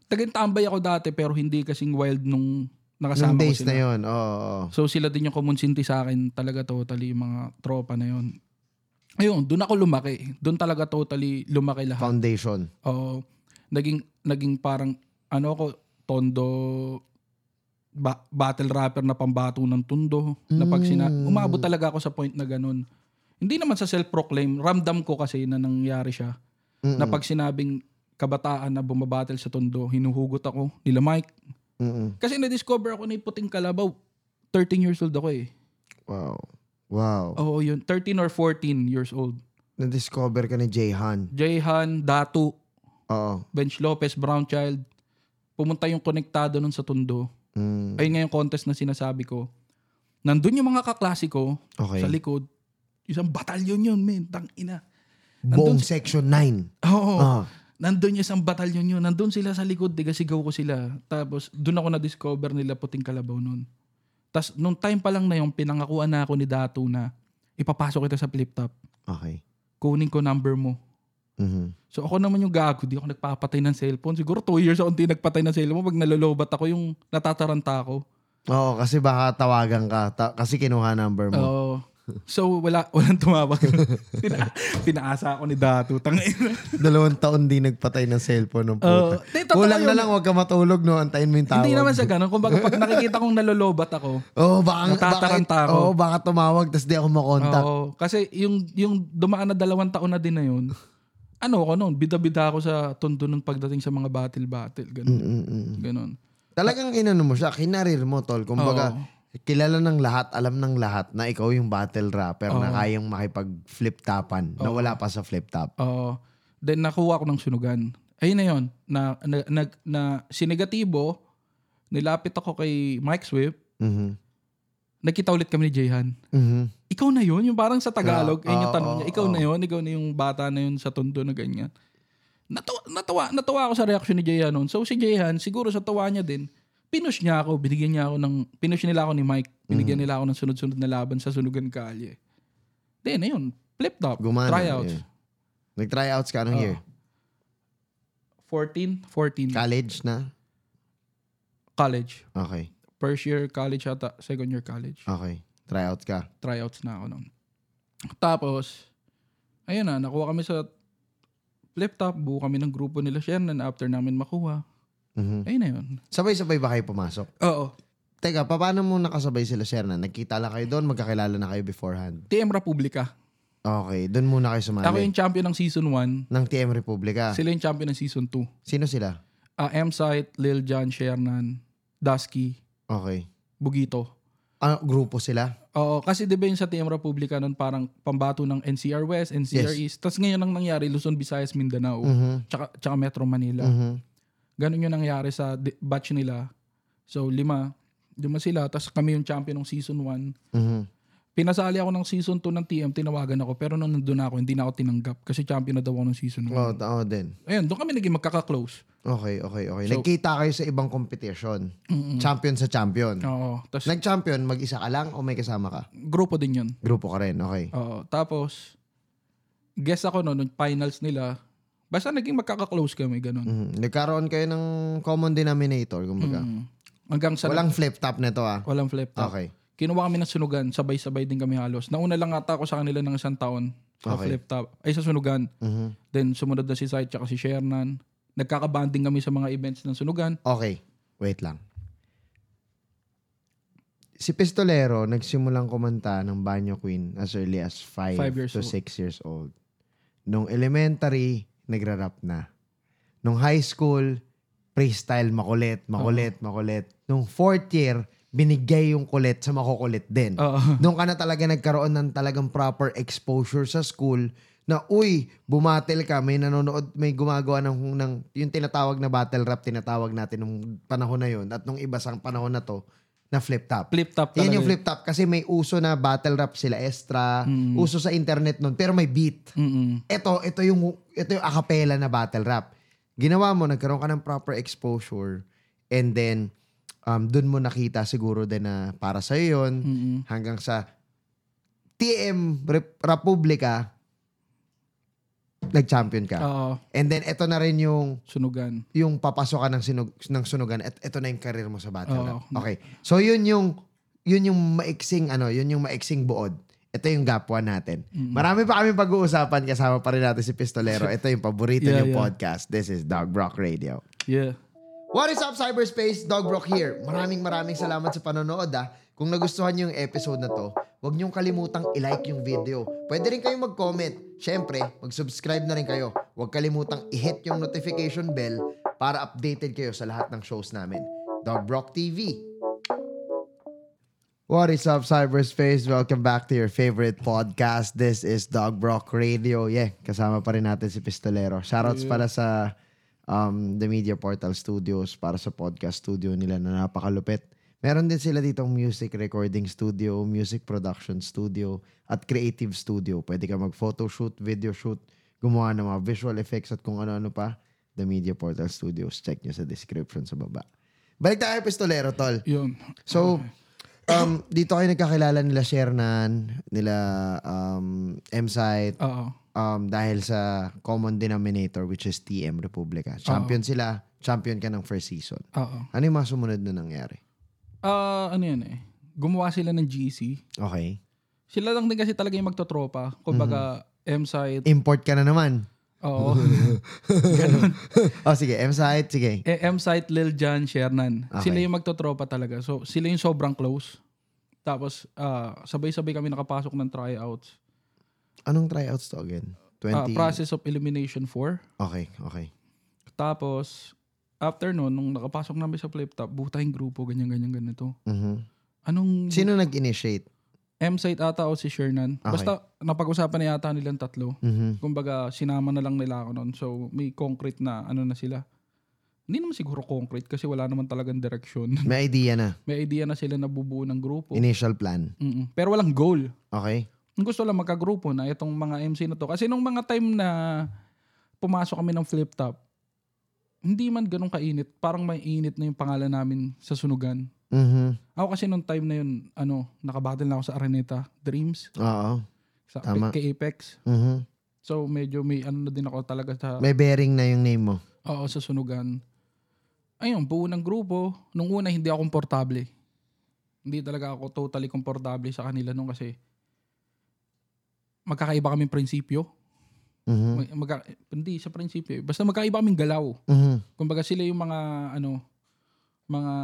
Speaker 2: Tagay tambay ako dati pero hindi kasing wild nung
Speaker 1: Nung
Speaker 2: nakasama ko
Speaker 1: days
Speaker 2: sila.
Speaker 1: na yun, oo. oo.
Speaker 2: So, sila din yung kumonsinti sa akin talaga totally yung mga tropa na yon. Ayun, doon ako lumaki. Doon talaga totally lumaki lahat.
Speaker 1: Foundation.
Speaker 2: Oo. naging, naging parang ano ako, tondo ba- battle rapper na pambato ng tundo na pag sina-
Speaker 1: Mm.
Speaker 2: umabot talaga ako sa point na ganun. Hindi naman sa self-proclaim, ramdam ko kasi na nangyari siya.
Speaker 1: Mm,
Speaker 2: Na pag sinabing kabataan na bumabattle sa tondo, hinuhugot ako nila Mike.
Speaker 1: mm, mm.
Speaker 2: Kasi na-discover ako na yung puting kalabaw. 13 years old ako eh.
Speaker 1: Wow. Wow.
Speaker 2: Oo yun, 13 or 14 years old.
Speaker 1: Na-discover ka ni Jayhan.
Speaker 2: Jayhan, Datu,
Speaker 1: Oo.
Speaker 2: Bench Lopez, Brownchild. Pumunta yung konektado nun sa tondo.
Speaker 1: Mm.
Speaker 2: ayun nga yung contest na sinasabi ko. Nandun yung mga kaklase ko
Speaker 1: Okay.
Speaker 2: sa likod. Isang batalyon yun, men. Tang ina.
Speaker 1: Buong
Speaker 2: nandun
Speaker 1: section 9.
Speaker 2: Oo.
Speaker 1: Ah.
Speaker 2: Nandun yung isang batalyon yun. Nandun sila sa likod. Digasigaw ko sila. Tapos, dun ako na-discover nila puting kalabaw nun. Tapos, nung time pa lang na yung pinangakuan na ako ni Datu na ipapasok kita sa flip top.
Speaker 1: Okay.
Speaker 2: Kunin ko number mo.
Speaker 1: Mhm.
Speaker 2: So, ako naman yung gago. Di ako nagpapatay ng cellphone. Siguro two years ako hindi nagpatay ng cellphone. Pag nalolobat ako, yung natataranta ako.
Speaker 1: Oo, kasi baka tawagan ka. ta- kasi kinuha number mo.
Speaker 2: Oo. So, wala, walang tumawag. Pina, pinaasa ako ni Datu. Tangina.
Speaker 1: Dalawang taon di nagpatay ng cellphone ng puta.
Speaker 2: Oo. Di, totoo
Speaker 1: Kulang na
Speaker 2: yun.
Speaker 1: lang, huwag ka matulog, no? Antayin mo yung tawag.
Speaker 2: Hindi naman siya ganun. Kung baga, pag nakikita kong nalolobat ako,
Speaker 1: Oo, baka,
Speaker 2: Natataranta
Speaker 1: baka-
Speaker 2: ako.
Speaker 1: Oo, baka tumawag, tapos di ako makontak.
Speaker 2: Oo, kasi yung yung dumaan na dalawang taon na din na yun, ano ako noon, bida-bida ako sa tondo nung pagdating sa mga battle-battle. Ganun.
Speaker 1: Mm-mm.
Speaker 2: Ganun.
Speaker 1: Talagang inano mo siya, kinarir mo, tol. Kumbaga, kilala ng lahat, alam ng lahat na ikaw yung battle rapper na
Speaker 2: Oo.
Speaker 1: kayang makipag-flip-tapan na wala pa sa flip-top.
Speaker 2: Oo. then nakuha ko ng sunugan. Ayun na yun. Na, na, na, na sinegatibo, nilapit ako kay Mike Swift,
Speaker 1: Mhm.
Speaker 2: nagkita ulit kami ni Jehan.
Speaker 1: Mhm.
Speaker 2: Ikaw na yun, yung parang sa Tagalog,
Speaker 1: Ah,
Speaker 2: ayun yung
Speaker 1: oo,
Speaker 2: tanong niya. Ikaw
Speaker 1: oo.
Speaker 2: na yun, ikaw na yung bata na yun sa tondo na ganyan. Natuwa, natuwa, natuwa ako sa reaction ni Jehan noon. So si Jehan, siguro sa tawa niya din, pinush niya ako, binigyan niya ako ng, pinush nila ako ni Mike,
Speaker 1: Mm.
Speaker 2: binigyan nila ako ng sunod-sunod na laban sa Sunugan Kalye. Then, ayun, flip top,
Speaker 1: Gumana.
Speaker 2: tryouts.
Speaker 1: yeah. Nag-tryouts ka anong
Speaker 2: Oo.
Speaker 1: year?
Speaker 2: 14, 14,
Speaker 1: College na?
Speaker 2: college.
Speaker 1: Okay.
Speaker 2: First year college ata, second year college.
Speaker 1: Okay. Tryout ka.
Speaker 2: Tryouts na ako noon. Tapos, ayun na, nakuha kami sa flip top, buo kami ng grupo nila Shannon after namin makuha.
Speaker 1: Mhm.
Speaker 2: Ayun na yun.
Speaker 1: Sabay-sabay ba kayo pumasok?
Speaker 2: Oo.
Speaker 1: Teka, pa- paano mo nakasabay sila, Serna? Nagkita lang kayo doon, magkakilala na kayo beforehand.
Speaker 2: TM Republica.
Speaker 1: Okay, doon muna kayo sumali.
Speaker 2: Ako yung champion ng season 1.
Speaker 1: Ng TM Republika.
Speaker 2: Sila yung champion ng season 2.
Speaker 1: Sino sila?
Speaker 2: Ah, M-Site, Lil Jon, Shernan, Dusky,
Speaker 1: Okay.
Speaker 2: Bugito.
Speaker 1: Ano, grupo sila?
Speaker 2: Oo, kasi di ba yung sa TM Republica nun parang pambato ng NCR West, NCR
Speaker 1: Yes.
Speaker 2: East. Tapos ngayon ang nangyari, Luzon, Visayas, Mindanao.
Speaker 1: Mhm.
Speaker 2: Tsaka, tsaka Metro Manila.
Speaker 1: Mhm.
Speaker 2: Ganun yung nangyari sa di- batch nila. So, lima. Lima sila. Tapos kami yung champion ng season 1.
Speaker 1: Mhm.
Speaker 2: Pinasali ako ng season 2 ng TM. Tinawagan ako. Pero nung nandun ako, hindi na ako tinanggap. Kasi champion na daw ako ng season 1.
Speaker 1: Oo, tao Oh, din.
Speaker 2: Ayun, doon kami naging magkaka-close.
Speaker 1: Okay, okay, okay.
Speaker 2: So- Mm-hmm.
Speaker 1: Nagkita kayo sa ibang competition.
Speaker 2: Mm-mm.
Speaker 1: Champion sa champion.
Speaker 2: Oo. Tapos
Speaker 1: Nag-champion, mag-isa ka lang o may kasama ka?
Speaker 2: grupo din yun.
Speaker 1: Grupo ka rin, okay.
Speaker 2: Oo. Tapos, guess ako no, nung finals nila, basta naging magkaka-close kami. Ganun.
Speaker 1: Mhm. Nagkaroon kayo ng common denominator, kumbaga.
Speaker 2: Mm. Hanggang sa...
Speaker 1: Walang flip-top na to, ah.
Speaker 2: walang flip top.
Speaker 1: Okay.
Speaker 2: Kinuha kami ng sunugan, sabay-sabay din kami halos. Nauna lang ata ako sa kanila ng isang taon sa
Speaker 1: Okay.
Speaker 2: flip top. Ay, sa sunugan.
Speaker 1: Mhm.
Speaker 2: Then sumunod na si Sight tsaka si Shernan. Nagkakabanding kami sa mga events ng sunugan.
Speaker 1: Okay, wait lang. Si Pistolero, nagsimulang kumanta ng Banyo Queen as early as 5
Speaker 2: Five years
Speaker 1: to
Speaker 2: old.
Speaker 1: 6 years old. Nung elementary, nagra-rap na. Nung high school, freestyle, makulit, makulit, makulit. Nung fourth year, binigay yung kulit sa makukulit din.
Speaker 2: Oo.
Speaker 1: Doon ka na talaga nagkaroon ng talagang proper exposure sa school na uy, bumatel ka, may nanonood, may gumagawa ng, ng yung tinatawag na battle rap, tinatawag natin nung panahon na yun at nung iba sang panahon na to, na flip top.
Speaker 2: Flip top talaga.
Speaker 1: Yan yung flip top kasi may uso na battle rap sila extra,
Speaker 2: Mm.
Speaker 1: uso sa internet nun, pero may beat.
Speaker 2: Mm-mm.
Speaker 1: Ito, ito yung, ito yung acapella na battle rap. Ginawa mo, nagkaroon ka ng proper exposure and then, um, dun mo nakita siguro din na para sa'yo yun
Speaker 2: Mm-mm.
Speaker 1: hanggang sa TM Rep- Republika, nag-champion ka.
Speaker 2: Oo.
Speaker 1: And then, ito na rin yung
Speaker 2: Sunugan.
Speaker 1: yung papasok ka ng, sinug, ng sunugan at ito na yung career mo sa battle
Speaker 2: Oo.
Speaker 1: rap. Okay. So, yun yung yun yung maiksing ano, yun yung maiksing buod. Ito yung gap one natin. Marami pa kami pag-uusapan kasama pa rin natin si Pistolero. Ito yung paborito
Speaker 2: Yeah,
Speaker 1: niyong
Speaker 2: yeah.
Speaker 1: podcast. This is Dog Rock Radio.
Speaker 2: Yeah.
Speaker 1: What is up, cyberspace? Dog Rock here. Maraming maraming salamat sa panonood ah. Kung nagustuhan niyo yung episode na to, huwag niyong kalimutang i-like yung video. Pwede rin kayong mag-comment. Siyempre, mag-subscribe na rin kayo. Huwag kalimutang i-hit yung notification bell para updated kayo sa lahat ng shows namin. Dog Rock TV. What is up, cyberspace? Welcome back to your favorite podcast. This is Dog Brock Radio. Yeah, kasama pa rin natin si Pistolero. Shoutouts pala sa um, The Media Portal Studios para sa podcast studio nila na napakalupit. Meron din sila ditong music recording studio, music production studio, at creative studio. Pwede ka mag-photoshoot, video shoot, gumawa ng mga visual effects at kung ano-ano pa. The Media Portal Studios. Check nyo sa description sa baba. Balik tayo, Pistolero, tol.
Speaker 2: Yun.
Speaker 1: So, um, dito kayo nagkakilala nila Shernan, nila um, M-Site,
Speaker 2: Oo.
Speaker 1: um, dahil sa common denominator which is TM Republika. Champion
Speaker 2: Oh.
Speaker 1: sila, champion ka ng first season.
Speaker 2: Oo.
Speaker 1: Ano yung mga sumunod na nangyari?
Speaker 2: Ah, ano yan eh. Gumawa sila ng GEC.
Speaker 1: Okay.
Speaker 2: Sila lang din kasi talaga yung magtotropa. Kumbaga,
Speaker 1: Mm-hmm.
Speaker 2: M-site.
Speaker 1: Import ka na naman.
Speaker 2: Oo.
Speaker 1: O sige, M-Site, sige.
Speaker 2: Eh, M-site, Lil Jan, Shernan.
Speaker 1: Okay.
Speaker 2: Sila yung magtotropa talaga. So, sila yung sobrang close. Tapos, ah, sabay-sabay kami nakapasok ng tryouts.
Speaker 1: Anong tryouts to again?
Speaker 2: Ah,
Speaker 1: 20?
Speaker 2: process of Elimination 4.
Speaker 1: Okay, okay.
Speaker 2: Tapos, after nun, nung nakapasok namin sa flip top, buta yung grupo, ganyan, ganyan, ganito.
Speaker 1: Mhm.
Speaker 2: Anong
Speaker 1: Sino nag-initiate?
Speaker 2: M-site ata o si Shernan?
Speaker 1: Okay.
Speaker 2: Basta, napag-usapan na yata nilang tatlo.
Speaker 1: Mhm.
Speaker 2: Kumbaga, sinama na lang nila ako nun. So, may concrete na ano na sila. Hindi naman siguro concrete kasi wala naman talagang direksyon.
Speaker 1: May idea na.
Speaker 2: may idea na sila na bubuo ng grupo.
Speaker 1: Initial plan.
Speaker 2: Mm-mm. Pero walang goal.
Speaker 1: Okay?
Speaker 2: Ang Gusto lang magkagrupo na itong mga MC na to. Kasi nung mga time na pumasok kami ng flip top, hindi man ganun kainit. Parang may init na yung pangalan namin sa sunugan.
Speaker 1: Mhm.
Speaker 2: Ako kasi nung time na yun, ano, nakabattle na ako sa Araneta Dreams,
Speaker 1: Oo.
Speaker 2: sa
Speaker 1: Tama.
Speaker 2: kay Apex.
Speaker 1: Mhm.
Speaker 2: So medyo may ano na din ako talaga sa,
Speaker 1: May bearing na yung name mo.
Speaker 2: oo, sa sunugan. Ayun, buo ng grupo. Nung una, hindi ako komportable. Hindi talaga ako totally komportable sa kanila nung kasi magkakaiba kaming prinsipyo.
Speaker 1: Mhm.
Speaker 2: Mag- magka- hindi sa prinsipyo. eh. Basta magkaiba kaming galaw.
Speaker 1: Mhm.
Speaker 2: Kumbaga sila yung mga ano mga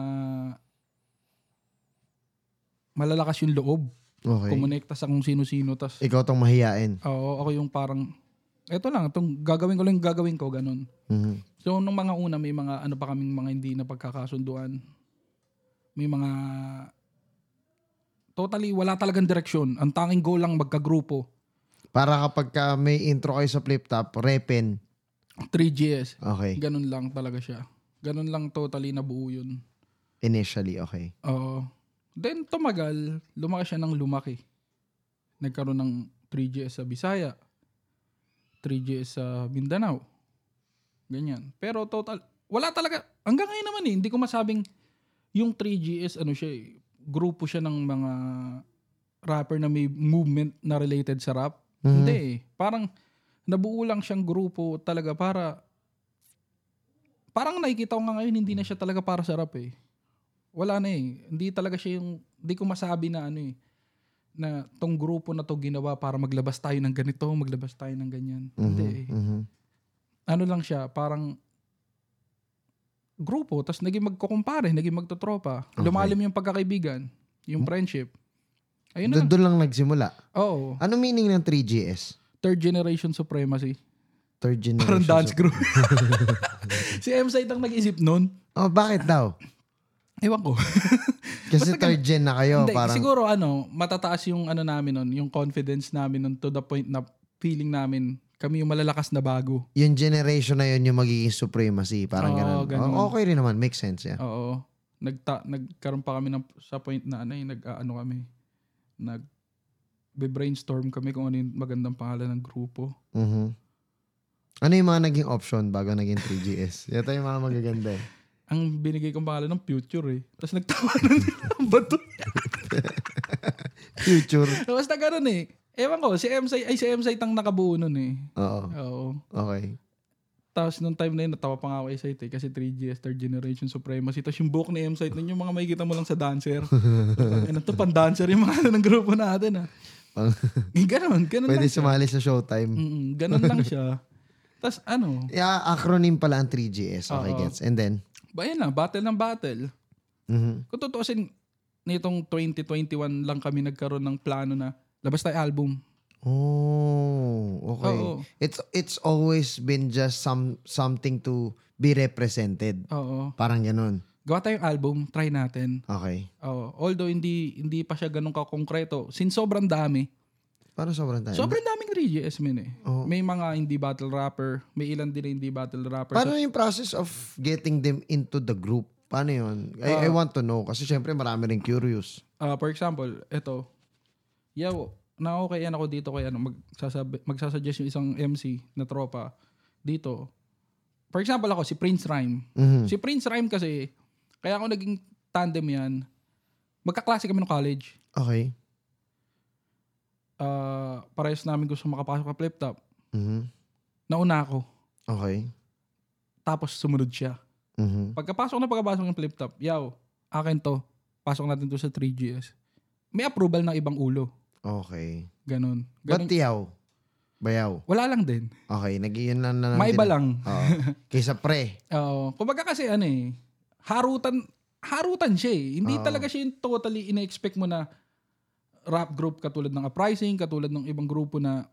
Speaker 2: malalakas yung loob.
Speaker 1: Okay. Eh
Speaker 2: Kumonekta sa kung sino-sino tas
Speaker 1: Ikaw tong mahiyain.
Speaker 2: oo, ako yung parang eto lang itong gagawin ko lang yung gagawin ko ganun.
Speaker 1: Mhm.
Speaker 2: So nung mga una may mga ano pa kaming mga hindi na pagkakasunduan. May mga totally wala talagang direksyon. Ang tanging goal lang magkagrupo.
Speaker 1: Para kapag ka may intro kayo sa flip top, repin.
Speaker 2: 3GS.
Speaker 1: Okay.
Speaker 2: Ganun lang talaga siya. Ganun lang totally nabuo yun.
Speaker 1: Initially, okay.
Speaker 2: Oo. Then tumagal, lumaki siya ng lumaki. Nagkaroon ng 3GS sa Bisaya, 3GS sa Mindanao. Ganyan. Pero total, wala talaga, hanggang ngayon naman eh, hindi ko masabing yung 3GS, ano siya eh, grupo siya ng mga rapper na may movement na related sa rap.
Speaker 1: Mhm.
Speaker 2: Hindi eh. Parang nabuo lang siyang grupo talaga para parang nakikita ko nga ngayon hindi na siya talaga para sa rap eh. Wala na eh. Hindi talaga siya yung hindi ko masabi na ano eh na tong grupo na to ginawa para maglabas tayo ng ganito, maglabas tayo ng ganyan. Hindi eh.
Speaker 1: Mhm.
Speaker 2: Ano lang siya, parang grupo, tapos naging magkukumpare, naging magtotropa.
Speaker 1: Okay.
Speaker 2: Lumalim yung pagkakaibigan, yung friendship. Ayun
Speaker 1: Do-
Speaker 2: na lang.
Speaker 1: Doon lang nagsimula.
Speaker 2: Oo.
Speaker 1: Ano meaning ng 3GS?
Speaker 2: Third generation supremacy.
Speaker 1: Third generation.
Speaker 2: Parang dance
Speaker 1: so-
Speaker 2: crew. si M-Site ang nag-isip nun.
Speaker 1: Oh, bakit daw?
Speaker 2: Ewan ko.
Speaker 1: Kasi
Speaker 2: Basta
Speaker 1: third gen na kayo.
Speaker 2: Hindi,
Speaker 1: parang,
Speaker 2: siguro ano, matataas yung ano namin nun, yung confidence namin nun to the point na feeling namin kami yung malalakas na bago.
Speaker 1: yung generation na yun yung magiging supremacy. Parang ganun.
Speaker 2: Oo, ganun.
Speaker 1: O- okay rin naman. Makes sense. Yeah.
Speaker 2: Oo. Nagta, nagkaroon pa kami ng, sa point na ano, eh, nag, ah, ano kami, nag, brainstorm kami kung ano yung magandang pangalan ng grupo.
Speaker 1: Mhm. Ano yung mga naging option bago naging 3GS? Ito yung mga magaganda. eh.
Speaker 2: Ang binigay kong pangalan ng future eh. Tapos nagtawanan nila ang bato.
Speaker 1: Future.
Speaker 2: Basta ganun eh. Ewan ko, si M-Site, ay si M-Site ang nakabuo nun eh.
Speaker 1: Oo.
Speaker 2: Oo.
Speaker 1: Okay.
Speaker 2: Tapos nung time na yun, natawa pa nga ako kay Site eh, kasi 3GS, third generation supremacy. Tapos yung book ni M-Site nun, yung mga makikita mo lang sa dancer. Ano to, pan-dancer yung mga ano ng grupo natin ah.
Speaker 1: Pang-
Speaker 2: Eh, ganun, ganun
Speaker 1: Pwede
Speaker 2: lang siya.
Speaker 1: sumali sa showtime.
Speaker 2: Mm, ganun lang siya. Tapos ano,
Speaker 1: Yeah, acronym pala ang 3GS. Okay,
Speaker 2: Oo.
Speaker 1: gets. And then?
Speaker 2: ba yun na, battle ng battle.
Speaker 1: Mhm.
Speaker 2: Kung tutuusin, nitong 2021 lang kami nagkaroon ng plano na labas tayo album.
Speaker 1: Oh, okay.
Speaker 2: Oo.
Speaker 1: It's it's always been just some something to be represented.
Speaker 2: Oo.
Speaker 1: Parang ganun.
Speaker 2: Gawa tayong album, try natin.
Speaker 1: Okay.
Speaker 2: Oo. although hindi hindi pa siya ganun ka-konkreto. Since sobrang dami.
Speaker 1: Parang sobrang tayo. Oh.
Speaker 2: Sobrang daming 3GS men eh.
Speaker 1: Oo.
Speaker 2: May mga hindi battle rapper. May ilan din na hindi battle rapper.
Speaker 1: Paano yung process of getting them into the group? Paano yun? I, I want to know. Kasi syempre marami rin curious.
Speaker 2: Ah, for example, ito. Yaw, na okay yan ako dito kay ano, magsasabi, magsasuggest yung isang MC na tropa dito. For example ako, si Prince Rhyme.
Speaker 1: Mhm.
Speaker 2: Si Prince Rhyme kasi, kaya ako naging tandem yan, magkaklase kami ng college.
Speaker 1: Okay.
Speaker 2: Ah, parehas namin gusto makapasok sa flip top.
Speaker 1: Mhm.
Speaker 2: Nauna ako,
Speaker 1: Okay.
Speaker 2: tapos sumunod siya.
Speaker 1: Mhm.
Speaker 2: Pagkapasok na pagkapasok ng flip top, yaw, akin to, pasok natin to sa 3GS. May approval ng ibang ulo.
Speaker 1: Okay.
Speaker 2: Ganun.
Speaker 1: Ba't
Speaker 2: Ganun.
Speaker 1: tiyaw? Bayaw.
Speaker 2: Wala lang din.
Speaker 1: Okay, nagiyon lang na lang. din.
Speaker 2: Maiba lang.
Speaker 1: Oo. Kaysa pre.
Speaker 2: Oo. Kumbaga kasi ano eh, harutan, harutan siya eh. Hindi
Speaker 1: Oo.
Speaker 2: talaga siya yung totally ina-expect mo na rap group katulad ng Uprising, katulad ng ibang grupo na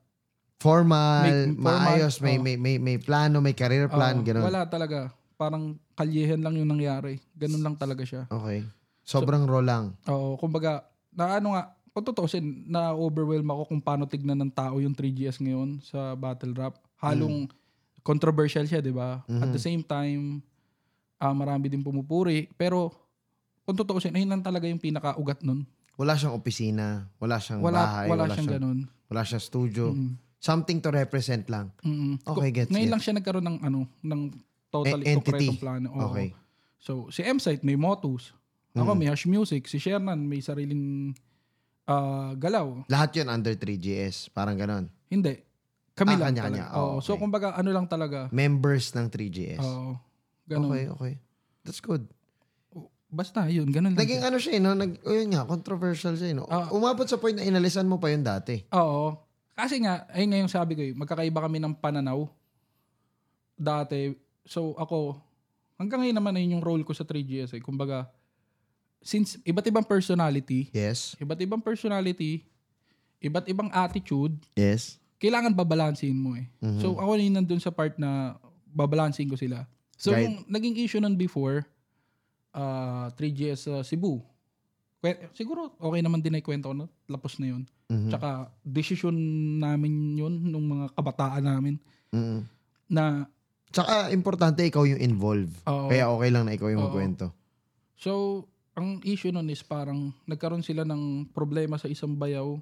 Speaker 1: Formal,
Speaker 2: May- formal,
Speaker 1: maayos, may,
Speaker 2: oo.
Speaker 1: may, may, may plano, may career plan,
Speaker 2: Oo,
Speaker 1: ganun.
Speaker 2: wala talaga. Parang kalyehan lang yung nangyari. Ganun lang talaga siya.
Speaker 1: Okay. Sobrang raw lang.
Speaker 2: Oo, kumbaga, na ano nga, kung tutusin, na-overwhelm ako kung paano tignan ng tao yung 3GS ngayon sa battle rap. Halong
Speaker 1: Mm.
Speaker 2: controversial siya, di ba? At
Speaker 1: Mm-hmm.
Speaker 2: the same time, ah, marami din pumupuri. Pero, kung tutusin, ayun lang talaga yung pinakaugat nun.
Speaker 1: Wala siyang opisina, wala siyang
Speaker 2: Wala,
Speaker 1: bahay,
Speaker 2: wala, siyang ganun.
Speaker 1: wala siyang studio.
Speaker 2: Mm.
Speaker 1: Something to represent lang.
Speaker 2: Mm-mm.
Speaker 1: Okay, gets,
Speaker 2: Ngayon
Speaker 1: gets.
Speaker 2: lang siya nagkaroon ng ano, ng totally
Speaker 1: E-
Speaker 2: e-
Speaker 1: entity.
Speaker 2: plano. Oo.
Speaker 1: Okay. Mm.
Speaker 2: So, si M-Site may Motus. Ako may Hash Music. Si Shernan may sariling ah, galaw.
Speaker 1: Lahat yun under 3GS, parang ganun.
Speaker 2: Hindi. Kami
Speaker 1: Ah,
Speaker 2: lang
Speaker 1: kanya-kanya.
Speaker 2: talaga.
Speaker 1: Oh,
Speaker 2: Oo. So,
Speaker 1: okay.
Speaker 2: kumbaga, ano lang talaga.
Speaker 1: Members ng 3GS.
Speaker 2: Oo. ganun.
Speaker 1: okay, okay. That's good.
Speaker 2: Basta, yun. Ganun lang.
Speaker 1: Naging
Speaker 2: siya.
Speaker 1: ano siya, eh, no? Nag, oh, yun nga, controversial siya, eh, no?
Speaker 2: Ah.
Speaker 1: Umabot sa point na inalisan mo pa yun dati.
Speaker 2: Oo. Kasi nga, ayun nga yung sabi ko eh, magkakaiba kami ng pananaw. Dati. So, ako, hanggang ngayon naman ayun yung role ko sa 3GS eh. Kumbaga, since iba't ibang personality,
Speaker 1: Yes.
Speaker 2: iba't ibang personality, iba't ibang attitude,
Speaker 1: Yes. Mm-hmm.
Speaker 2: kailangan babalansin mo eh. So ako na yun nandun sa part na babalansin ko sila. So
Speaker 1: Right.
Speaker 2: yung naging issue nun before, ah 3GS sa Cebu. Kwe- siguro okay naman din na ikwento ko no? Lapos na yun.
Speaker 1: Mhm.
Speaker 2: Tsaka decision namin yun nung mga kabataan namin
Speaker 1: Mhm.
Speaker 2: na
Speaker 1: Tsaka, importante ikaw yung involved.
Speaker 2: Oo.
Speaker 1: Kaya okay lang na ikaw yung
Speaker 2: Oo.
Speaker 1: magkwento.
Speaker 2: so ang issue nun is parang nagkaroon sila ng problema sa isang bayaw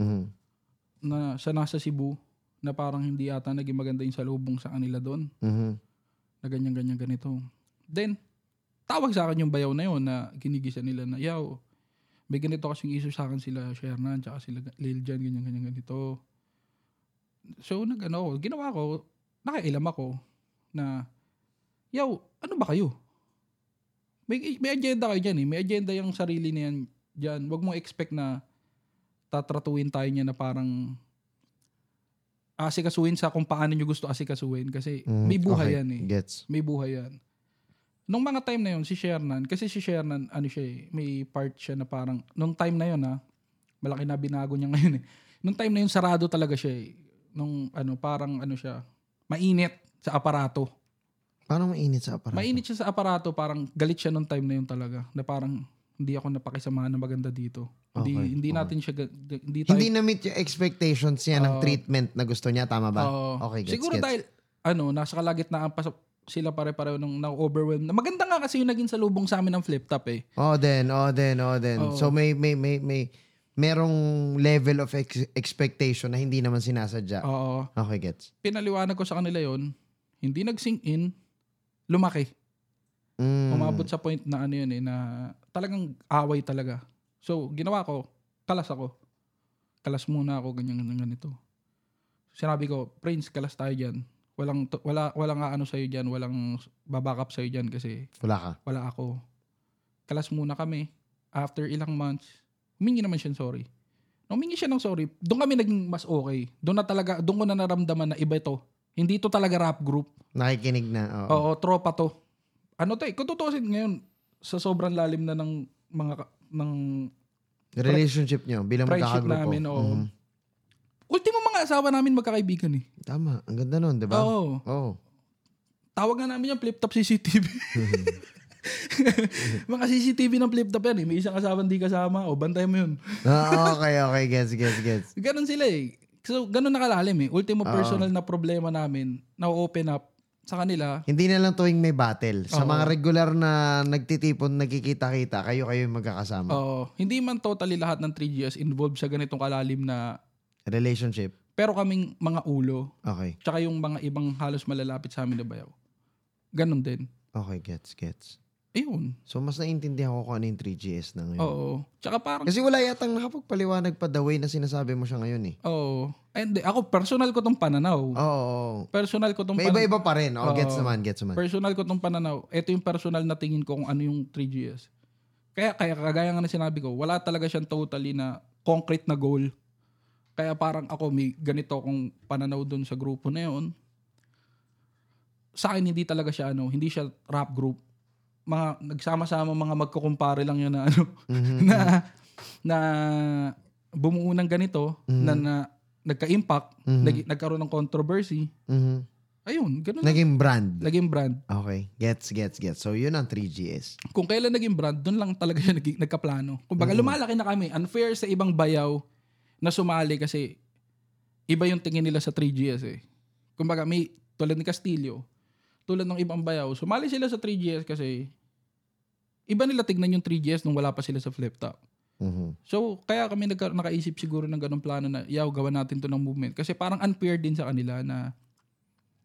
Speaker 1: Mhm.
Speaker 2: na sa nasa Cebu na parang hindi ata naging maganda yung salubong sa kanila doon.
Speaker 1: Mhm.
Speaker 2: na ganyan, ganyan, ganito. Then, tawag sa akin yung bayaw na yun na ginigisa nila na, yaw, may ganito kasing issue sa akin sila Shernan, tsaka sila Lil Jan, ganyan, ganyan, ganito. So, nag, ano, ako, ginawa ko, nakailam ako na, yaw, ano ba kayo? May, may agenda kayo dyan eh. May agenda yung sarili na yan dyan. Huwag mo expect na tatratuin tayo niya na parang asikasuin sa kung paano nyo gusto asikasuin kasi
Speaker 1: Mhm.
Speaker 2: may buhay
Speaker 1: Okay.
Speaker 2: yan eh.
Speaker 1: Gets.
Speaker 2: May buhay yan. Nung mga time na yun, si Shernan, kasi si Shernan, ano siya eh, may part siya na parang, nung time na yun ha, malaki na binago niya ngayon eh. Nung time na yun, sarado talaga siya eh. Nung ano, parang ano siya, mainit sa aparato.
Speaker 1: Paano mainit sa aparato?
Speaker 2: Mainit siya sa aparato, parang galit siya nung time na yun talaga. Na parang, hindi ako napakisamahan na maganda dito. Hindi,
Speaker 1: Okay,
Speaker 2: hindi
Speaker 1: okay.
Speaker 2: natin siya, ga- hindi tayo
Speaker 1: Hindi na-meet yung expectations niya ng
Speaker 2: Oo.
Speaker 1: treatment na gusto niya. Tama ba?
Speaker 2: Oo.
Speaker 1: Okay, gets,
Speaker 2: Siguro
Speaker 1: gets.
Speaker 2: dahil, ano, nasa kalagitnaan pa sa- sila pare-pareho nung na-overwhelm. Maganda nga kasi yung naging salubong sa amin ng flip top eh.
Speaker 1: Oh, then, oh, then, oh, then.
Speaker 2: Oo.
Speaker 1: So may may may may merong level of ex- expectation na hindi naman sinasadya.
Speaker 2: Oo.
Speaker 1: Okay, gets.
Speaker 2: Pinaliwanag ko sa kanila yon hindi nag-sink in, lumaki.
Speaker 1: Mm.
Speaker 2: Umabot sa point na ano yun eh, na talagang away talaga. So, ginawa ko, kalas ako. Kalas muna ako, ganyan, ganyan, ganito. Sinabi ko, Prince, kalas tayo dyan. Walang, to- wala, walang aano sa'yo dyan, walang babakap sa'yo dyan kasi
Speaker 1: Wala ka.
Speaker 2: wala ako. Kalas muna kami. After ilang months, humingi naman siya ng sorry. Nung humingi siya ng sorry, doon kami naging mas okay. Doon na talaga, doon ko na naramdaman na iba ito. Hindi to talaga rap group.
Speaker 1: Nakikinig na. oh. Oo.
Speaker 2: Oo, tropa to. Ano to eh, kung tutusin ngayon, sa sobrang lalim na ng mga, ka- ng
Speaker 1: Relationship niyo bilang
Speaker 2: friendship
Speaker 1: magkakagrupo.
Speaker 2: namin, oh. oo.
Speaker 1: Mhm.
Speaker 2: Ultimo mga asawa namin magkakaibigan eh.
Speaker 1: Tama. Ang ganda nun, di ba? Oh.
Speaker 2: Oo.
Speaker 1: Oo.
Speaker 2: Tawag nga namin yung flip top CCTV. mga CCTV ng flip top yan eh. May isang asawa hindi kasama. O, bantay mo yun.
Speaker 1: Ah, okay, okay. Gets, gets, gets.
Speaker 2: Ganon sila eh. So, ganon nakalalim eh.
Speaker 1: Ah.
Speaker 2: Ultimo personal na problema namin, na-open up sa kanila.
Speaker 1: Hindi na lang tuwing may battle. Sa
Speaker 2: Oo.
Speaker 1: mga regular na nagtitipon, nagkikita-kita, kayo-kayo yung magkakasama.
Speaker 2: Oo. hindi man totally lahat ng 3GS involved sa ganitong kalalim na
Speaker 1: Relationship.
Speaker 2: pero kaming mga ulo,
Speaker 1: Okay.
Speaker 2: tsaka yung mga ibang halos malalapit sa amin na bayaw. Ganon din.
Speaker 1: Okay, gets, gets.
Speaker 2: Ayun.
Speaker 1: So, mas naintindihan ko kung ano yung 3GS na ngayon.
Speaker 2: Oo. Tsaka parang,
Speaker 1: Kasi wala yatang nakapagpaliwanag pa the way na sinasabi mo siya ngayon eh.
Speaker 2: oo. Ay, hindi. Ako, personal ko tong pananaw.
Speaker 1: Oo. oo.
Speaker 2: Personal ko tong
Speaker 1: Ah. May
Speaker 2: pananaw.
Speaker 1: iba-iba pa rin. Oh, gets
Speaker 2: Oo.
Speaker 1: naman, gets naman.
Speaker 2: Personal ko tong pananaw. Ito yung personal na tingin ko kung ano yung 3GS. Kaya, kaya kagaya nga na sinabi ko, wala talaga siyang totally na concrete na goal. Kaya parang ako may ganito kung pananaw doon sa grupo na yun. Sa akin hindi talaga siya ano, hindi siya rap group. Mga nagsama-sama mga magkukumpare lang yun na ano
Speaker 1: Mhm.
Speaker 2: na na bumuo ng ganito
Speaker 1: Mhm.
Speaker 2: na, na nagka-impact,
Speaker 1: Mhm.
Speaker 2: nag- nagkaroon ng controversy.
Speaker 1: Mhm.
Speaker 2: Ayun, ganun.
Speaker 1: Naging brand.
Speaker 2: naging brand.
Speaker 1: Okay. Gets, gets, gets. So, yun ang 3GS.
Speaker 2: Kung kailan naging brand, doon lang talaga siya naging, nagkaplano. Kung baga,
Speaker 1: Mhm.
Speaker 2: lumalaki na kami. Unfair sa ibang bayaw na sumali kasi iba yung tingin nila sa 3GS eh. Kung baga, may tulad ni Castillo, tulad ng ibang bayaw, sumali sila sa 3GS kasi iba nila tignan yung 3GS nung wala pa sila sa flip top.
Speaker 1: Mhm.
Speaker 2: So, kaya kami nagka- nakaisip siguro ng ganong plano na, yaw, gawa natin to ng movement. Kasi parang unfair din sa kanila na,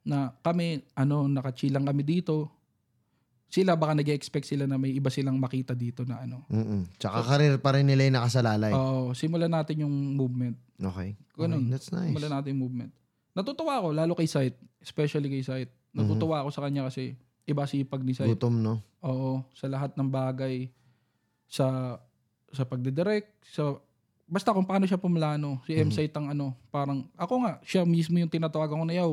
Speaker 2: na kami, ano, nakachill lang kami dito. Sila, baka nag expect sila na may iba silang makita dito na ano.
Speaker 1: Mhm. Tsaka karir pa rin nila yung nakasalalay.
Speaker 2: Oo, simulan natin yung movement.
Speaker 1: Okay.
Speaker 2: Ganun.
Speaker 1: Okay, That's nice.
Speaker 2: Simulan natin yung movement. Natutuwa ako, lalo kay Sight, especially kay Sight. Natutuwa ako sa kanya kasi iba sipag ni Sight.
Speaker 1: Gutom, no?
Speaker 2: Oo, sa lahat ng bagay sa sa pagdidirect, sa basta kung paano siya pumlano. Si
Speaker 1: Mhm.
Speaker 2: M Site ang ano, parang ako nga siya mismo yung tinatawagan ko na yaw.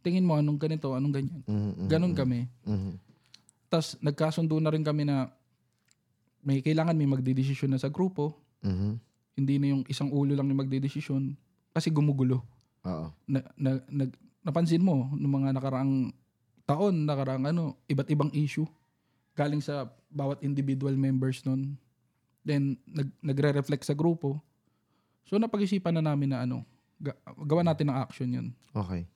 Speaker 2: Tingin mo anong ganito, anong ganyan.
Speaker 1: Mhm, mhm,
Speaker 2: Ganon
Speaker 1: mhm.
Speaker 2: kami.
Speaker 1: Mhm.
Speaker 2: Tapos nagkasundo na rin kami na may kailangan may magdedesisyon na sa grupo. Mm-hmm.
Speaker 1: Mhm.
Speaker 2: Hindi na yung isang ulo lang yung magdedesisyon kasi gumugulo.
Speaker 1: Oo.
Speaker 2: Na, na, nag- napansin mo ng mga nakaraang taon, nakaraang ano, iba't ibang issue galing sa bawat individual members nun. Then, nag, nagre-reflect sa grupo. So, napag-isipan na namin na ano, ga- gawa natin ng action yun.
Speaker 1: Okay.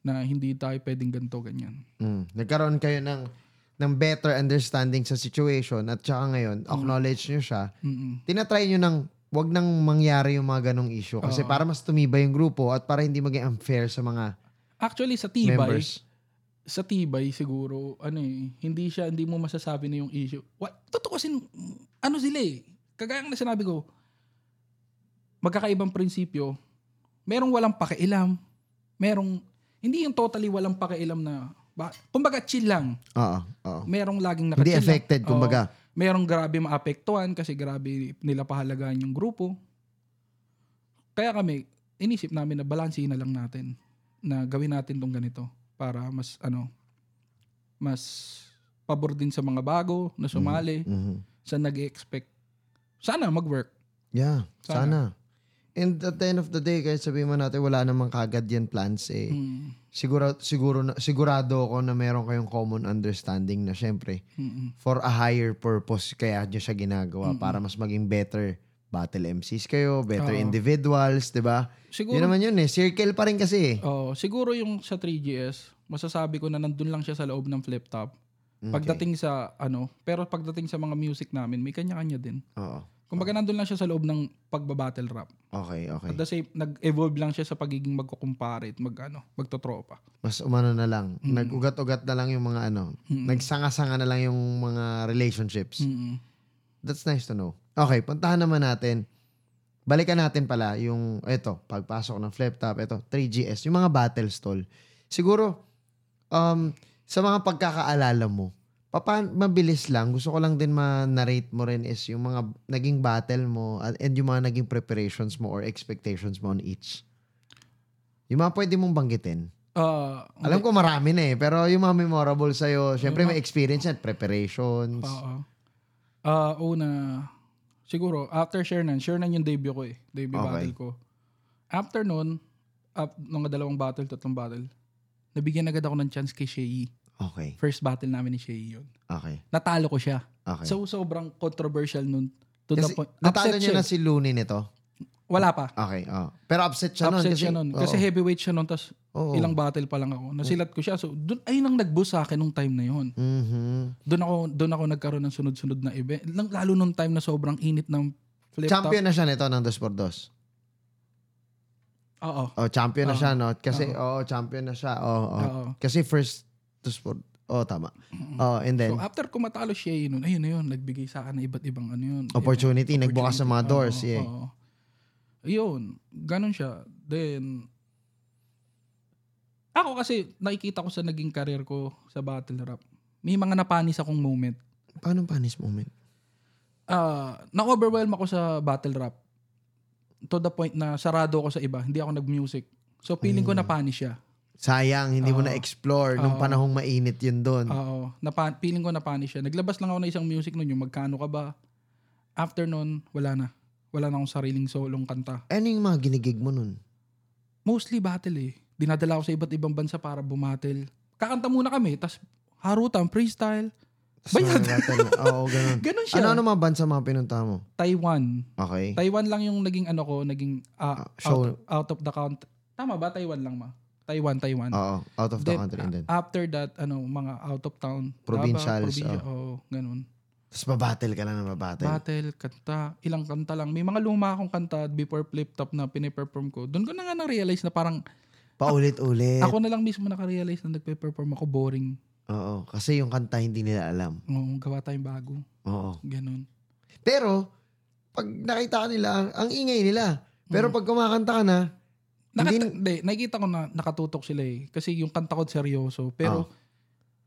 Speaker 2: Na hindi tayo pwedeng ganito, ganyan.
Speaker 1: Mm. Nagkaroon kayo ng ng better understanding sa situation at tsaka
Speaker 2: Mm.
Speaker 1: ngayon, acknowledge nyo siya.
Speaker 2: Mm-mm.
Speaker 1: Tinatry nyo ng wag nang mangyari yung mga ganong issue kasi
Speaker 2: Oo.
Speaker 1: para mas tumibay yung grupo at para hindi maging unfair sa mga
Speaker 2: Actually, sa tibay,
Speaker 1: members.
Speaker 2: sa tibay siguro, ano eh, hindi siya, hindi mo masasabi na yung issue. What? Totoo kasi, mm, ano sila eh. Kagaya ng sinabi ko, magkakaibang prinsipyo, merong walang pakialam, merong, hindi yung totally walang pakialam na, ba, kumbaga chill lang.
Speaker 1: Oo. Oo.
Speaker 2: merong laging
Speaker 1: Hindi
Speaker 2: nakachill.
Speaker 1: affected,
Speaker 2: Oo.
Speaker 1: kumbaga.
Speaker 2: merong grabe maapektuhan kasi grabe nila pahalagaan yung grupo. Kaya kami, inisip namin na balansehin na lang natin na gawin natin tong ganito para mas ano mas pabor din sa mga bago na sumali
Speaker 1: Mhm.
Speaker 2: sa nag-expect. Sana mag-work.
Speaker 1: Yeah, sana.
Speaker 2: Sana.
Speaker 1: And at the end of the day, kahit sabihin man natin wala namang kagad yan plans eh.
Speaker 2: Mm,
Speaker 1: Siguro, siguro, na- sigurado ako na meron kayong common understanding na syempre
Speaker 2: mm, mm.
Speaker 1: for a higher purpose kaya nyo siya ginagawa para mas maging better battle MCs kayo, better
Speaker 2: Oo.
Speaker 1: individuals, di ba?
Speaker 2: Siguro
Speaker 1: Yun naman yun eh. Circle pa rin kasi eh.
Speaker 2: oh, siguro yung sa 3GS, masasabi ko na nandun lang siya sa loob ng flip top.
Speaker 1: Okay.
Speaker 2: Pagdating sa ano, pero pagdating sa mga music namin, may kanya-kanya din.
Speaker 1: Oo.
Speaker 2: Kumbaga nandun lang siya sa loob ng pagbabattle rap.
Speaker 1: Okay, okay.
Speaker 2: At the same, nag-evolve lang siya sa pagiging magkukumpare at mag, ano, magtotropa.
Speaker 1: Mas umano na lang. Nag-ugat-ugat na lang yung mga ano.
Speaker 2: Mm.
Speaker 1: Nagsanga-sanga na lang yung mga relationships.
Speaker 2: Mm-mm.
Speaker 1: That's nice to know. Okay, puntahan naman natin. Balikan natin pala yung, eto, pagpasok ng flip top, eto, 3GS, yung mga battle stall. Siguro, um, sa mga pagkakaalala mo, papan mabilis lang, gusto ko lang din ma-narrate mo rin is yung mga naging battle mo at- and yung mga naging preparations mo or expectations mo on each. Yung mga pwede mong banggitin.
Speaker 2: Ah,
Speaker 1: Alam ko marami na eh, pero yung mga memorable sa'yo, syempre may experience at preparations.
Speaker 2: Mm-hmm. Oo. Ah, una, siguro, after Shernan, Shernan yung debut ko eh. Debut
Speaker 1: Okay.
Speaker 2: battle ko. After nun, up, nung dalawang battle, tatlong battle, nabigyan agad ako ng chance kay Shea.
Speaker 1: Okay,
Speaker 2: First battle namin ni Shea yun.
Speaker 1: okay,
Speaker 2: Natalo ko siya.
Speaker 1: okay.
Speaker 2: So, sobrang controversial nun. To
Speaker 1: Kasi
Speaker 2: the point.
Speaker 1: natalo
Speaker 2: Upset
Speaker 1: niya
Speaker 2: siya
Speaker 1: na si Looney nito.
Speaker 2: eh. Wala pa.
Speaker 1: Okay, oh. Pero upset siya nun.
Speaker 2: upset
Speaker 1: kasi, oh.
Speaker 2: siya nun.
Speaker 1: oo,
Speaker 2: Kasi heavyweight siya nun, tas
Speaker 1: oo.
Speaker 2: ilang battle pa lang ako. Nasilat
Speaker 1: Oh.
Speaker 2: ko siya. So, dun, ayun ang nag-boost sa akin nung time na yun.
Speaker 1: Mhm.
Speaker 2: Doon ako, doon ako nagkaroon ng sunod-sunod na event. Lang- Lalo nung time na sobrang init ng flip
Speaker 1: Champion na siya nito ng 2x2.
Speaker 2: top. Oo.
Speaker 1: Oh, champion na
Speaker 2: Oo.
Speaker 1: siya, no? Kasi,
Speaker 2: Ah.
Speaker 1: oo, champion na siya. Oo, oo.
Speaker 2: Oo.
Speaker 1: Kasi first 2x2. Oh, tama. Oh, and then,
Speaker 2: Mm-hmm. So, after ko matalo siya, yun, ayun na yun, nagbigay sa akin ng iba't ibang ano yun.
Speaker 1: opportunity, nagbukas ng mga
Speaker 2: Opportunity.
Speaker 1: doors.
Speaker 2: Ah,
Speaker 1: eh. yeah.
Speaker 2: Oo, oo. Yun, ganun siya. Then, ako kasi nakikita ko sa naging karir ko sa battle rap, may mga napanis akong moment.
Speaker 1: Paano panis moment?
Speaker 2: Ah, na-overwhelm ako sa battle rap. to the point na sarado ako sa iba. Hindi ako nag-music. So feeling ko na-punish siya.
Speaker 1: Sayang, hindi mo
Speaker 2: Oo.
Speaker 1: na-explore nung
Speaker 2: Oo.
Speaker 1: panahong mainit yun doon.
Speaker 2: Oo. Napa- feeling ko na-punish siya. Naglabas lang ako ng isang music nun. Yung magkano ka ba? After nun, wala na. Wala na akong sariling solong kanta.
Speaker 1: Ano yung mga ginigig mo nun?
Speaker 2: Mostly battle eh. Dinadala ako sa iba't ibang bansa para bumatel. Kakanta muna kami, tas harutan, freestyle. Bayad.
Speaker 1: Sarangatan. Oo, ganun.
Speaker 2: Ganun siya.
Speaker 1: Ano-ano mga bansa mga pinunta mo?
Speaker 2: Taiwan.
Speaker 1: Okay.
Speaker 2: Taiwan lang yung naging ano ko, naging ah,
Speaker 1: Ah, show.
Speaker 2: out, out of the country. Tama ba? Taiwan lang ma. Taiwan, Taiwan.
Speaker 1: Oo, out of the
Speaker 2: Then,
Speaker 1: country. And then,
Speaker 2: a- after that, ano, mga out of town.
Speaker 1: Provincials, ah.
Speaker 2: Provincia, oo, ganun.
Speaker 1: tapos babattle ka lang ng babattle.
Speaker 2: Battle, kanta, ilang kanta lang. May mga luma akong kanta before flip top na piniperform ko. Doon ko na nga na-realize na parang
Speaker 1: Paulit-ulit.
Speaker 2: ako na lang mismo nakarealize na nagpe-perform ako boring.
Speaker 1: Oo, kasi yung kanta hindi nila alam.
Speaker 2: Oo, gawa tayong bago.
Speaker 1: Oo.
Speaker 2: Ganun.
Speaker 1: Pero, pag nakita ka nila, ang ingay nila. Pero
Speaker 2: Mm.
Speaker 1: pag kumakanta ka na, Hindi-
Speaker 2: Nakita, hindi, nakikita ko na nakatutok sila eh. Kasi yung kanta ko seryoso.
Speaker 1: Ah.
Speaker 2: Pero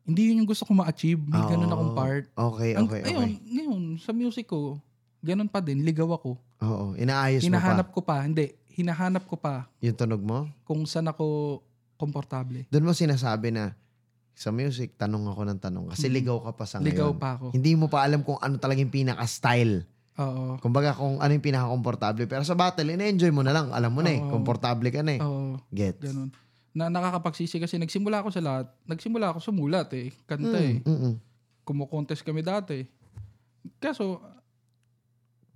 Speaker 2: hindi yun yung gusto ko ma-achieve. May ganun
Speaker 1: Oo.
Speaker 2: akong part.
Speaker 1: Ah, okay,
Speaker 2: Ang-
Speaker 1: okay,
Speaker 2: Ayun,
Speaker 1: okay.
Speaker 2: ngayon, sa music ko, ganun pa din. Ligaw ako.
Speaker 1: Oo, inaayos mo
Speaker 2: hinahanap ko pa. Hindi, hinahanap ko
Speaker 1: pa
Speaker 2: pa
Speaker 1: yung tunog mo.
Speaker 2: kung saan ako komportable.
Speaker 1: Doon mo sinasabi na, sa music, tanong ako ng tanong. Kasi
Speaker 2: Mm.
Speaker 1: ligaw ka pa sa ngayon.
Speaker 2: Ligaw pa ako.
Speaker 1: Hindi mo pa alam kung ano talaga yung pinaka-style.
Speaker 2: Oo.
Speaker 1: Kumbaga kung ano yung pinaka-komportable. Pero sa battle, ina-enjoy mo na lang. Alam mo na eh.
Speaker 2: Oo.
Speaker 1: Komportable ka na eh.
Speaker 2: Oo.
Speaker 1: Gets.
Speaker 2: Ganun. Na nakakapagsisi kasi nagsimula ako sa lahat. Nagsimula ako sumulat eh.
Speaker 1: Mm,
Speaker 2: Kanta eh.
Speaker 1: mm, mm.
Speaker 2: Kumukontest kami dati. Kaso,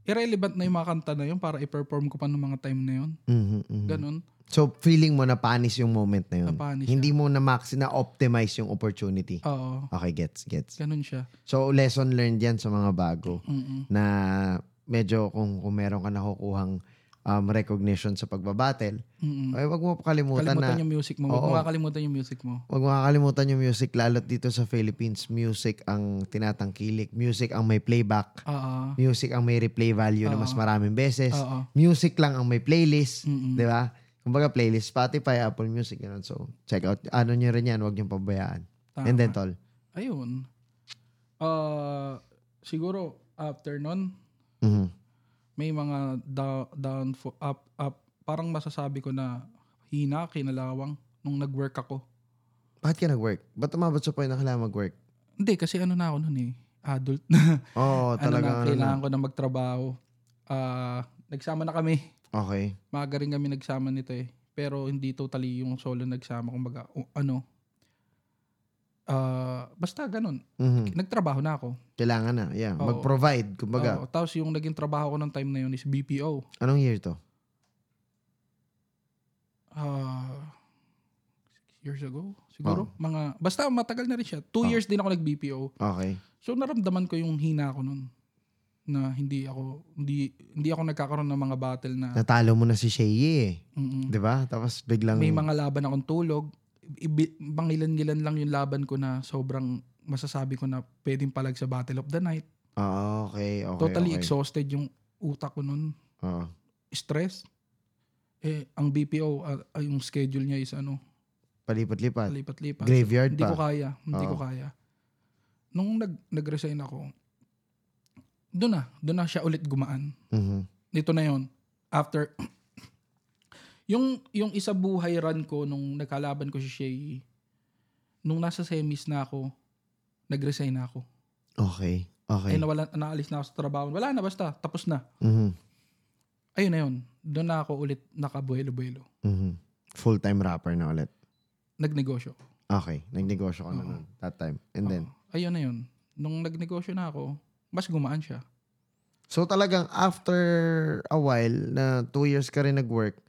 Speaker 2: irrelevant na yung mga kanta na yun para i-perform ko pa ng mga time na yun.
Speaker 1: Mhm, mhm.
Speaker 2: Ganun.
Speaker 1: So, feeling mo na panis yung moment na yun.
Speaker 2: Napanis siya. Oh.
Speaker 1: Hindi mo na max na optimize yung opportunity.
Speaker 2: Oo.
Speaker 1: Okay, gets, gets.
Speaker 2: Ganun siya.
Speaker 1: So, lesson learned yan sa mga bago
Speaker 2: Mm-mm.
Speaker 1: na medyo kung, kung meron ka nakukuhang um, recognition sa pagbabattle,
Speaker 2: Mm-mm.
Speaker 1: ay wag mo kalimutan,
Speaker 2: Mm. Kalimutan
Speaker 1: na
Speaker 2: yung music mo. Huwag
Speaker 1: Oo.
Speaker 2: mo kakalimutan yung music mo.
Speaker 1: wag mo kakalimutan yung music lalo't dito sa Philippines, music ang tinatangkilik, music ang may playback,
Speaker 2: Oo.
Speaker 1: music ang may replay value na
Speaker 2: Oo.
Speaker 1: mas maraming beses,
Speaker 2: Oo.
Speaker 1: music lang ang may playlist,
Speaker 2: Mm-mm.
Speaker 1: 'di ba? Kumbaga playlist Spotify, Apple Music ganun. So, check out ano niyo rin 'yan, wag niyo pabayaan.
Speaker 2: Tama.
Speaker 1: And then tol.
Speaker 2: Ayun. Ah, siguro after nun,
Speaker 1: Mhm.
Speaker 2: may mga down, down fo- up up parang masasabi ko na hina kinalawang nung nag-work ako.
Speaker 1: Bakit ka nag-work? Ba't umabot sa point na kailangan mag-work?
Speaker 2: Hindi kasi ano na ako noon eh, adult na.
Speaker 1: Oo, oh,
Speaker 2: ano
Speaker 1: talaga.
Speaker 2: na,
Speaker 1: ano na.
Speaker 2: kailangan ko na magtrabaho. Ah, nagsama na kami.
Speaker 1: Okay.
Speaker 2: Maaga rin kami nagsama nito eh. Pero hindi totally yung solo nagsama kumbaga o, ano. Ah, basta ganun.
Speaker 1: Mhm.
Speaker 2: Nagtrabaho na ako.
Speaker 1: Kailangan na. Yeah.
Speaker 2: Oo.
Speaker 1: Mag-provide. Kumbaga,
Speaker 2: Oo, tapos yung naging trabaho ko ng time na yun is BPO.
Speaker 1: anong year to?
Speaker 2: Ah, six years ago, siguro.
Speaker 1: Ah.
Speaker 2: Mga, basta matagal na rin siya. Two years din ako nag-BPO.
Speaker 1: Okay.
Speaker 2: So, naramdaman ko yung hina ko nun. Na hindi ako, hindi, hindi ako nagkakaroon ng mga battle na,
Speaker 1: Natalo mo na si Shea eh.
Speaker 2: Mm-mm.
Speaker 1: 'Di ba? Tapos biglang...
Speaker 2: may mga laban akong tulog. Ibi, bangilan-gilan lang yung laban ko na sobrang masasabi ko na pwedeng palag sa Battle of the Night.
Speaker 1: Ah, okay. Okay.
Speaker 2: Totally
Speaker 1: okay.
Speaker 2: exhausted yung utak ko nun.
Speaker 1: Oo.
Speaker 2: Stress. Eh, ang BPO, ah, ah, yung schedule niya is ano,
Speaker 1: Palipat-lipat.
Speaker 2: palipat-lipat.
Speaker 1: Graveyard
Speaker 2: Hindi ko
Speaker 1: pa.
Speaker 2: kaya. Hindi ko
Speaker 1: Oo.
Speaker 2: kaya. Nung nag, nag-resign ako, doon na. Doon na siya ulit gumaan.
Speaker 1: Mhm.
Speaker 2: Dito na yon After, yung, yung isa buhay run ko nung nagkalaban ko si Shay, nung nasa semis na ako, nag-resign na ako.
Speaker 1: Okay. Okay.
Speaker 2: Ay, nawala, naalis na ako sa trabaho. Wala na, basta. Tapos na.
Speaker 1: Mhm.
Speaker 2: Ayun na yun. Doon na ako ulit nakabuelo-buelo.
Speaker 1: Mhm. Full-time rapper na ulit.
Speaker 2: Nagnegosyo.
Speaker 1: Okay. Nagnegosyo ka na
Speaker 2: Oo.
Speaker 1: nun. That time. And then,
Speaker 2: Oo. ayun na yun. Nung nagnegosyo na ako, mas gumaan siya.
Speaker 1: So talagang after a while na two years ka rin nag-work,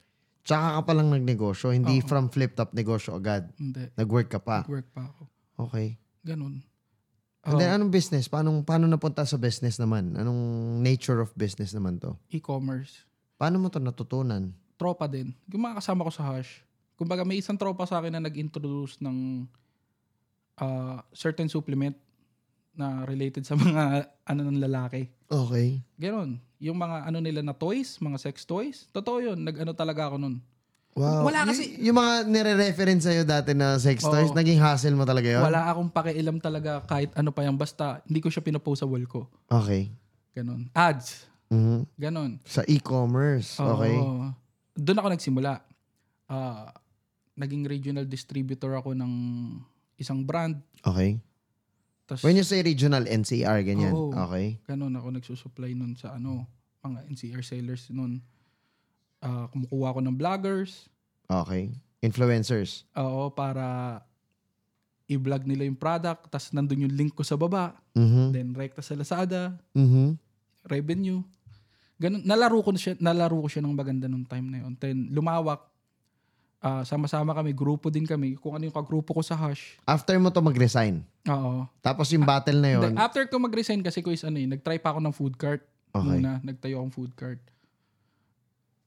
Speaker 1: tsaka ka palang nagnegosyo, hindi
Speaker 2: Oo.
Speaker 1: from flip-top negosyo agad.
Speaker 2: Hindi.
Speaker 1: Nag-work ka pa.
Speaker 2: Work pa ako.
Speaker 1: Okay.
Speaker 2: Ganun.
Speaker 1: And
Speaker 2: Oh,
Speaker 1: then anong business? Paano, paano napunta sa business naman? Anong nature of business naman to?
Speaker 2: e-commerce.
Speaker 1: Paano mo to natutunan?
Speaker 2: Tropa din. Yung mga kasama ko sa Hush. Kumbaga may isang tropa sa akin na nag-introduce ng ah, certain supplement na related sa mga ano ng lalaki.
Speaker 1: Okay.
Speaker 2: Ganon. Yung mga ano nila na toys, mga sex toys. Totoo yun. Nag-ano talaga ako nun.
Speaker 1: Wow.
Speaker 2: Wala kasi-
Speaker 1: Y- yung mga nire-reference sa'yo dati na sex
Speaker 2: Oo.
Speaker 1: toys, naging hassle mo talaga yun?
Speaker 2: Wala akong pakialam talaga kahit ano pa yan. Basta hindi ko siya pinopost sa wall ko.
Speaker 1: Okay.
Speaker 2: Ganon. Ads.
Speaker 1: Mhm.
Speaker 2: Ganon.
Speaker 1: Sa e-commerce. Okay.
Speaker 2: Oo. Doon ako nagsimula. Ah, naging regional distributor ako ng isang brand.
Speaker 1: Okay.
Speaker 2: Tapos
Speaker 1: When you say regional NCR, ganyan.
Speaker 2: Oo.
Speaker 1: Okay.
Speaker 2: ganon ako nagsusupply nun sa ano, mga NCR sellers nun. Ah, kumukuha ako ng vloggers.
Speaker 1: Okay. Influencers.
Speaker 2: Oo, para i-vlog nila yung product. Tapos nandun yung link ko sa baba.
Speaker 1: Mhm.
Speaker 2: Then rekta sa Lazada,
Speaker 1: Mhm.
Speaker 2: revenue. Ganun, nalaro ko na siya, nalaro ko siya ng maganda nung time na yun. Then lumawak. Ah, sama-sama kami, grupo din kami. Kung ano yung kagrupo ko sa hash.
Speaker 1: After mo to mag-resign.
Speaker 2: Oo.
Speaker 1: Tapos yung battle na yun.
Speaker 2: Then, after ko mag-resign kasi ko is ano eh, nag-try pa ako ng food cart.
Speaker 1: Okay.
Speaker 2: Muna, nagtayo akong food cart.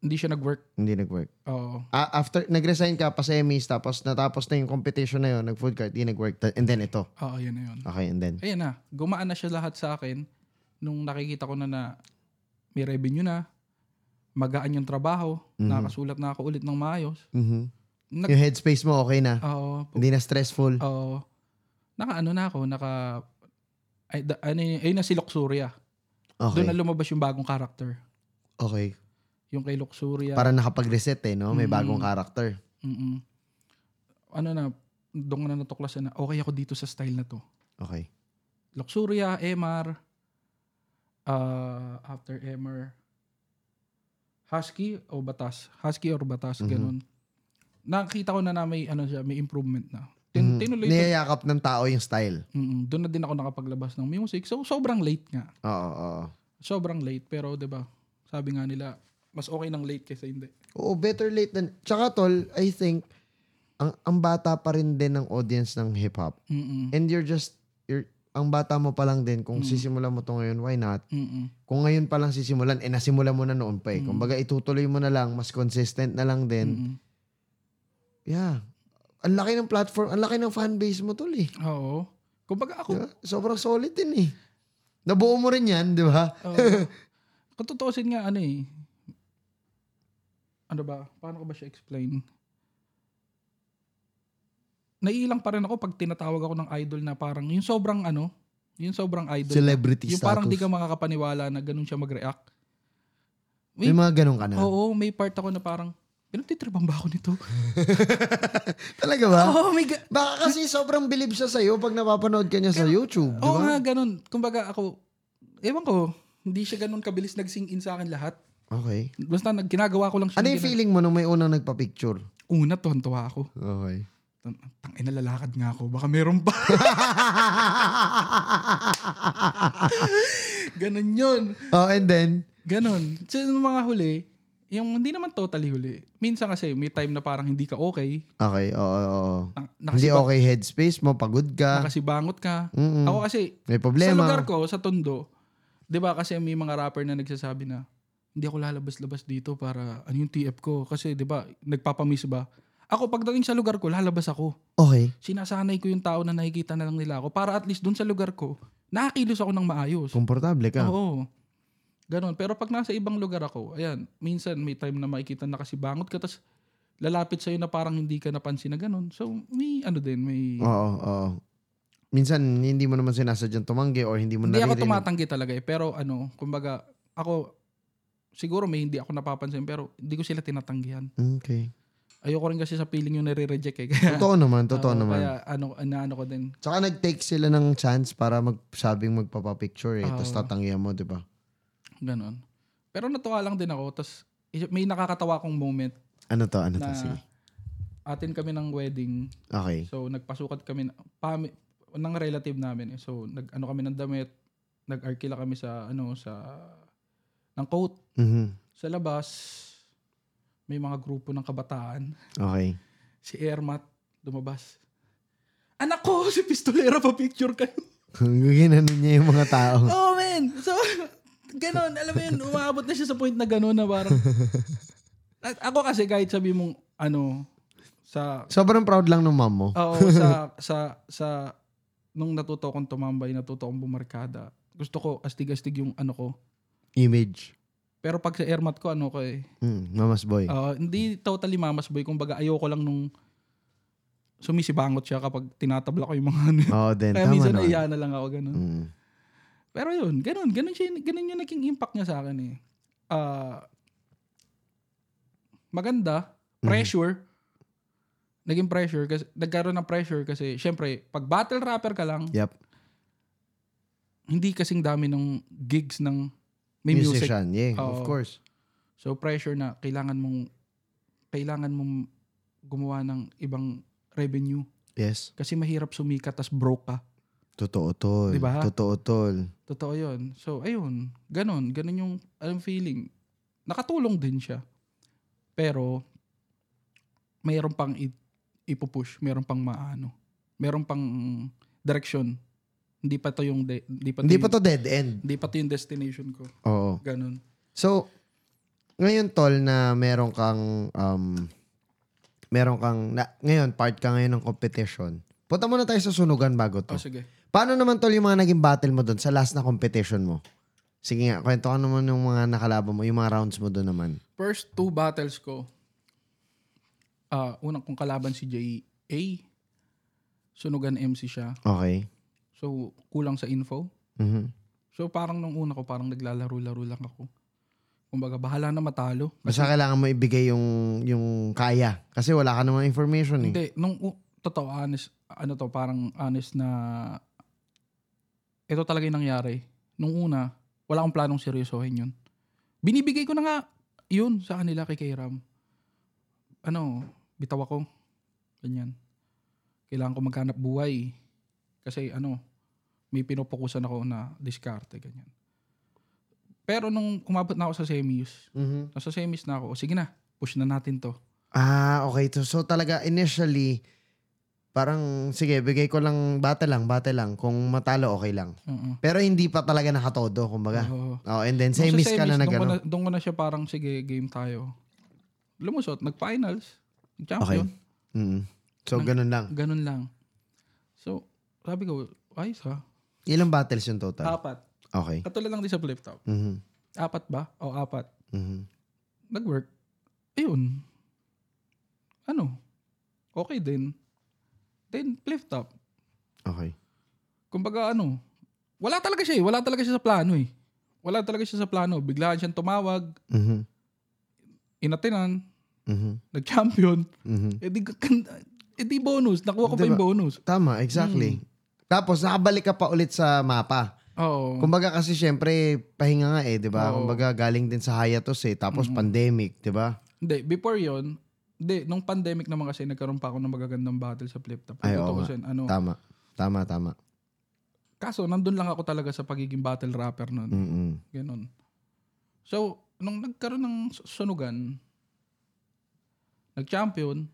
Speaker 2: Hindi siya nag-work.
Speaker 1: Hindi nag-work.
Speaker 2: Oo.
Speaker 1: Ah, after, nag-resign ka pa sa Emmys, tapos natapos na yung competition na yun, nag-food cart, hindi nag-work. Ta- And then ito.
Speaker 2: Oo, yun na yun.
Speaker 1: Okay, and then.
Speaker 2: Ayan na, gumaan na siya lahat sa akin nung nakikita ko na na may revenue na, magaan yung trabaho,
Speaker 1: Mhm.
Speaker 2: nakasulat na ako ulit ng maayos.
Speaker 1: Mhm.
Speaker 2: Nag- Ah,
Speaker 1: Yung headspace mo, okay na.
Speaker 2: Oo. po.
Speaker 1: Hindi na stressful.
Speaker 2: Oo. naka ano na ako, naka ay, da, ano yun, ayun na si Luxuria. Doon
Speaker 1: Okay.
Speaker 2: na lumabas yung bagong character.
Speaker 1: Okay.
Speaker 2: Yung kay Luxuria.
Speaker 1: Para nakapag-reset eh, no? May
Speaker 2: Mm.
Speaker 1: bagong character.
Speaker 2: Mm-mm. Ano na, doon ko na natuklasan na okay ako dito sa style na to.
Speaker 1: Okay.
Speaker 2: Luxuria, MR, ah, after MR, Husky o Batas? Husky or Batas,
Speaker 1: Mhm.
Speaker 2: ganun. Nakita ko na na may, ano siya, may improvement na.
Speaker 1: Mhm.
Speaker 2: Tin- Tinuloy ko.
Speaker 1: Niyayakap ng tao yung style.
Speaker 2: Mm, doon na din ako nakapaglabas ng music. So, sobrang late nga.
Speaker 1: Oo, oo.
Speaker 2: sobrang late pero 'di ba? Sabi nga nila, mas okay ng late kaysa hindi.
Speaker 1: Oo, better late than... Tsaka tol, I think, ang, ang bata pa rin din ng audience ng hip-hop.
Speaker 2: Mm.
Speaker 1: And you're just, you're, ang bata mo pa lang din, kung
Speaker 2: Mm.
Speaker 1: sisimulan mo to ngayon, why not?
Speaker 2: Mm.
Speaker 1: Kung ngayon pa lang sisimulan, eh nasimula mo na noon pa eh.
Speaker 2: Mm.
Speaker 1: Kumbaga itutuloy mo na lang, mas consistent na lang din.
Speaker 2: Mm.
Speaker 1: Yeah. Ang laki ng platform, ang laki ng fanbase mo tol eh.
Speaker 2: Oo. Kumbaga ako,
Speaker 1: Di ba? Sobrang solid din eh. Nabuo mo rin yan, di ba?
Speaker 2: oo. kung tutuusin nga ano eh. Ano ba? Paano ko ba siya explain? Naiilang pa rin ako pag tinatawag ako ng idol na parang yung sobrang ano, yung sobrang idol. na-
Speaker 1: Celebrity
Speaker 2: yung
Speaker 1: status.
Speaker 2: parang di ka makakapaniwala na ganun siya mag-react.
Speaker 1: May mga ganun ka na.
Speaker 2: Oo, may part ako na parang, pinagtitribang ba ako nito?
Speaker 1: Talaga ba?
Speaker 2: Oo, may, ga-
Speaker 1: Baka kasi sobrang bilib siya sa'yo pag napapanood ka niya sa YouTube, di
Speaker 2: Oo
Speaker 1: ba?
Speaker 2: nga, ganun. Kumbaga ako, ewan ko, hindi siya ganun kabilis nag-sing in sa akin lahat.
Speaker 1: Okay.
Speaker 2: Basta nag, ginagawa ko lang siya.
Speaker 1: Ano yung feeling mo nung may unang nagpa-picture?
Speaker 2: Una, tuwan-tuwa ako.
Speaker 1: Okay.
Speaker 2: Tang- Tang, inalalakad nga ako. Baka meron pa. ganun yun.
Speaker 1: oh, and then?
Speaker 2: Ganun. So, yung mga huli, yung hindi naman totally huli. Minsan kasi may time na parang hindi ka okay.
Speaker 1: Okay, oo, oo. oo.
Speaker 2: Na-
Speaker 1: Hindi
Speaker 2: nakasiba-
Speaker 1: okay headspace mo, pagod ka.
Speaker 2: Nakasibangot ka.
Speaker 1: Mm-mm.
Speaker 2: Ako kasi,
Speaker 1: May
Speaker 2: sa
Speaker 1: problema.
Speaker 2: lugar ko, sa Tondo, 'di ba kasi may mga rapper na nagsasabi na hindi ako lalabas-labas dito para ano yung TF ko kasi 'di ba nagpapamiss ba? Ako pagdating sa lugar ko, lalabas ako.
Speaker 1: Okay.
Speaker 2: Sinasanay ko yung tao na nakikita na lang nila ako para at least dun sa lugar ko, nakakilos ako ng maayos.
Speaker 1: Komportable ka.
Speaker 2: Oo. Ganon. Pero pag nasa ibang lugar ako, ayan, minsan may time na makikita na kasi bangot ka, tas lalapit sa'yo na parang hindi ka napansin na ganon. So, may ano din, may...
Speaker 1: Oo, oo. Minsan, hindi mo naman sinasadyang tumanggi or hindi mo
Speaker 2: Hindi ako
Speaker 1: naririnig.
Speaker 2: tumatanggi talaga eh. Pero ano, kumbaga, ako, siguro may hindi ako napapansin pero hindi ko sila tinatanggihan.
Speaker 1: Okay.
Speaker 2: Ayoko rin kasi sa feeling yung nare-reject eh. Kaya,
Speaker 1: Totoo naman, totoo
Speaker 2: Oo,
Speaker 1: naman.
Speaker 2: Kaya ano, inaano ko din.
Speaker 1: Tsaka nag-take sila ng chance para magsabing magpapapicture eh.
Speaker 2: Ah, Oo.
Speaker 1: Tapos tatanggihan mo, di ba?
Speaker 2: Ganon. Pero natuwa lang din ako. Tapos may nakakatawa kong moment
Speaker 1: Ano to, ano to?
Speaker 2: na
Speaker 1: Sige.
Speaker 2: atin kami ng wedding.
Speaker 1: Okay.
Speaker 2: So nagpasukat kami na- pami, ng relative namin eh. So nag ano kami ng damit. Nag-arkila kami sa ano sa ng coat
Speaker 1: mhm
Speaker 2: sa labas. May mga grupo ng kabataan.
Speaker 1: Okay.
Speaker 2: si Ermat lumabas. Anak ko, si Pistolera pa picture kayo.
Speaker 1: Ginano niya yung mga tao.
Speaker 2: Oh man. So ganon, alam mo yun, umaabot na siya sa point na ganon na parang At ako kasi kahit sabi mong ano sa
Speaker 1: Sobrang proud lang ng mom mo.
Speaker 2: oo, sa sa sa nung natuto kong tumambay, natuto kong bumarkada. Gusto ko astig-astig yung ano ko.
Speaker 1: Image.
Speaker 2: Pero pag sa Ermat ko ano ko eh,
Speaker 1: Mm, mamas boy.
Speaker 2: ah, hindi totally mamas boy kumbaga ayoko lang nung sumisibangot siya kapag tinatabla ko yung mga ano.
Speaker 1: Oo, din.
Speaker 2: Kaya
Speaker 1: Tama
Speaker 2: minsan
Speaker 1: naman.
Speaker 2: naiya na lang ako ganun.
Speaker 1: Mm.
Speaker 2: Pero yun, ganun. Ganun, siya, ganun yung naging impact niya sa akin eh. Ah, maganda.
Speaker 1: Mm-hmm.
Speaker 2: Pressure. Naging pressure. Kasi, nagkaroon ng pressure kasi, syempre, pag battle rapper ka lang,
Speaker 1: Yep.
Speaker 2: hindi kasing dami ng gigs ng may music.
Speaker 1: Musician. Yeah, of
Speaker 2: Oo.
Speaker 1: course.
Speaker 2: So pressure na kailangan mong kailangan mong gumawa ng ibang revenue
Speaker 1: Yes.
Speaker 2: kasi mahirap sumikat tas broke ka.
Speaker 1: Totoo tol.
Speaker 2: Diba?
Speaker 1: Totoo tol.
Speaker 2: Totoo 'yon. So ayun, ganun, ganun yung alam feeling. Nakatulong din siya. Pero mayroon pang i- ipupush, mayroon pang maano. Mayroon pang direction. Hindi pa to yung de- hindi pa to,
Speaker 1: Hindi
Speaker 2: yung,
Speaker 1: pa to dead end.
Speaker 2: hindi pa to yung destination ko.
Speaker 1: Oo.
Speaker 2: Ganun.
Speaker 1: So, ngayon tol na meron kang um meron kang na, ngayon part ka ngayon ng competition. Punta muna tayo sa sunugan bago to.
Speaker 2: Oh, sige.
Speaker 1: Paano naman tol yung mga naging battle mo doon sa last na competition mo? Sige nga, kwento ka naman yung mga nakalaban mo, yung mga rounds mo doon naman.
Speaker 2: first two battles ko, ah unang kong kalaban si J.A. Sunugan MC siya.
Speaker 1: Okay.
Speaker 2: So, kulang sa info.
Speaker 1: Mhm.
Speaker 2: So, parang nung una ko, parang naglalaro-laro lang ako. Kumbaga, bahala na matalo. Kasi,
Speaker 1: Basta kailangan mo ibigay yung yung kaya kasi wala ka namang information eh.
Speaker 2: hindi, nung u- totoo, honest, ano to, parang honest na ito talaga yung nangyari. Nung una, wala akong planong seryosohin yun. Binibigay ko na nga yun sa kanila kay Kairam. Ano, bitaw ako. Ganyan. Kailangan ko maghanap buhay. Kasi ano, may pinopokusan ako na diskarte, ganyan. Pero nung kumabot na ako sa semis,
Speaker 1: Mhm.
Speaker 2: nasa semis na ako, sige na, push na natin to.
Speaker 1: Ah, okay. So, so talaga initially parang sige, bigay ko lang battle lang, battle lang. Kung matalo okay lang.
Speaker 2: Oo.
Speaker 1: Pero hindi pa talaga nakatodo, kumbaga.
Speaker 2: Oo.
Speaker 1: Oh, and then
Speaker 2: Nung sa
Speaker 1: semis ka na
Speaker 2: semis,
Speaker 1: na
Speaker 2: doon ko
Speaker 1: gano'n.
Speaker 2: na- Doon ko na siya parang, sige, game tayo. Lumusot, nag-finals. Champion.
Speaker 1: Mm. So,
Speaker 2: Nang-
Speaker 1: ganun lang.
Speaker 2: Ganun lang. So, sabi ko, ayos ha.
Speaker 1: Ilang battles yung total?
Speaker 2: Apat.
Speaker 1: Okay.
Speaker 2: Katulad lang din sa flip top.
Speaker 1: Mhm.
Speaker 2: Apat ba? O, apat.
Speaker 1: Mhm.
Speaker 2: Nag-work. Ayun. Ano? Okay din. Then, flip top.
Speaker 1: Okay.
Speaker 2: Kumbaga ano, wala talaga siya eh. Wala talaga siya sa plano eh. Wala talaga siya sa plano. Biglaan siyang tumawag,
Speaker 1: Mhm.
Speaker 2: inatinan,
Speaker 1: Mhm.
Speaker 2: nag-champion.
Speaker 1: Mhm.
Speaker 2: Eh di, eh di bonus. Nakuha ko pa
Speaker 1: Diba?
Speaker 2: yung bonus.
Speaker 1: Tama,
Speaker 2: Mm.
Speaker 1: exactly. Tapos nakabalik ka pa ulit sa mapa.
Speaker 2: Oo.
Speaker 1: Mm. Kumbaga kasi syempre pahinga nga eh, 'di ba?
Speaker 2: Oo.
Speaker 1: Kumbaga galing din sa hiatus eh, tapos pandemic, 'di ba?
Speaker 2: Hindi, before yon hindi, nung pandemic naman kasi nagkaroon pa ako ng magagandang battle sa flip top.
Speaker 1: Ay, oo nga.
Speaker 2: Tutuusin, ano.
Speaker 1: Tama. Tama, tama.
Speaker 2: Kaso, nandun lang ako talaga sa pagiging battle rapper nun.
Speaker 1: Mm.
Speaker 2: Ganun. So, nung nagkaroon ng s- sunugan, nag-champion,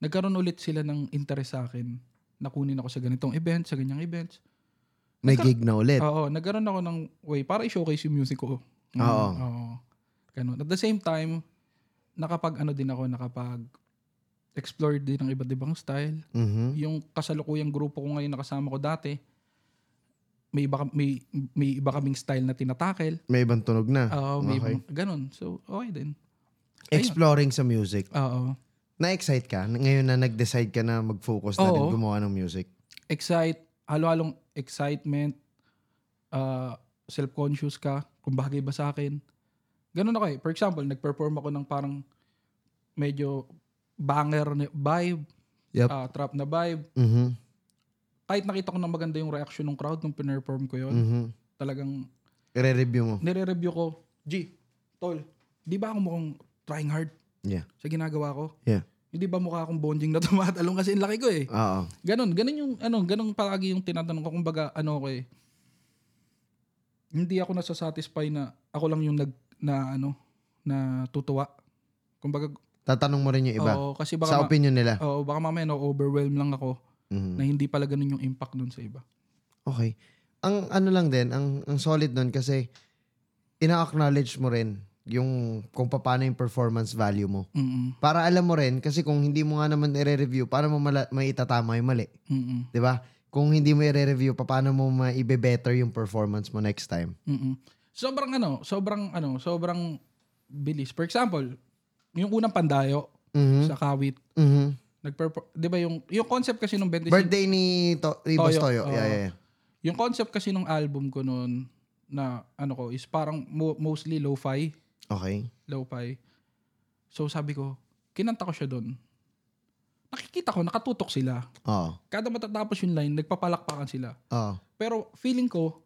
Speaker 2: nagkaroon ulit sila ng interest sa akin. Nakunin ako sa ganitong event, sa ganyang events.
Speaker 1: May gig na ulit.
Speaker 2: Oo, nagkaroon ako ng way para i-showcase yung music ko. Mm,
Speaker 1: Oo.
Speaker 2: Ganun. At the same time, nakapag ano din ako, nakapag explore din ng iba't ibang style.
Speaker 1: Mhm.
Speaker 2: Yung kasalukuyang grupo ko ngayon nakasama ko dati, may iba, ka- may, may iba kaming style na tinatakel.
Speaker 1: May ibang tunog na.
Speaker 2: Oo, may
Speaker 1: Okay.
Speaker 2: ibang- ganun. So, okay din.
Speaker 1: Exploring sa music.
Speaker 2: Oo.
Speaker 1: Na-excite ka ngayon na nag-decide ka na mag-focus na
Speaker 2: Oo.
Speaker 1: rin gumawa ng music.
Speaker 2: Excite, halo-halong excitement, uh, self-conscious ka, kung bagay ba sa akin. Ganun ako eh. For example, nag-perform ako ng parang medyo banger na vibe,
Speaker 1: Yup.
Speaker 2: ah, trap na vibe.
Speaker 1: Mhm.
Speaker 2: Kahit nakita ko na maganda yung reaction ng crowd nung pinerform ko yun,
Speaker 1: Mhm.
Speaker 2: talagang
Speaker 1: I-review mo.
Speaker 2: nire-review ko, G, tol, di ba ako mukhang trying hard
Speaker 1: Yeah.
Speaker 2: sa ginagawa ko?
Speaker 1: Yeah.
Speaker 2: Hindi ba mukha akong bonding na tumatalong kasi ang laki ko eh.
Speaker 1: Oo.
Speaker 2: Ganon, ganon yung ano, ganon palagi yung tinatanong ko kumbaga ano ko eh. Hindi ako nasasatisfy na ako lang yung nag na ano na tutuwa. Kumbaga
Speaker 1: Tatanong mo rin yung iba.
Speaker 2: oo, kasi
Speaker 1: sa
Speaker 2: baka ma-
Speaker 1: opinion nila.
Speaker 2: oo, baka mamaya no overwhelm lang ako
Speaker 1: Mhm.
Speaker 2: na hindi pala ganun yung impact nun sa iba.
Speaker 1: Okay. Ang ano lang din, ang, ang solid nun kasi ina-acknowledge mo rin yung kung paano yung performance value mo.
Speaker 2: Mm.
Speaker 1: Para alam mo rin, kasi kung hindi mo nga naman i-review, paano mo mala- maitatama yung mali?
Speaker 2: Mm.
Speaker 1: 'Di ba? Kung hindi mo i-review, paano mo maibe-better yung performance mo next time?
Speaker 2: Mm. Sobrang ano, sobrang ano, sobrang bilis. For example, yung unang pandayo
Speaker 1: Mhm.
Speaker 2: sa Kawit,
Speaker 1: Mhm.
Speaker 2: nagperfor- 'di ba yung yung concept kasi nung 25
Speaker 1: Birthday ni to- ni Boss
Speaker 2: Toyo.
Speaker 1: Toyo. Yeah,
Speaker 2: Oo.
Speaker 1: yeah, yeah.
Speaker 2: Yung concept kasi ng album ko noon na ano ko is parang mo- mostly lo-fi.
Speaker 1: Okay.
Speaker 2: Lo-fi. So sabi ko, kinanta ko siya doon. Nakikita ko, nakatutok sila.
Speaker 1: Oo.
Speaker 2: Kada matatapos yung line, nagpapalakpakan sila.
Speaker 1: Oo.
Speaker 2: Pero feeling ko,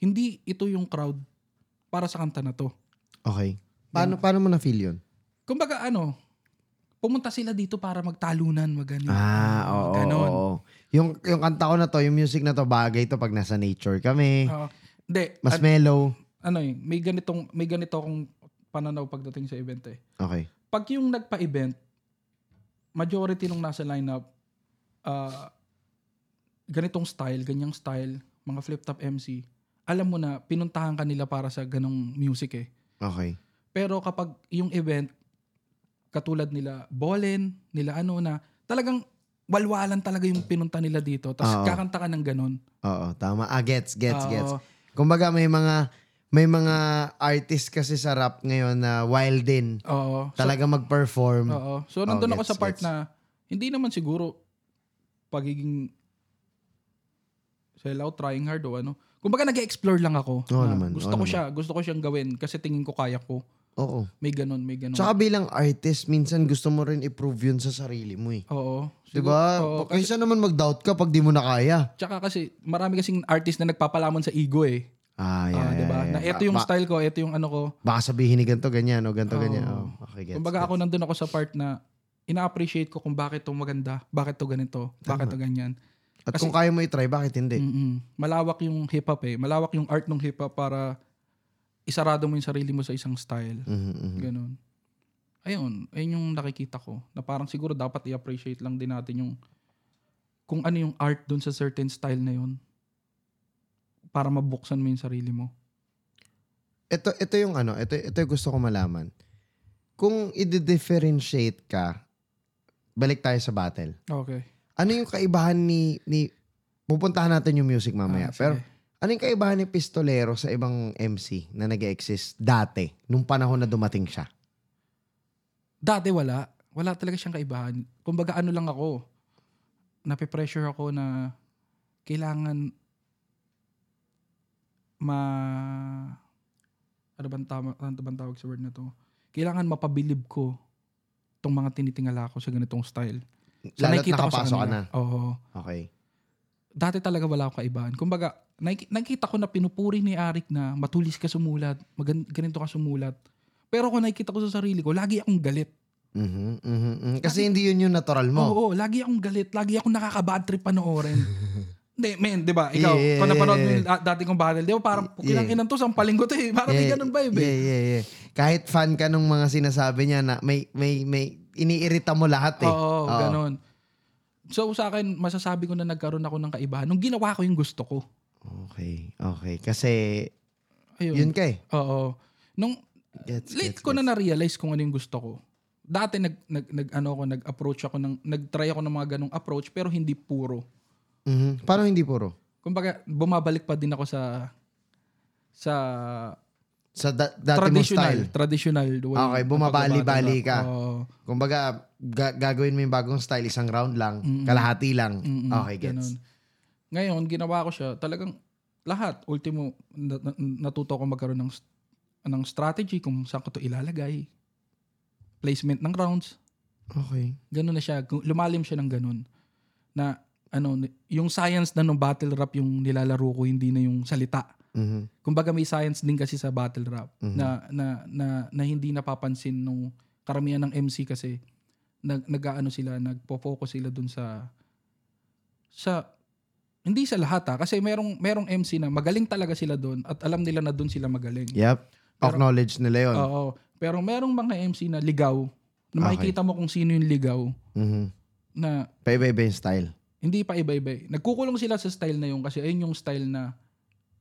Speaker 2: hindi ito yung crowd para sa kanta na to.
Speaker 1: Okay. Paano, paano mo na-feel yun?
Speaker 2: Kumbaga ano, pumunta sila dito para magtalunan, magano.
Speaker 1: Ah, oo.
Speaker 2: Ganon.
Speaker 1: oo. Yung, yung kanta ko na to, yung music na to, bagay to pag nasa nature kami.
Speaker 2: Oo. Hindi,
Speaker 1: Mas
Speaker 2: Ah, an-
Speaker 1: mellow.
Speaker 2: ano eh, may ganitong may ganito akong pananaw pagdating sa event eh.
Speaker 1: Okay.
Speaker 2: Pag yung nagpa-event, majority nung nasa lineup ah ganitong style, ganyang style, mga flip-top MC, alam mo na pinuntahan ka nila para sa ganong music eh.
Speaker 1: Okay.
Speaker 2: Pero kapag yung event, katulad nila Bolen, nila ano na, talagang walwalan talaga yung pinunta nila dito. Tapos
Speaker 1: Oo.
Speaker 2: kakanta ka ng ganon.
Speaker 1: Oo, tama. Ah, gets, gets,
Speaker 2: Oo.
Speaker 1: gets. Kumbaga may mga may mga artist kasi sa rap ngayon na wild din.
Speaker 2: Oo. So,
Speaker 1: Talaga mag-perform.
Speaker 2: oo. So,
Speaker 1: Oh,
Speaker 2: nandun ako sa
Speaker 1: gets,
Speaker 2: part
Speaker 1: gets.
Speaker 2: na, hindi naman siguro pagiging sellout, trying hard o ano. Kumbaga nag-explore lang ako.
Speaker 1: Oo
Speaker 2: na
Speaker 1: naman,
Speaker 2: Gusto
Speaker 1: oo
Speaker 2: ko
Speaker 1: naman.
Speaker 2: siya, gusto ko siyang gawin kasi tingin ko kaya ko.
Speaker 1: Oo.
Speaker 2: May ganon, may ganon.
Speaker 1: Tsaka bilang artist, minsan gusto mo rin i-prove yun sa sarili mo eh.
Speaker 2: oo. Siguro-
Speaker 1: Diba?
Speaker 2: oo,
Speaker 1: Pa- Kaysa naman mag-doubt ka pag di mo na kaya.
Speaker 2: Tsaka kasi marami kasing artist na nagpapalamon sa ego eh.
Speaker 1: Ah, yeah,
Speaker 2: Ah,
Speaker 1: yeah,
Speaker 2: diba?
Speaker 1: yeah.
Speaker 2: Na ito yung
Speaker 1: Ba-
Speaker 2: style ko, ito yung ano ko.
Speaker 1: baka sabihin ni ganito ganyan o ganito
Speaker 2: Oo.
Speaker 1: ganyan. Oh, okay, gets.
Speaker 2: Kumbaga ako nandun ako sa part na ina-appreciate ko kung bakit 'to maganda, baket 'to ganito, bakit 'to ganyan.
Speaker 1: At
Speaker 2: kasi- Mm.
Speaker 1: kung kaya mo i-try, bakit hindi?
Speaker 2: Mm-mm. Malawak yung hip-hop eh. Malawak yung art ng hip-hop para isarado mo yung sarili mo sa isang style.
Speaker 1: Mhm, mhm.
Speaker 2: Ganun. Ayun, ayun yung nakikita ko. Na parang siguro dapat i-appreciate lang din natin yung kung ano yung art dun sa certain style na yun para mabuksan mo yung sarili mo.
Speaker 1: ito ito yung ano, ito ito yung gusto ko malaman. Kung i-differentiate ka, balik tayo sa battle.
Speaker 2: Okay.
Speaker 1: Ano yung kaibahan ni ni pupuntahan natin yung music mamaya.
Speaker 2: Ah, sige.
Speaker 1: Pero ano yung kaibahan ni Pistolero sa ibang MC na nag-exist dati nung panahon na dumating siya?
Speaker 2: dati wala. Wala talaga siyang kaibahan. Kumbaga ano lang ako, nape-pressure ako na kailangan ma... Ano bang, tama, ano bang tawag sa word na to? Kailangan mapabilib ko itong mga tinitingala ko sa ganitong style. So,
Speaker 1: Lalo't
Speaker 2: nakikita ko sa
Speaker 1: nakapasok ka
Speaker 2: kanila.
Speaker 1: na.
Speaker 2: Oo.
Speaker 1: Okay.
Speaker 2: Dati talaga wala akong kaibahan. Kumbaga, naik- nakita ko na pinupuri ni Arik na matulis ka sumulat, magan- ganito ka sumulat. Pero kung nakikita ko sa sarili ko, lagi akong galit.
Speaker 1: Mhm, mhm, mhm. Kasi hindi yun yung natural mo.
Speaker 2: Oo, lagi akong galit. Lagi akong nakaka-bad trip panoorin. Hindi, men, di ba? Ikaw,
Speaker 1: Yeah.
Speaker 2: kung napanood mo yung da- dati kong battle, di ba parang
Speaker 1: Yeah.
Speaker 2: pukilang inan to, sampalin ko to eh. Parang may ganun vibe eh.
Speaker 1: yeah, yeah, yeah. Kahit fan ka nung mga sinasabi niya na may may may iniirita mo lahat eh.
Speaker 2: Oo, ganun. So sa akin, masasabi ko na nagkaroon ako ng kaibahan nung ginawa ko yung gusto ko.
Speaker 1: Okay, okay. Kasi
Speaker 2: Ayun.
Speaker 1: yun ka eh.
Speaker 2: Oo. Nung
Speaker 1: Gets, gets,
Speaker 2: late ko na
Speaker 1: gets.
Speaker 2: na-realize kung ano yung gusto ko. Dati nag nag, nag ano ako, nag-approach ako ng nag-try ako ng mga ganung approach pero hindi puro.
Speaker 1: Mhm. Paano hindi puro?
Speaker 2: Kumbaga, bumabalik pa din ako sa sa
Speaker 1: Sa da- dati mong
Speaker 2: traditional,
Speaker 1: style.
Speaker 2: traditional way.
Speaker 1: Okay,
Speaker 2: ng
Speaker 1: bumabali-bali
Speaker 2: pagbabattle.
Speaker 1: ka.
Speaker 2: Oo.
Speaker 1: Kumbaga, ga- gagawin mo yung bagong style, isang round lang,
Speaker 2: Mm-mm.
Speaker 1: kalahati lang.
Speaker 2: Mm-mm,
Speaker 1: Okay, gets.
Speaker 2: ganun. Ngayon, ginawa ko siya, talagang lahat, ultimo, na- na- natuto ko magkaroon ng, st- ng strategy kung saan ko to ilalagay. Placement ng rounds.
Speaker 1: Okay.
Speaker 2: Ganun na siya. Gu- Lumalim siya ng ganun. Na, ano, ni- yung science na nung battle rap yung nilalaro ko, hindi na yung salita.
Speaker 1: Mhm.
Speaker 2: Kumbaga may science din kasi sa battle rap.
Speaker 1: Mhm.
Speaker 2: na, na, na, na hindi napapansin nung karamihan ng MC kasi nag nag-aano sila nagpo-focus sila dun sa sa hindi sa lahat ha kasi merong merong MC na magaling talaga sila doon at alam nila na doon sila magaling.
Speaker 1: Yep. Acknowledge nila yun.
Speaker 2: Oo. Pero merong mga MC na ligaw
Speaker 1: Okay.
Speaker 2: na makikita mo kung sino yung ligaw
Speaker 1: Mhm.
Speaker 2: na
Speaker 1: Paiba-iba yung style.
Speaker 2: hindi pa iba-iba. eh. Nagkukulong sila sa style na yun kasi ayun yung style na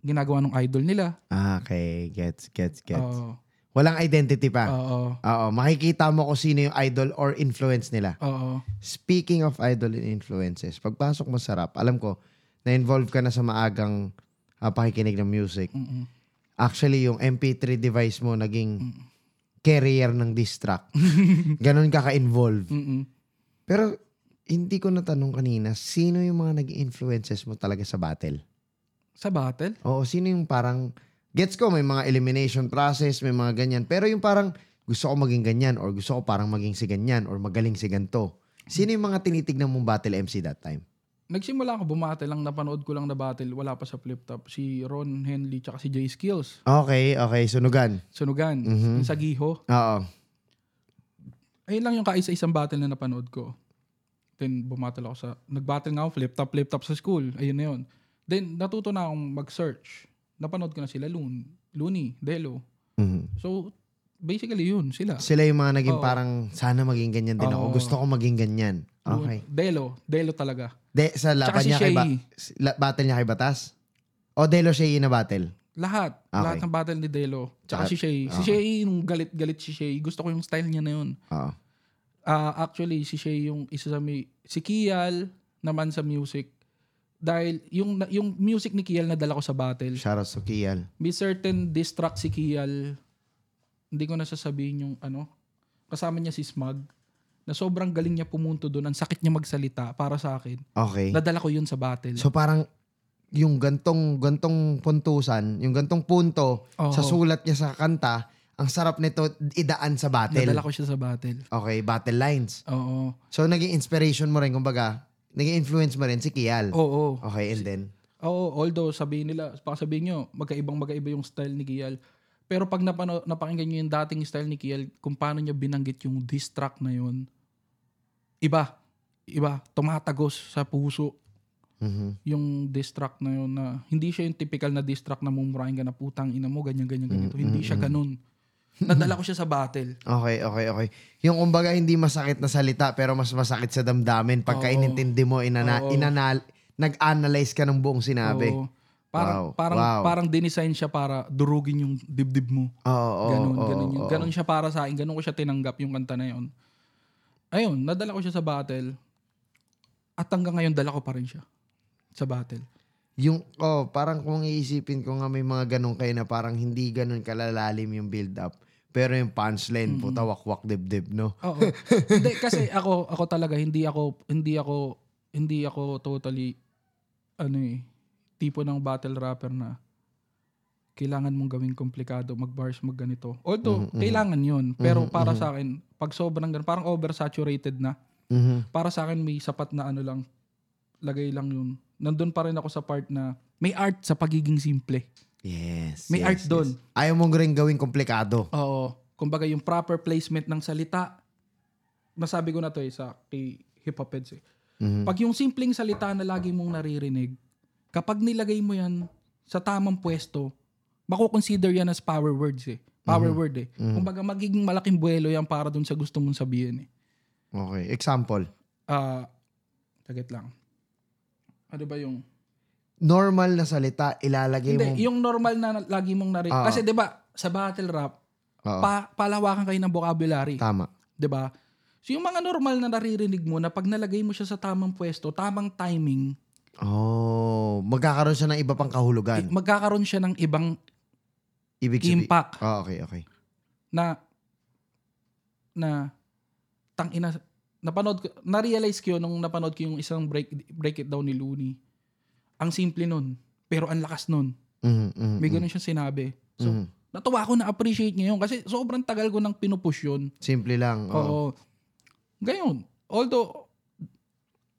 Speaker 2: ginagawa ng idol nila.
Speaker 1: Ah, okay. Gets, gets, Ah. gets.
Speaker 2: Oo.
Speaker 1: Walang identity pa.
Speaker 2: Oo.
Speaker 1: Oo. Makikita mo kung sino yung idol or influence nila.
Speaker 2: Oo.
Speaker 1: Speaking of idol and influences, pagpasok mo sa rap, alam ko, na-involve ka na sa maagang ah, pakikinig ng music.
Speaker 2: Mm-mm.
Speaker 1: Actually, yung MP3 device mo naging carrier ng diss track. Ganon ka ka-involve.
Speaker 2: Mm-mm.
Speaker 1: Pero hindi ko natanong kanina, sino yung mga naging influences mo talaga sa battle?
Speaker 2: Sa battle?
Speaker 1: Oo, sino yung parang, gets ko, may mga elimination process, may mga ganyan. Pero yung parang, gusto ko maging ganyan or gusto ko parang maging si ganyan or magaling si ganto. Sino yung mga tinitignan mong battle MC that time?
Speaker 2: Nagsimula ako, bumate lang, napanood ko lang na battle, wala pa sa flip top. Si Ron Henley tsaka si Jay Skills.
Speaker 1: Okay, okay, sunugan.
Speaker 2: Sunugan,
Speaker 1: Mhm.
Speaker 2: yung sa Giho.
Speaker 1: Oo.
Speaker 2: Ayun lang yung kaisa-isang battle na napanood ko. Then bumattle ako sa, nagbattle nga ako, flip top, flip top sa school. Ayun na yun. Then natuto na akong mag-search. Napanood ko na sila, Loon, Looney, Delo.
Speaker 1: Mhm.
Speaker 2: So, basically yun, sila.
Speaker 1: Sila yung mga naging
Speaker 2: Oo.
Speaker 1: parang, sana maging ganyan din ako.
Speaker 2: Oo.
Speaker 1: Gusto ko maging ganyan.
Speaker 2: Loon-
Speaker 1: Okay.
Speaker 2: Delo, Delo talaga.
Speaker 1: De, sa
Speaker 2: Tsaka
Speaker 1: laban
Speaker 2: si E.
Speaker 1: niya kay ba-
Speaker 2: Shay.
Speaker 1: s- la- battle niya kay Batas? O Delo Shay E na battle?
Speaker 2: Lahat.
Speaker 1: Okay.
Speaker 2: Lahat ng battle ni Delo. Tsaka
Speaker 1: Tsaka-
Speaker 2: si Shay.
Speaker 1: okay.
Speaker 2: Si Shay, nung galit-galit si Shay, gusto ko yung style niya na yun.
Speaker 1: Oo.
Speaker 2: Ah, actually, si Shay yung isa sa mi- si Kial naman sa music. Dahil yung yung music ni Kial na dala ko sa battle,
Speaker 1: Shoutouts to Kial.
Speaker 2: may certain diss track si Kial. Hindi ko na sasabihin yung ano. Kasama niya si Smug na sobrang galing niya pumunto doon. Ang sakit niya magsalita para sa akin.
Speaker 1: Okay.
Speaker 2: Nadala ko yun sa battle.
Speaker 1: So parang yung gantong gantong puntusan, yung gantong punto
Speaker 2: Oo.
Speaker 1: sa sulat niya sa kanta, ang sarap nito idaan sa battle.
Speaker 2: Nadala ko siya sa battle.
Speaker 1: Okay, battle lines.
Speaker 2: Oo.
Speaker 1: So naging inspiration mo rin kumbaga, naging influence mo rin si Kial.
Speaker 2: Oo.
Speaker 1: Okay, and then
Speaker 2: Oo, although sabihin nila, baka sabihin nyo, magkaibang magkaiba yung style ni Kiel. Pero pag napano, napakinggan nyo yung dating style ni Kiel, kung paano niya binanggit yung diss track na yun, iba, iba, tumatagos sa puso
Speaker 1: Mhm.
Speaker 2: yung diss track na yun na hindi siya yung typical na diss track na mumurahin ka na putang ina mo, ganyan, ganyan, ganito.
Speaker 1: Mm,
Speaker 2: Hindi siya ganun. Nadala ko siya sa battle.
Speaker 1: Okay, okay, okay. Yung kumbaga hindi masakit na salita pero mas masakit sa damdamin pagka
Speaker 2: Oo.
Speaker 1: inintindi mo inana,
Speaker 2: Oo.
Speaker 1: inanal nag-analyze ka ng buong sinabi. Oo,
Speaker 2: Oo. parang
Speaker 1: Wow,
Speaker 2: parang
Speaker 1: wow.
Speaker 2: parang dinisign siya para durugin yung dibdib mo.
Speaker 1: oo,
Speaker 2: Ganun,
Speaker 1: oo,
Speaker 2: ganun, yun.
Speaker 1: oo.
Speaker 2: ganun siya para sa akin. Ganun ko siya tinanggap yung kanta na yun. Ayun, nadala ko siya sa battle. At hanggang ngayon, dala ko pa rin siya sa battle.
Speaker 1: Yung, oh, parang kung iisipin ko nga may mga ganun kayo na parang hindi ganun kalalalim yung build-up. Pero yung punchline, puta, wakwak dibdib, no?
Speaker 2: Oo. hindi, kasi ako, ako talaga, hindi ako, hindi ako, hindi ako totally, ano eh, tipo ng battle rapper na kailangan mong gawing komplikado, mag-bars, mag-ganito. Although,
Speaker 1: Mm-hmm.
Speaker 2: kailangan yun. Pero para sa akin, pag sobrang ganun, parang oversaturated na.
Speaker 1: Mhm.
Speaker 2: para sa akin may sapat na ano lang lagay lang yun. Nandun pa rin ako sa part na may art sa pagiging simple.
Speaker 1: Yes.
Speaker 2: May
Speaker 1: yes,
Speaker 2: art doon.
Speaker 1: yes. Ayaw mong rin gawing komplikado.
Speaker 2: Oo. Kumbaga yung proper placement ng salita. Masabi ko na to eh sa kay Hip Hop Heads eh.
Speaker 1: Mhm.
Speaker 2: Pag yung simpleng salita na lagi mong naririnig, kapag nilagay mo yan sa tamang pwesto, mako-consider yan as power words eh. Power word eh.
Speaker 1: Hmm. Mm-hmm.
Speaker 2: Kumbaga magiging malaking buwelo yan para dun sa gusto mong sabihin eh.
Speaker 1: Okay. Example.
Speaker 2: Ah, saglit lang. Ano ba yung
Speaker 1: Normal na salita, ilalagay
Speaker 2: Hindi,
Speaker 1: mo.
Speaker 2: yung normal na lagi mong narinig.
Speaker 1: Oo.
Speaker 2: Kasi 'di ba, sa battle rap,
Speaker 1: Oo.
Speaker 2: pa- palawakan kayo ng vocabulary,
Speaker 1: Tama.
Speaker 2: 'di ba? So yung mga normal na naririnig mo na pag nalagay mo siya sa tamang pwesto, tamang timing,
Speaker 1: Oh, magkakaroon siya ng iba pang kahulugan.
Speaker 2: magkakaroon siya ng ibang
Speaker 1: Ibig sabihin.
Speaker 2: impact
Speaker 1: Oh, okay, okay.
Speaker 2: na na tang ina napanood ko, na-realize ko yun nung napanood ko yung isang break break it down ni Looney. Ang simple nun, pero ang lakas nun.
Speaker 1: Mhm, mhm,
Speaker 2: May
Speaker 1: mhm,
Speaker 2: ganun siyang sinabi. So,
Speaker 1: mhm.
Speaker 2: natuwa ako na appreciate niya yun kasi sobrang tagal ko nang pinupush yun.
Speaker 1: Simple lang. oh. Oo.
Speaker 2: Oo. Gayon. Although,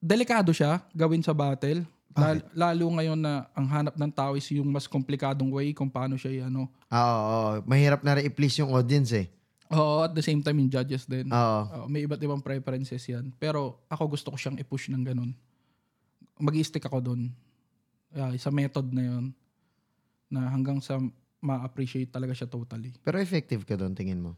Speaker 2: delikado siya gawin sa battle. Lal- Lalo, ngayon na ang hanap ng tao is yung mas komplikadong way kung paano siya ano. i-ano.
Speaker 1: Ah, Oo, oo. Mahirap na re-please yung audience eh.
Speaker 2: Oo, at the same time yung judges din.
Speaker 1: Oo.
Speaker 2: Oo, may iba't ibang preferences yan. Pero ako gusto ko siyang i-push ng ganun. mag stick ako doon. sa method na yun. Na hanggang sa ma-appreciate talaga siya totally.
Speaker 1: Pero effective ka doon, tingin mo.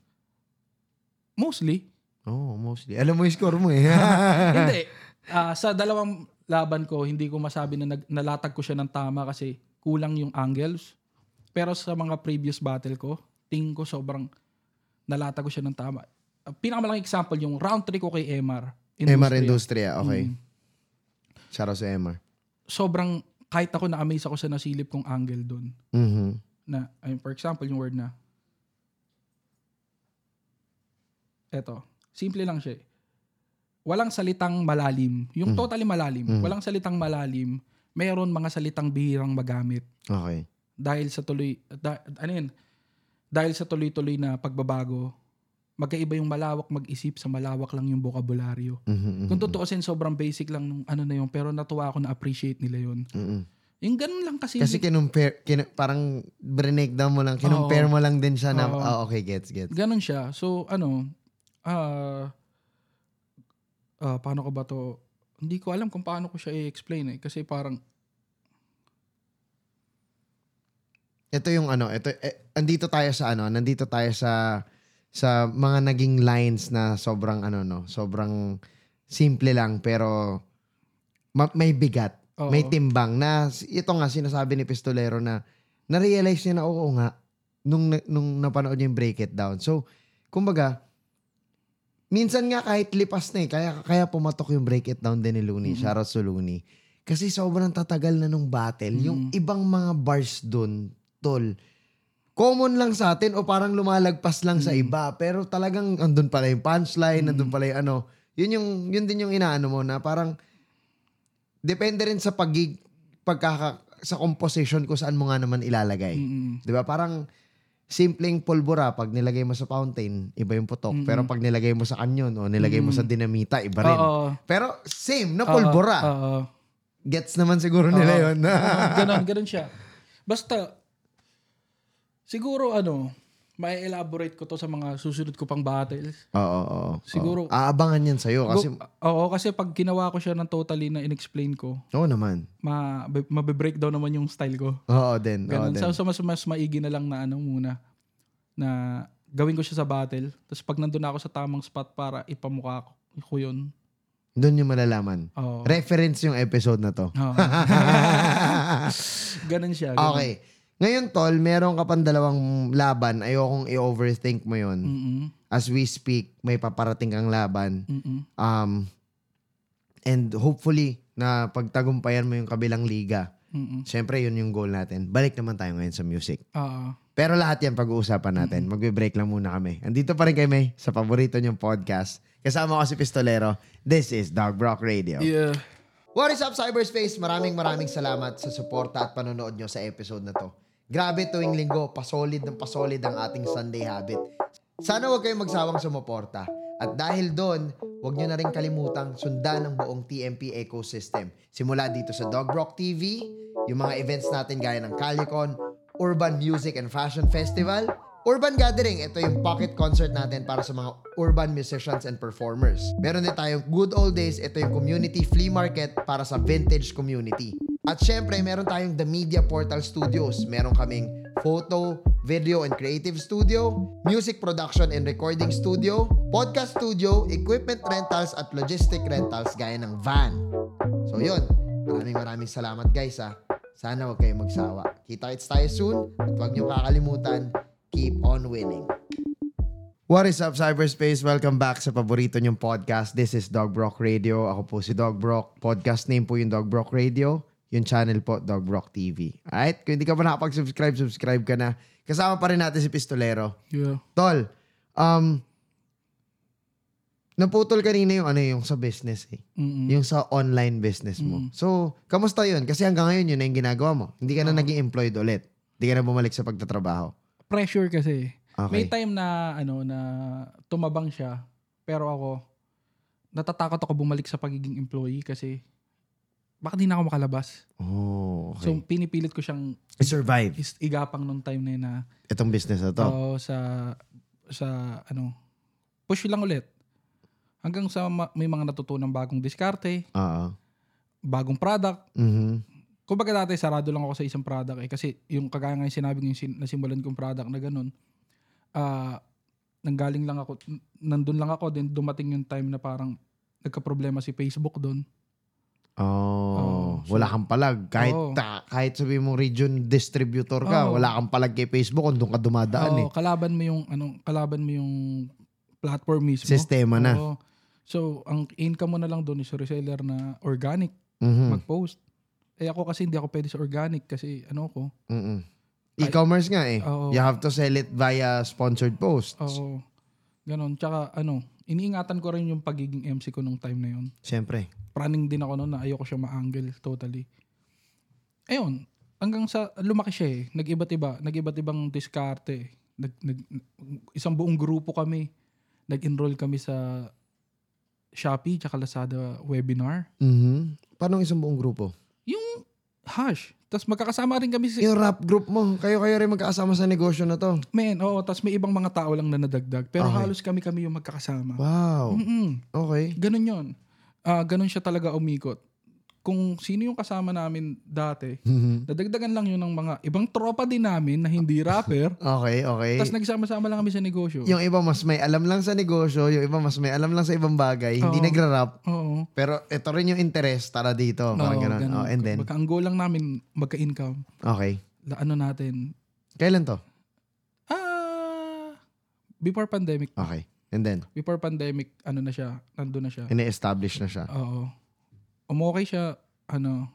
Speaker 2: Mostly,
Speaker 1: Oo, oh, mostly. Alam mo yung score mo eh.
Speaker 2: hindi. Ah, sa dalawang laban ko, hindi ko masabi na nag, nalatag ko siya ng tama kasi kulang yung angles. Pero sa mga previous battle ko, tingin ko sobrang nalatag ko siya ng tama. Uh, pinakamalaking example yung round 3 ko kay MR.
Speaker 1: Emar
Speaker 2: Industria.
Speaker 1: Industria, okay.
Speaker 2: Mm.
Speaker 1: Shout out sa Emar.
Speaker 2: Sobrang kahit ako na-amaze ako sa nasilip kong angle doon. Mm-hmm.
Speaker 1: Mhm.
Speaker 2: Na, ayun, for example, yung word na eto, simple lang siya eh. Walang salitang malalim. Yung totally malalim.
Speaker 1: Mm.
Speaker 2: Walang salitang malalim. mayroon mga salitang bihirang magamit
Speaker 1: Okay.
Speaker 2: dahil sa tuloy da, ano yun? dahil sa tuloy-tuloy na pagbabago magkaiba yung malawak mag-isip sa malawak lang yung bokabularyo.
Speaker 1: Mhm, mhm,
Speaker 2: Kung tutuusin, sobrang basic lang nung ano na yun. Pero natuwa ako na appreciate nila yun.
Speaker 1: mhm.
Speaker 2: Yung ganun lang kasi.
Speaker 1: Kasi kinumpare, kinu- parang breakdown mo lang, kinumpare mo lang din siya na,
Speaker 2: Oo.
Speaker 1: ah, okay, gets, gets.
Speaker 2: ganun siya. So, ano, ah, ah, paano ko ba to? Hindi ko alam kung paano ko siya i-explain eh. Kasi parang,
Speaker 1: Ito yung ano, ito, eh, andito tayo sa ano, nandito tayo sa, sa mga naging lines na sobrang ano, no, sobrang simple lang, pero ma- may bigat,
Speaker 2: oo.
Speaker 1: may timbang na, ito nga sinasabi ni Pistolero na, na-realize niya na oo nga, nung, na- nung napanood niya yung break it down. So, kumbaga, minsan nga kahit lipas na eh, kaya, kaya pumatok yung break it down din ni Looney,
Speaker 2: Mhm.
Speaker 1: shout out sa Looney. Kasi sobrang tatagal na nung battle. Yung
Speaker 2: Mhm.
Speaker 1: ibang mga bars dun, tol, common lang sa atin o parang lumalagpas lang sa
Speaker 2: Mhm.
Speaker 1: iba. Pero talagang andun pala yung punchline,
Speaker 2: Mhm.
Speaker 1: andun pala yung ano. Yun, yung, yun din yung inaano mo na parang depende rin sa pagig, pagkaka, sa composition ko saan mo nga naman ilalagay.
Speaker 2: Mm-mm.
Speaker 1: 'Di ba? Parang simpleng pulbura pag nilagay mo sa fountain, iba yung putok.
Speaker 2: Mm-mm. Mm.
Speaker 1: Pero pag nilagay mo sa kanyon o nilagay mo sa dinamita, iba rin.
Speaker 2: Oo.
Speaker 1: Pero same na
Speaker 2: Oo,
Speaker 1: pulbura.
Speaker 2: Oo.
Speaker 1: Gets naman siguro nila
Speaker 2: Oo.
Speaker 1: 'yon.
Speaker 2: Ah, ganun, ganun siya. Basta, siguro ano, may elaborate ko to sa mga susunod ko pang battles.
Speaker 1: Oo, oo, oo.
Speaker 2: Siguro-
Speaker 1: aabangan 'yan sa kasi
Speaker 2: Go- oo, kasi pag ginawa ko siya ng totally na inexplain ko,
Speaker 1: oo naman.
Speaker 2: ma mabe-breakdown naman yung style ko.
Speaker 1: Oo din, oo
Speaker 2: Ganun.
Speaker 1: din.
Speaker 2: So, so mas, mas maigi na lang na ano muna na gawin ko siya sa battle. Tapos pag nandun ako sa tamang spot para ipamukha ko, ko yun.
Speaker 1: Doon yung malalaman.
Speaker 2: Oo.
Speaker 1: Reference yung episode na to.
Speaker 2: Oo. ganun siya. ganun.
Speaker 1: okay. Ngayon, Tol, meron ka pang dalawang laban. Ayokong i-overthink mo yon.
Speaker 2: Mm-mm.
Speaker 1: As we speak, may paparating kang laban.
Speaker 2: Mm-mm.
Speaker 1: Um, and hopefully, na pagtagumpayan mo yung kabilang liga.
Speaker 2: Mm-mm.
Speaker 1: Siyempre, yun yung goal natin. Balik naman tayo ngayon sa music.
Speaker 2: Oo.
Speaker 1: Pero lahat yan pag-uusapan natin. Magbe-break lang muna kami. Andito pa rin kami sa paborito niyong podcast. Kasama ko si Pistolero. This is Dog Brock Radio.
Speaker 2: Yeah.
Speaker 1: What is up, cyberspace? Maraming maraming salamat sa suporta at panonood nyo sa episode na to. Grabe tuwing linggo, pasolid ng pasolid ang ating Sunday habit. Sana huwag kayong magsawang sumuporta. At dahil doon, huwag nyo na rin kalimutang sundan ang buong TMP ecosystem. Simula dito sa Dog Rock TV, yung mga events natin gaya ng Calicon, Urban Music and Fashion Festival, Urban Gathering, ito yung pocket concert natin para sa mga urban musicians and performers. Meron din tayong Good Old Days, ito yung community flea market para sa vintage community. At syempre, meron tayong The Media Portal Studios. Meron kaming photo, video and creative studio, music production and recording studio, podcast studio, equipment rentals at logistic rentals gaya ng van. So yun, maraming maraming salamat guys ha. Sana huwag kayong magsawa. Kita-kits tayo soon at huwag niyo kakalimutan, keep on winning. What is up, cyberspace? Welcome back sa paborito niyong podcast. This is Dog Brock Radio. Ako po si Dog Brock. Podcast name po yung Dog Brock Radio. Yung channel po, Dog Brock TV. Alright? Kung hindi ka pa nakapag-subscribe, subscribe ka na. Kasama pa rin natin si Pistolero.
Speaker 2: Yeah.
Speaker 1: Tol, um, naputol kanina yung ano yung sa business eh.
Speaker 2: Mm-mm.
Speaker 1: Yung sa online business mo.
Speaker 2: Mm.
Speaker 1: So, kamusta yun? Kasi hanggang ngayon yun na yung ginagawa mo. Hindi ka na naging employed ulit. Hindi ka na bumalik sa pagtatrabaho.
Speaker 2: Pressure kasi. May
Speaker 1: Okay.
Speaker 2: time na ano na tumabang siya pero ako natatakot ako bumalik sa pagiging employee kasi baka di na ako makalabas.
Speaker 1: Oh,
Speaker 2: So
Speaker 1: okay.
Speaker 2: pinipilit ko siyang
Speaker 1: survive.
Speaker 2: is- igapang nung time na yun na
Speaker 1: Itong business na to.
Speaker 2: oo, sa sa ano push lang ulit. Hanggang sa ma- may mga natutunang bagong diskarte,
Speaker 1: Oo.
Speaker 2: bagong product.
Speaker 1: Mhm.
Speaker 2: Kumbaga dati sarado lang ako sa isang product eh kasi yung kagaya nga yung sinabi ko yung sin- nasimulan kong product na ganun. Ah, nanggaling lang ako n- nandun lang ako then dumating yung time na parang nagka-problema si Facebook doon.
Speaker 1: Oh,
Speaker 2: Oo, so-
Speaker 1: wala kang palag. Kahit,
Speaker 2: Oo.
Speaker 1: ta- kahit sabi mo region distributor ka,
Speaker 2: Oo.
Speaker 1: wala kang palag kay Facebook kung doon ka dumadaan eh.
Speaker 2: Oo, kalaban mo yung ano, kalaban mo yung platform mismo.
Speaker 1: Sistema na.
Speaker 2: Oo. So, ang income mo na lang doon is reseller na organic,
Speaker 1: Mhm.
Speaker 2: mag-post. Eh ako kasi hindi ako pwede sa organic kasi ano ko.
Speaker 1: Mm-mm. E-commerce nga eh.
Speaker 2: Oo.
Speaker 1: You have to sell it via sponsored posts.
Speaker 2: Oo. Ganon. Tsaka ano, iniingatan ko rin yung pagiging MC ko nung time na yun.
Speaker 1: Siyempre.
Speaker 2: Praning din ako noon na ayoko siya ma-angle totally. ayun, hanggang sa lumaki siya eh. Nag-iba't iba, nag-iba't ibang diskarte. Nag, nag, isang buong grupo kami. Nag-enroll kami sa Shopee tsaka Lazada webinar.
Speaker 1: Mhm. Paano ang isang buong grupo?
Speaker 2: Yung hash. Tapos magkakasama rin kami sa...
Speaker 1: Yung rap group mo, kayo-kayo rin magkakasama sa negosyo na to.
Speaker 2: Men, oo. Tapos may ibang mga tao lang na nadagdag. Pero
Speaker 1: Okay.
Speaker 2: halos kami-kami yung magkakasama.
Speaker 1: Wow.
Speaker 2: Mm-mm.
Speaker 1: Okay.
Speaker 2: Ganun yun. Ah, ganun siya talaga umikot. Kung sino yung kasama namin dati,
Speaker 1: Mhm.
Speaker 2: dadagdagan lang yun ng mga ibang tropa din namin na hindi rapper.
Speaker 1: Okay, okay.
Speaker 2: Tapos nagsama-sama lang kami sa negosyo.
Speaker 1: yung iba mas may alam lang sa negosyo, yung iba mas may alam lang sa ibang bagay, hindi
Speaker 2: Oo.
Speaker 1: nagra-rap.
Speaker 2: Oo.
Speaker 1: Pero ito rin yung interest, tara dito. Parang
Speaker 2: Oo,
Speaker 1: ganun.
Speaker 2: ganun.
Speaker 1: Oh, and then,
Speaker 2: Kumbaga, ang goal lang namin magka-income.
Speaker 1: okay.
Speaker 2: La- Ano natin?
Speaker 1: Kailan to?
Speaker 2: Ah, before pandemic.
Speaker 1: Okay. And then,
Speaker 2: Before pandemic, ano na siya? Nandun na siya.
Speaker 1: ine-establish na siya.
Speaker 2: Oo. Umokay siya, ano,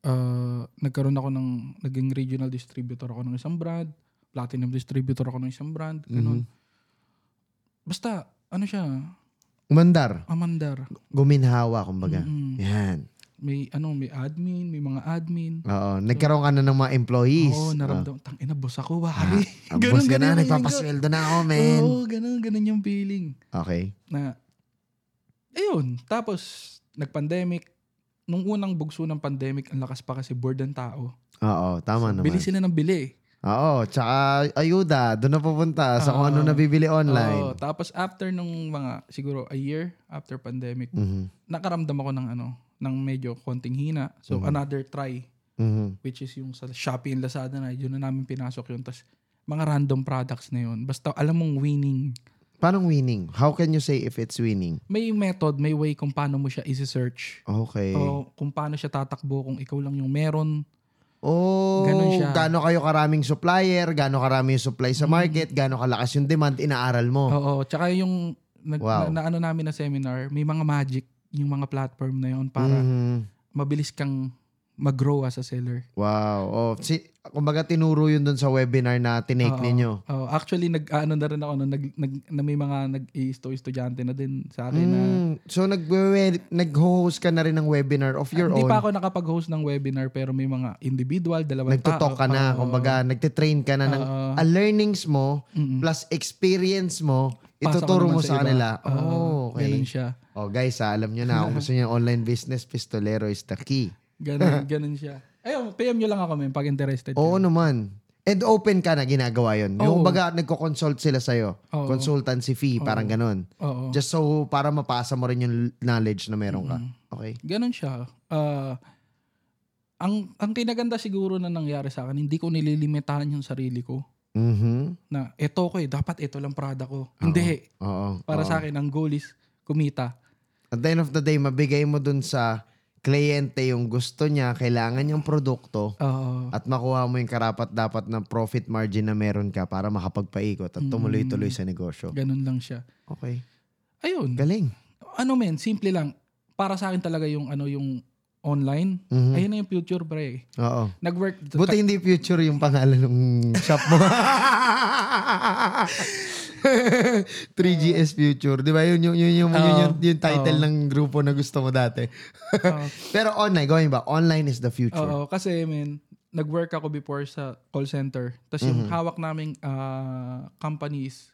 Speaker 2: ah, nagkaroon ako ng, naging regional distributor ako ng isang brand, platinum distributor ako ng isang brand,
Speaker 1: Mhm.
Speaker 2: ganun. Basta, ano siya,
Speaker 1: Umandar.
Speaker 2: amandar.
Speaker 1: Guminhawa, kumbaga.
Speaker 2: Mm-mm.
Speaker 1: Yan.
Speaker 2: May, ano, may admin, may mga admin.
Speaker 1: Oo. Nagkaroon ka na ng mga employees. Oo.
Speaker 2: Oo, naramdam. Tang ina, boss ako, wari.
Speaker 1: Ah, boss ka
Speaker 2: ang
Speaker 1: na,
Speaker 2: feeling
Speaker 1: nagpapasweldo na ako,
Speaker 2: ko.
Speaker 1: man.
Speaker 2: Oo, ganun, ganun yung feeling.
Speaker 1: Okay.
Speaker 2: Na, ayun, tapos, nag-pandemic, nung unang bugso ng pandemic, ang lakas pa kasi bored ang tao.
Speaker 1: Oo, tama naman.
Speaker 2: Bili sila ng bili.
Speaker 1: Oo, tsaka ayuda, doon na pupunta sa kung ano
Speaker 2: Oo.
Speaker 1: nabibili
Speaker 2: Oo,
Speaker 1: online.
Speaker 2: tapos after nung mga siguro a year after pandemic,
Speaker 1: Mhm.
Speaker 2: nakaramdam ako ng ano, ng medyo konting hina. So
Speaker 1: Mhm.
Speaker 2: another try
Speaker 1: Mhm.
Speaker 2: which is yung sa Shopee and Lazada na yun na namin pinasok yun. Tapos mga random products na yun. Basta alam mong winning.
Speaker 1: Paano winning? How can you say if it's winning?
Speaker 2: May method, may way kung paano mo siya isi-search.
Speaker 1: Okay. Oh,
Speaker 2: O kung paano siya tatakbo kung ikaw lang yung meron. ganun
Speaker 1: ganun
Speaker 2: siya. Mm.
Speaker 1: Gano'n Oh, kayo karaming supplier, gano'n karami yung supply sa market, gano'n kalakas yung demand, inaaral mo.
Speaker 2: Oo, tsaka yung nag,
Speaker 1: Oh. Wow.
Speaker 2: na, na ano namin na seminar, may mga magic yung mga platform na yun para
Speaker 1: Mhm.
Speaker 2: mabilis kang mag-grow as a seller.
Speaker 1: Wow. Oh, si, kumbaga tinuro yun doon sa webinar na tinake
Speaker 2: Oo.
Speaker 1: ninyo.
Speaker 2: Oh, actually nag ano na rin ako no, nag, nag na may mga nag-iisto estudyante na din sa akin na
Speaker 1: Mm, so nagwe- nag-host ka na rin ng webinar of your
Speaker 2: Ah, hindi
Speaker 1: own.
Speaker 2: pa ako nakapag-host ng webinar pero may mga individual, dalawang
Speaker 1: Nagtutok
Speaker 2: tao.
Speaker 1: ka na,
Speaker 2: ah, Oo.
Speaker 1: kumbaga nagtitrain ka na ng
Speaker 2: Oo. Mm.
Speaker 1: ah, learnings mo
Speaker 2: Mm-mm.
Speaker 1: plus experience mo,
Speaker 2: Pasa ko
Speaker 1: ituturo mo
Speaker 2: naman
Speaker 1: sa,
Speaker 2: iba.
Speaker 1: kanila.
Speaker 2: Oo,
Speaker 1: oh, okay.
Speaker 2: Ganun siya.
Speaker 1: Oh guys, ah, alam nyo na, kung gusto nyo yung online business, pistolero is the key.
Speaker 2: Ganun, ganun siya. Ayun, PM nyo lang ako men pag interested.
Speaker 1: Oo
Speaker 2: kayo.
Speaker 1: naman. And open ka na ginagawa yun. Yung
Speaker 2: Oo.
Speaker 1: baga nagko-consult sila sa'yo.
Speaker 2: Oo.
Speaker 1: Consultancy fee, parang ganun.
Speaker 2: Oo.
Speaker 1: Just so para mapasa mo rin yung knowledge na meron ka.
Speaker 2: Mm-hmm.
Speaker 1: Okay.
Speaker 2: Ganun siya. Ah, ang ang kinaganda siguro na nangyari sa akin, hindi ko nililimitahan yung sarili ko
Speaker 1: Mhm.
Speaker 2: na eto ko eh, dapat ito lang Prada ko. Hindi.
Speaker 1: Oo.
Speaker 2: Para
Speaker 1: oo.
Speaker 2: sa akin, ang goal is kumita.
Speaker 1: At the end of the day, mabigay mo dun sa kliyente yung gusto niya, kailangan niyang produkto,
Speaker 2: Oo.
Speaker 1: at makuha mo yung karapat dapat na profit margin na meron ka para makapagpaikot at tumuloy-tuloy
Speaker 2: Mm.
Speaker 1: sa negosyo.
Speaker 2: ganun lang siya.
Speaker 1: Okay.
Speaker 2: Ayun.
Speaker 1: Galing.
Speaker 2: Ano men, simple lang. Para sa akin talaga yung ano yung online.
Speaker 1: Mhm.
Speaker 2: Ayun na yung future pre.
Speaker 1: Oo.
Speaker 2: Nag-work
Speaker 1: Buti hindi future yung pangalan ng shop mo. 3GS Future. Di ba? Yun, yun, yun, yun, yun, yun, yun- yung title ng grupo na gusto mo dati. Pero online, going ba? Online is the future.
Speaker 2: Oo, kasi men, nag-work ako before sa call center. Tapos
Speaker 1: Mm-hmm.
Speaker 2: yung hawak naming ah, company is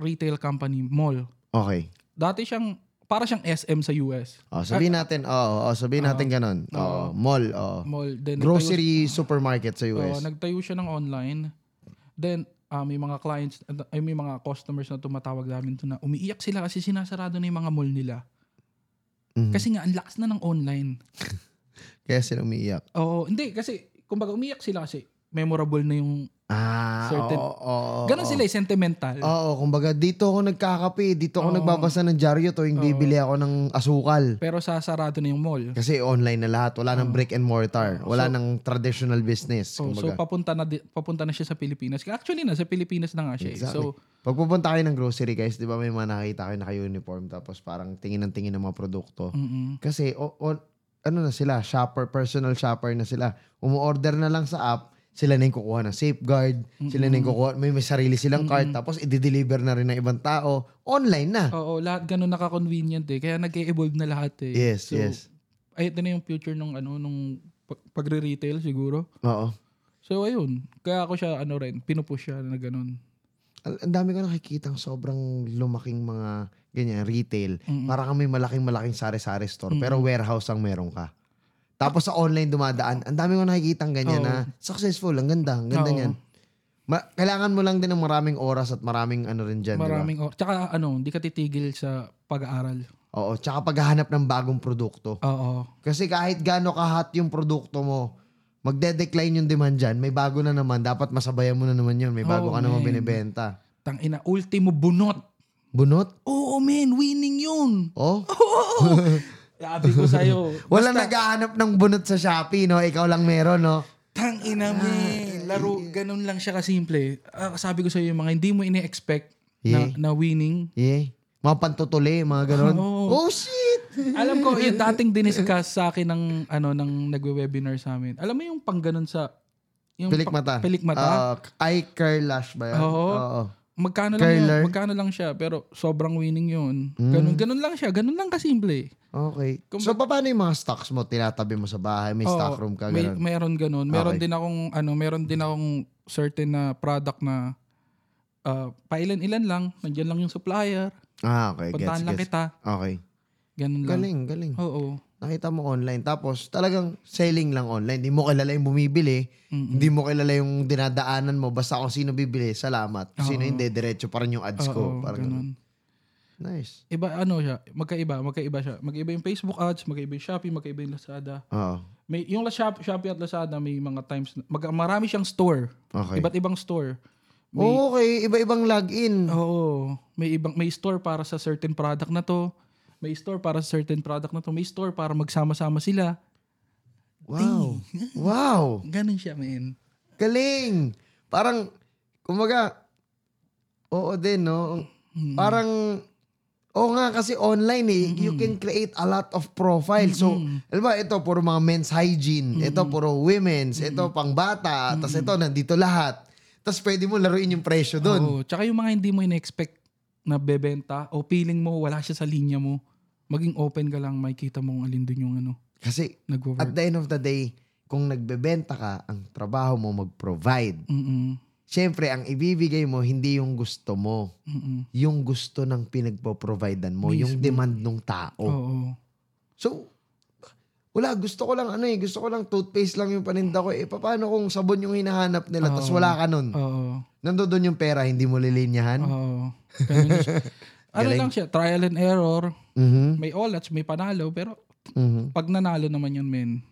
Speaker 2: retail company, mall.
Speaker 1: Okay.
Speaker 2: Dati siyang, para siyang SM sa US.
Speaker 1: Oh, sabihin natin, oo, oh, sabihin natin ganun. Oo, mall, oo.
Speaker 2: Mall. Then,
Speaker 1: Oh. Grocery supermarket sa
Speaker 2: nagtayo, oo,
Speaker 1: US.
Speaker 2: nagtayo siya ng online. Then, ah, may mga clients, ay may mga customers na tumatawag namin to na umiiyak sila kasi sinasarado na yung mga mall nila.
Speaker 1: Mhm.
Speaker 2: Kasi nga, ang lakas na ng online.
Speaker 1: Kaya sila umiiyak.
Speaker 2: Oo, hindi. Kasi, kumbaga, umiiyak sila kasi memorable na yung...
Speaker 1: Ah,
Speaker 2: Certain-
Speaker 1: oo, oo, oo.
Speaker 2: Ganon sila, eh, sentimental.
Speaker 1: Oo, kumbaga dito ako nagkakape, dito ako
Speaker 2: Oo.
Speaker 1: nagbabasa ng dyaryo tuwing bibili ako ng asukal.
Speaker 2: Pero sasarado na yung mall.
Speaker 1: Kasi online na lahat. Wala nang brick and mortar. Wala
Speaker 2: Oh. So-
Speaker 1: nang traditional business.
Speaker 2: Oh, so
Speaker 1: kumbaga.
Speaker 2: papunta na di- papunta na siya sa Pilipinas. Actually na sa Pilipinas na nga siya. eh.
Speaker 1: Exactly.
Speaker 2: So
Speaker 1: Pag pupunta kayo ng grocery, guys, di ba may mga nakakita kayo naka-uniform tapos parang tingin ng tingin ng mga produkto.
Speaker 2: mm
Speaker 1: Kasi, o, o- ano na sila, shopper, personal shopper na sila. Umu-order na lang sa app, sila na yung kukuha ng safeguard, sila na yung kukuha, may, may sarili silang cart, tapos i-deliver na rin ng ibang tao. Online na.
Speaker 2: Oo, lahat ganun naka-convenient eh. Kaya nag-evolve na lahat eh.
Speaker 1: Yes,
Speaker 2: so,
Speaker 1: yes.
Speaker 2: Ay, ito na yung future nung ano nung pag- pagre-retail siguro.
Speaker 1: Oo.
Speaker 2: So ayun, kaya ako siya ano rin, pinupush siya na ganun.
Speaker 1: Al- Ang dami ko nakikitang sobrang lumaking mga ganyan, retail.
Speaker 2: Mm-mm.
Speaker 1: Para kami malaking-malaking sari-sari store.
Speaker 2: Mm.
Speaker 1: Pero warehouse ang meron ka. Tapos sa online dumadaan, ang dami ko nakikitang ganyan
Speaker 2: Oo.
Speaker 1: na successful. Ang ganda. Ang ganda
Speaker 2: Oo.
Speaker 1: niyan. Ma- kailangan mo lang din ng maraming oras at maraming ano rin dyan. di ba?
Speaker 2: Maraming or tsaka ano, hindi ka titigil sa pag-aaral.
Speaker 1: Oo. Tsaka paghahanap ng bagong produkto.
Speaker 2: Oo.
Speaker 1: Kasi kahit gaano kahat yung produkto mo, magde-decline yung demand dyan. May bago na naman. Dapat masabayan mo na naman yun. May bago
Speaker 2: Oo,
Speaker 1: ka naman
Speaker 2: man.
Speaker 1: binibenta.
Speaker 2: Tang ina, ultimo bunot.
Speaker 1: Bunot?
Speaker 2: Oo, men, winning 'yun.
Speaker 1: Oh?
Speaker 2: Sabi ko sa'yo.
Speaker 1: Walang naghahanap ng bunot sa Shopee, no? Ikaw lang meron, no?
Speaker 2: Tang ina
Speaker 1: Ah,
Speaker 2: men. Laro, ganun lang siya kasimple. Ah, sabi ko sa'yo yung mga hindi mo ini-expect na,
Speaker 1: Yeah.
Speaker 2: na winning.
Speaker 1: Yeah. Mga pantutuli, mga ganon.
Speaker 2: Oo.
Speaker 1: Oh, shit!
Speaker 2: Alam ko, yung dating diniscuss sa akin ng, ano, ng nagwe-webinar sa amin. Alam mo yung pang ganun sa... Yung
Speaker 1: Pilik
Speaker 2: pa-
Speaker 1: mata.
Speaker 2: Pilik mata.
Speaker 1: Ah, eye curlash ba yan?
Speaker 2: Oo. magkano lang
Speaker 1: curler. Hmm.
Speaker 2: yun? Magkano lang siya? Pero sobrang winning yun. Ganun, ganun lang siya. Ganun lang kasimple.
Speaker 1: Okay.
Speaker 2: Kung-
Speaker 1: so, paano yung mga stocks mo? Tinatabi mo sa bahay? May
Speaker 2: Oo,
Speaker 1: stock room ka?
Speaker 2: May,
Speaker 1: Ganon.
Speaker 2: meron ganun. Meron
Speaker 1: Okay.
Speaker 2: din akong ano, meron din akong certain na product na uh, pailan-ilan lang, nandiyan lang yung supplier,
Speaker 1: ah, okay. Gets,
Speaker 2: puntahan lang
Speaker 1: gets.
Speaker 2: kita,
Speaker 1: Okay.
Speaker 2: ganun lang.
Speaker 1: Galing, galing.
Speaker 2: Oo.
Speaker 1: Nakita mo online. Tapos, talagang selling lang online. Hindi mo kilala yung bumibili.
Speaker 2: Mm-mm.
Speaker 1: Hindi mo kilala yung dinadaanan mo. Basta kung sino bibili, salamat. Kung sino
Speaker 2: Oo.
Speaker 1: hindi, diretso pa rin yung ads ko.
Speaker 2: Oo,
Speaker 1: Parang ganun.
Speaker 2: ganun.
Speaker 1: Nice.
Speaker 2: Iba ano siya, magkaiba, magkaiba siya. Magkaiba yung Facebook ads, magkaiba yung Shopee, magkaiba yung Lazada.
Speaker 1: Oo.
Speaker 2: May yung La- Shop, Shopee at Lazada may mga times na- mag, marami siyang store.
Speaker 1: Okay.
Speaker 2: Iba't ibang store. May, Oh,
Speaker 1: Oo, okay. Iba-ibang login.
Speaker 2: Oo. May ibang may store para sa certain product na to. May store para sa certain product na to. May store para magsama-sama sila.
Speaker 1: Wow. wow.
Speaker 2: Ganun siya, man.
Speaker 1: Galing. Parang, kumaga, oo din, no?
Speaker 2: Mm.
Speaker 1: Parang, oo nga, kasi online eh, you can create a lot of profile. So,
Speaker 2: Hmm.
Speaker 1: alam ba, ito puro mga men's hygiene, ito puro women's, ito pang bata, tas ito nandito lahat. Tapos pwede mo laruin yung presyo doon.
Speaker 2: Oo. Tsaka yung mga hindi mo in-expect na bebenta o feeling mo wala siya sa linya mo, maging open ka lang, makikita mong alin dun yung ano,
Speaker 1: Kasi, at
Speaker 2: nagwo-work.
Speaker 1: the end of the day, kung nagbebenta ka, ang trabaho mo mag-provide.
Speaker 2: Mm-mm.
Speaker 1: Siyempre, ang ibibigay mo, hindi yung gusto mo.
Speaker 2: Mm-mm.
Speaker 1: yung gusto ng pinagpo-providean mo,
Speaker 2: Mismo.
Speaker 1: yung demand ng tao.
Speaker 2: Oo.
Speaker 1: So, wala, gusto ko lang ano eh, gusto ko lang toothpaste lang yung paninda ko. Eh, paano kung sabon yung hinahanap nila, tas
Speaker 2: Oo.
Speaker 1: wala ka nun?
Speaker 2: Oo.
Speaker 1: Nandoon yung pera, hindi mo lilinyahan?
Speaker 2: Oo. Ganun siya. ano
Speaker 1: Ano? Galing.
Speaker 2: lang siya, trial and error.
Speaker 1: Mhm,
Speaker 2: May olats, may panalo, pero
Speaker 1: mhm.
Speaker 2: pag nanalo naman yun, men,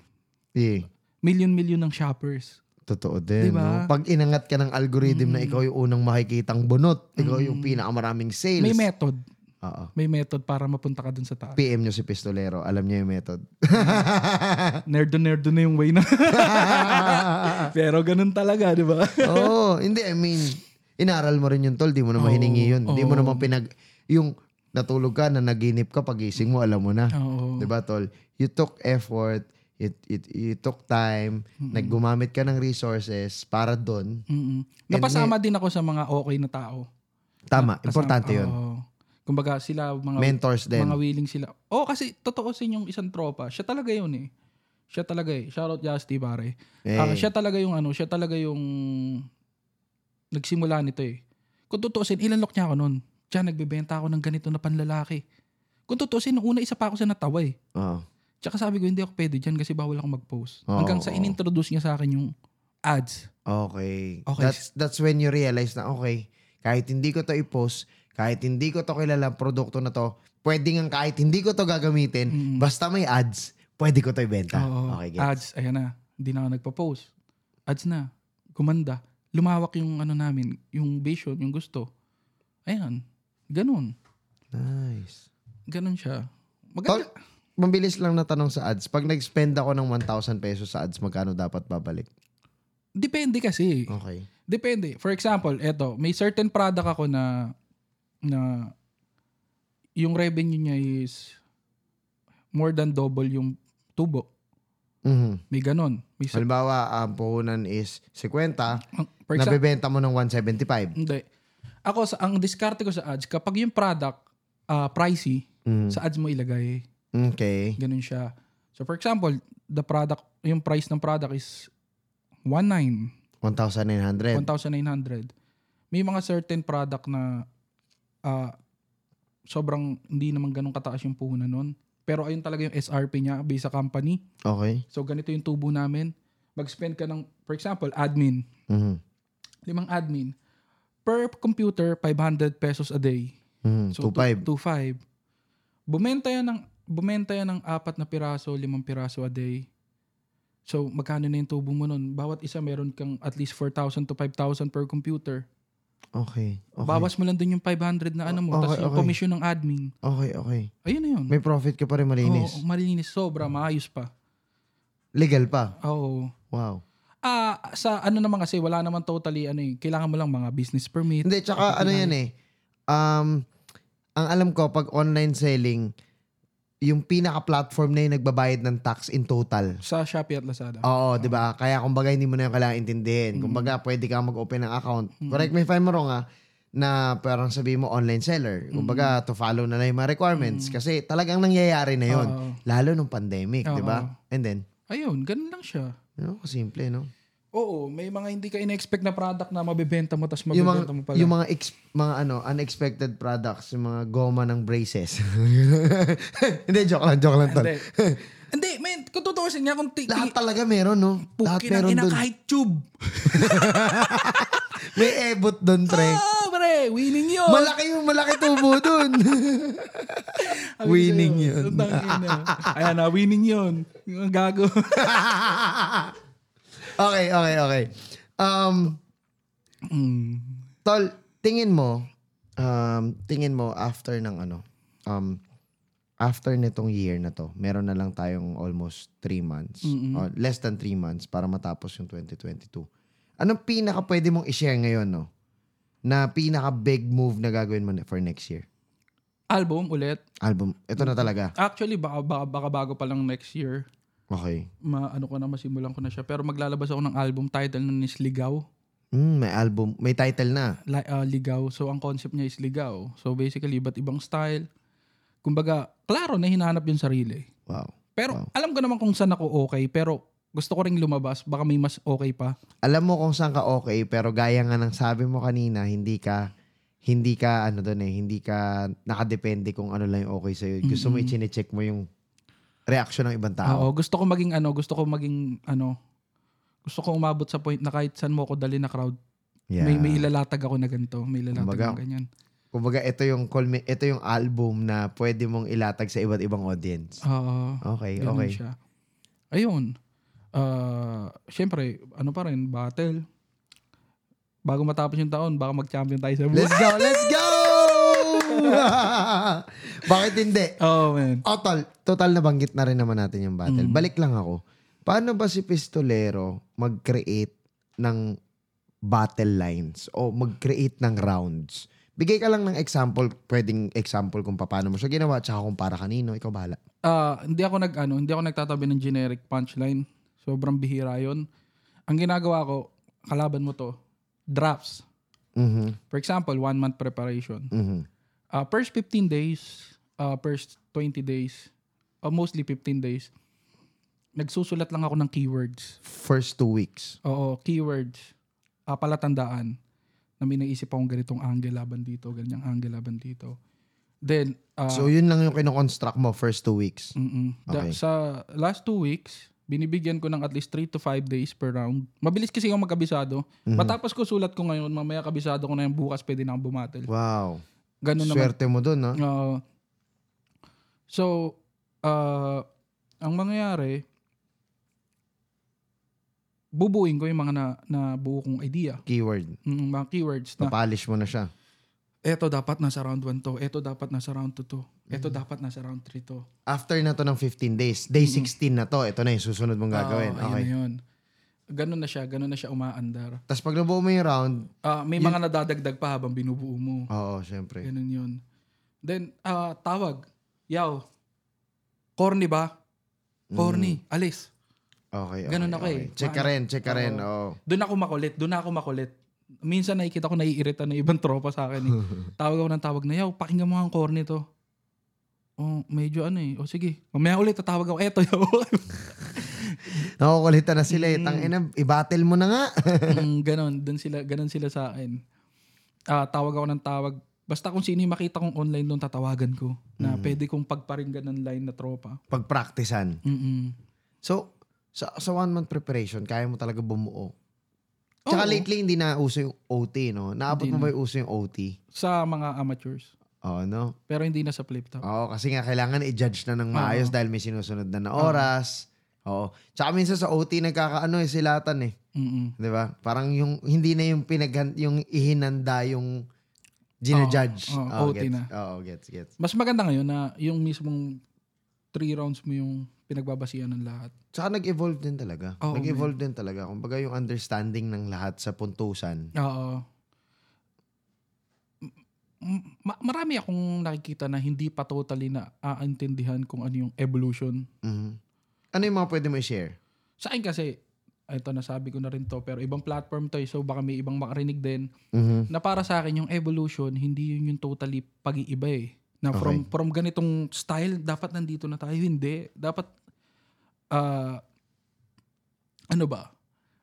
Speaker 1: Yeah,
Speaker 2: million-million ng shoppers.
Speaker 1: totoo din.
Speaker 2: Diba?
Speaker 1: no? Pag inangat ka ng algorithm
Speaker 2: Mm.
Speaker 1: na ikaw yung unang makikitang bunot, ikaw yung pinakamaraming sales.
Speaker 2: May method.
Speaker 1: Oo.
Speaker 2: May method para mapunta ka dun sa taas.
Speaker 1: PM nyo si Pistolero, alam niya yung method.
Speaker 2: Nerdo-nerdo na yung way na. Pero ganun talaga, di ba?
Speaker 1: Oo, hindi, I mean, inaral mo rin yung tol, di mo naman
Speaker 2: Oo,
Speaker 1: hiningi yun. Di mo
Speaker 2: oo.
Speaker 1: naman pinag, yung natulog ka, na naginip ka, pagising mo, alam mo na.
Speaker 2: Oo.
Speaker 1: Di ba tol? You took effort, it, it, you took time, naggumamit ka ng resources para doon.
Speaker 2: Mm-mm.
Speaker 1: And
Speaker 2: Napasama din ako sa mga okay na tao.
Speaker 1: Tama,
Speaker 2: Kasama-
Speaker 1: importante yun.
Speaker 2: Oo. Kumbaga sila, uh, mga,
Speaker 1: Mentors din.
Speaker 2: mga willing sila. Oo, kasi totoo sa inyong isang tropa. Siya talaga yun eh. Siya talaga eh. Shoutout Justy, pare.
Speaker 1: Eh,
Speaker 2: Ah, siya talaga yung ano, siya talaga yung nagsimula nito eh. Kung tutuusin, ilanlok niya ako noon. Diyan, nagbebenta ako ng ganito na panlalaki. Kung tutuusin, nung una isa pa ako sa natawa eh.
Speaker 1: oo.
Speaker 2: Tsaka sabi ko, hindi ako pwede dyan kasi bawal ako mag-post.
Speaker 1: Oo,
Speaker 2: Hanggang sa
Speaker 1: oo.
Speaker 2: inintroduce niya sa akin yung ads.
Speaker 1: Okay.
Speaker 2: Okay.
Speaker 1: That's that's when you realize na okay, kahit hindi ko to i-post, kahit hindi ko to kilala ang produkto na to, pwede nga kahit hindi ko to gagamitin,
Speaker 2: Mm.
Speaker 1: basta may ads, pwede ko to ibenta.
Speaker 2: Oo, Ah.
Speaker 1: okay, gets.
Speaker 2: ads, ayan na. Hindi na ako nagpa-post. Ads na. Gumanda. Lumawak yung ano namin, yung vision, yung gusto. Ayan. Ganun.
Speaker 1: Nice.
Speaker 2: Ganun siya. Maganda.
Speaker 1: Mabilis lang na tanong sa ads. Pag nag-spend ako ng 1,000 pesos sa ads, magkano dapat babalik?
Speaker 2: Depende kasi.
Speaker 1: Okay.
Speaker 2: Depende. For example, eto, may certain product ako na na yung revenue niya is more than double yung tubo.
Speaker 1: Mhm.
Speaker 2: May ganun. May cer-
Speaker 1: Halimbawa, ang puhunan is 50,
Speaker 2: for example,
Speaker 1: nabebenta mo ng 175.
Speaker 2: hindi. Ako, sa, ang diskarte ko sa ads, kapag yung product ah, pricey,
Speaker 1: Mm.
Speaker 2: sa ads mo ilagay.
Speaker 1: Okay.
Speaker 2: Ganun siya. So for example, the product, yung price ng product is 1.9,
Speaker 1: 1,900.
Speaker 2: 1,900. May mga certain product na ah, sobrang hindi naman ganun kataas yung puhunan nun. Pero ayun talaga yung SRP niya based sa company.
Speaker 1: Okay.
Speaker 2: So ganito yung tubo namin. Mag-spend ka ng, for example, admin.
Speaker 1: Mhm.
Speaker 2: Limang admin. Per computer, 500 pesos a day.
Speaker 1: Mhm.
Speaker 2: So,
Speaker 1: 2,500.
Speaker 2: 2.5. Bumenta yan ng bumenta yan ng apat na piraso, limang piraso a day. So, magkano na yung tubo mo nun? Bawat isa meron kang at least 4,000 to 5,000 per computer.
Speaker 1: Okay. Okay.
Speaker 2: Bawas mo lang dun yung 500 na ano mo,
Speaker 1: Okay,
Speaker 2: tapos yung
Speaker 1: okay.
Speaker 2: commission ng admin.
Speaker 1: Okay, okay.
Speaker 2: Ayun na yun.
Speaker 1: May profit ka pa rin malinis.
Speaker 2: Oo, malinis. Sobra, maayos pa.
Speaker 1: Legal pa.
Speaker 2: Oo.
Speaker 1: Wow.
Speaker 2: Ah, sa ano naman kasi, wala naman totally, ano eh, kailangan mo lang mga business permit.
Speaker 1: Hindi, tsaka ano yan eh. Um, ang alam ko, pag online selling, yung pinaka-platform na yung nagbabayad ng tax in total.
Speaker 2: Sa Shopee at Lazada.
Speaker 1: Oo, di ba? Kaya kumbaga hindi mo na yung kailangan intindihin.
Speaker 2: Mm.
Speaker 1: Kumbaga pwede kang mag-open ng account. Correct me if I'm wrong ah, na parang sabi mo online seller. Kumbaga
Speaker 2: Mm.
Speaker 1: to follow na lang yung mga requirements. Kasi talagang nangyayari na yun.
Speaker 2: Oo.
Speaker 1: Lalo nung pandemic, di
Speaker 2: Oo.
Speaker 1: ba? And then,
Speaker 2: Ayun, ganun lang siya.
Speaker 1: ano, simple, no?
Speaker 2: Oo, may mga hindi ka in-expect na product na mabibenta mo tapos
Speaker 1: Yung mga,
Speaker 2: mabibenta mo pala.
Speaker 1: yung mga, ex- mga ano, unexpected products, yung mga goma ng braces. Hindi, joke lang, joke lang. tol.
Speaker 2: hindi. hindi, man, kung tutuusin niya, kung ti-
Speaker 1: Lahat talaga meron, no? Lahat
Speaker 2: pukin
Speaker 1: meron
Speaker 2: ina
Speaker 1: dun.
Speaker 2: kahit tube.
Speaker 1: May ebot dun, pre.
Speaker 2: Oh, pre, winning yun.
Speaker 1: Malaki yung malaki tubo dun.
Speaker 2: Sabi ko
Speaker 1: winning
Speaker 2: sa'yo,
Speaker 1: yun.
Speaker 2: utang ina. Ayan na, winning yun. Yung gago.
Speaker 1: okay, okay, okay. Um,
Speaker 2: Mm.
Speaker 1: Tol, tingin mo, um, tingin mo after ng ano, um, after nitong year na to, meron na lang tayong almost three months, or less than three months para matapos yung 2022. Anong pinaka pwede mong i-share ngayon, no? Na pinaka big move na gagawin mo ne- for next year?
Speaker 2: Album ulit.
Speaker 1: Album, ito na talaga.
Speaker 2: Actually, baka, baka, baka bago pa lang next year.
Speaker 1: Okay.
Speaker 2: Ma, ano ko na, masimulan ko na siya. Pero maglalabas ako ng album title nun is Ligaw.
Speaker 1: Mm, may album, may title na.
Speaker 2: li- ah, ligaw. So, ang concept niya is ligaw. So, basically, iba't ibang style. Kumbaga, klaro na hinahanap yung sarili.
Speaker 1: Wow.
Speaker 2: Pero,
Speaker 1: Wow.
Speaker 2: alam ko naman kung saan ako okay. Pero, gusto ko rin lumabas. Baka may mas okay pa.
Speaker 1: alam mo kung saan ka okay, pero gaya nga ng sabi mo kanina, hindi ka hindi ka ano doon eh, hindi ka nakadepende kung ano lang yung okay sa'yo. Gusto mo i-check mo yung reaction ng ibang tao.
Speaker 2: Oo, gusto ko maging ano, gusto ko maging ano, gusto ko umabot sa point na kahit saan mo ako dali na crowd.
Speaker 1: Yeah.
Speaker 2: May, may ilalatag ako na ganito. May ilalatag
Speaker 1: Kumbaga,
Speaker 2: na ganyan.
Speaker 1: Kumbaga, ito yung, culmi- ito yung album na pwede mong ilatag sa iba't ibang audience.
Speaker 2: Oo.
Speaker 1: Okay,
Speaker 2: Ah, ganun
Speaker 1: okay.
Speaker 2: siya. Ayun. Ah, Siyempre, ano pa rin, battle. Bago matapos yung taon, baka mag-champion tayo sa buhay.
Speaker 1: Let's go! Let's go! Bakit hindi?
Speaker 2: Oh, man.
Speaker 1: Oh, tol, total nabanggit na rin naman natin yung battle.
Speaker 2: Mm.
Speaker 1: Balik lang ako. Paano ba si Pistolero mag-create ng battle lines o mag-create ng rounds? Bigay ka lang ng example, pwedeng example kung paano mo siya ginawa tsaka kung para kanino, ikaw bahala.
Speaker 2: Ah, hindi ako nag ano, hindi ako nagtatabi ng generic punchline. Sobrang bihira 'yon. Ang ginagawa ko, kalaban mo 'to. Drafts.
Speaker 1: Mhm.
Speaker 2: For example, one month preparation.
Speaker 1: Mhm.
Speaker 2: Ah, first 15 days, ah, first 20 days, ah, mostly 15 days, nagsusulat lang ako ng keywords.
Speaker 1: First two weeks.
Speaker 2: Oo, keywords. Ah, palatandaan na may naisip akong ganitong angle laban dito, ganyang angle laban dito. Then, ah,
Speaker 1: So yun lang yung kinoconstruct mo first two weeks.
Speaker 2: Mm-mm. Da-
Speaker 1: Okay.
Speaker 2: sa last two weeks, binibigyan ko ng at least 3 to 5 days per round. Mabilis kasi ako magkabisado.
Speaker 1: Mm-hmm. Mhm.
Speaker 2: Matapos ko sulat ko ngayon, mamaya kabisado ko na yung bukas pwede na akong bumatil.
Speaker 1: Wow.
Speaker 2: Ganun Ano naman.
Speaker 1: Swerte mo dun, ha?
Speaker 2: Oo. Uh, so, ah, ang mangyayari, bubuin ko yung mga na, na buo kong idea.
Speaker 1: Keyword.
Speaker 2: Mm, mga keywords na,
Speaker 1: Papalish mo na siya.
Speaker 2: eto dapat nasa round 1 to, eto dapat nasa round 2 to,
Speaker 1: Mm-hmm.
Speaker 2: eto dapat nasa round 3 to.
Speaker 1: After na to ng 15 days, day 16 na to, ito na yung susunod mong gagawin.
Speaker 2: Oo,
Speaker 1: okay.
Speaker 2: Ah, Ayun na Mm-hmm. Oh, yun. Ganun na siya, ganun na siya umaandar.
Speaker 1: Tapos pag nabuo mo yung round,
Speaker 2: Ah, may mga nadadagdag pa habang binubuo mo.
Speaker 1: oo, syempre.
Speaker 2: Ganun yun. Then, ah, tawag. Yaw. Corny ba? Corny.
Speaker 1: Mm-hmm.
Speaker 2: Alis.
Speaker 1: Mm, Okay, okay.
Speaker 2: Ganun ako
Speaker 1: okay.
Speaker 2: eh.
Speaker 1: Check ka
Speaker 2: Paano?
Speaker 1: rin, check ka rin.
Speaker 2: Oo.
Speaker 1: Oo.
Speaker 2: Doon ako makulit. Doon ako makulit. Minsan nakikita ko naiirita na ibang tropa sa akin. Eh. tawag ako ng tawag na, yaw, pakinggan mo ang corny to. oh, medyo ano eh. O sige, mamaya ulit tatawag ako. Eto, yaw.
Speaker 1: Nakukulitan na sila eh. Tangina, i-battle mo na nga.
Speaker 2: mm, ganon, dun sila, ganon sila sa akin. Ah, tawag ako ng tawag. Basta kung sino yung makita kong online doon, tatawagan ko. Na
Speaker 1: Mm.
Speaker 2: pwede kong pagparinggan ng line na tropa.
Speaker 1: Pagpraktisan.
Speaker 2: Mm-mm.
Speaker 1: So, sa, sa one month preparation, kaya mo talaga bumuo. Tsaka
Speaker 2: Oo,
Speaker 1: lately, hindi na uso yung OT, no? Naabot
Speaker 2: Hindi
Speaker 1: mo
Speaker 2: na.
Speaker 1: ba yung uso yung OT?
Speaker 2: Sa mga amateurs.
Speaker 1: Oo, no?
Speaker 2: Pero hindi na sa flip top.
Speaker 1: Oo, kasi nga kailangan i-judge na ng maayos dahil may sinusunod na na oras. Oo. Tsaka minsan sa OT nagkakaano eh, silatan eh.
Speaker 2: Mm-mm.
Speaker 1: 'Di ba? Parang yung, hindi na yung pinaghan, yung ihinanda yung ginajudge.
Speaker 2: Oo, oo, OT
Speaker 1: gets.
Speaker 2: na.
Speaker 1: Oo, gets, gets.
Speaker 2: Mas maganda ngayon na yung mismong three rounds mo yung pinagbabasihan ng lahat.
Speaker 1: Tsaka nag-evolve din talaga.
Speaker 2: Oo,
Speaker 1: nag-evolve din talaga. Kumbaga yung understanding ng lahat sa puntusan.
Speaker 2: Oo. M- ma- marami akong nakikita na hindi pa totally na aantindihan kung ano yung evolution.
Speaker 1: Mhm. Ano yung mga pwede mo i-share?
Speaker 2: Sa akin kasi, ito nasabi ko na rin to, pero ibang platform to eh, so baka may ibang makarinig din,
Speaker 1: Mhm.
Speaker 2: na para sa akin yung evolution, hindi yun yung totally pag-iiba eh. Na from, from ganitong style, dapat nandito na tayo. Hindi. Dapat, ah, ano ba?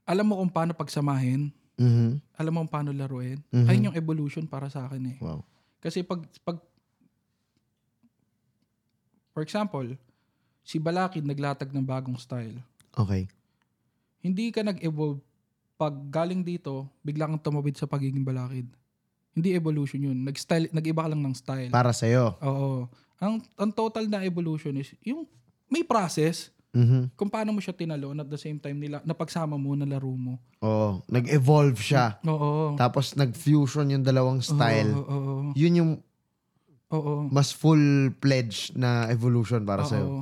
Speaker 2: Alam mo kung paano pagsamahin,
Speaker 1: Mhm.
Speaker 2: alam mo kung paano laruin.
Speaker 1: Mhm.
Speaker 2: Ayun yung evolution para sa akin eh.
Speaker 1: Wow.
Speaker 2: Kasi pag pag For example, si Balakid naglatag ng bagong style.
Speaker 1: Okay.
Speaker 2: Hindi ka nag-evolve pag galing dito, bigla kang tumawid sa pagiging Balakid. Hindi evolution 'yun. Nag-style, nag-iba ka lang ng style.
Speaker 1: Para sa'yo.
Speaker 2: Oo. Ang ang total na evolution is yung may process
Speaker 1: Mhm.
Speaker 2: kung paano mo siya tinalon at the same time nila napagsama mo na laro mo.
Speaker 1: Oo. Nag-evolve siya.
Speaker 2: Oo.
Speaker 1: Tapos nag-fusion yung dalawang style.
Speaker 2: Mm-hmm. Oo. Oo.
Speaker 1: Yun yung
Speaker 2: oo.
Speaker 1: mas full-fledged na evolution para sa'yo.
Speaker 2: Oo.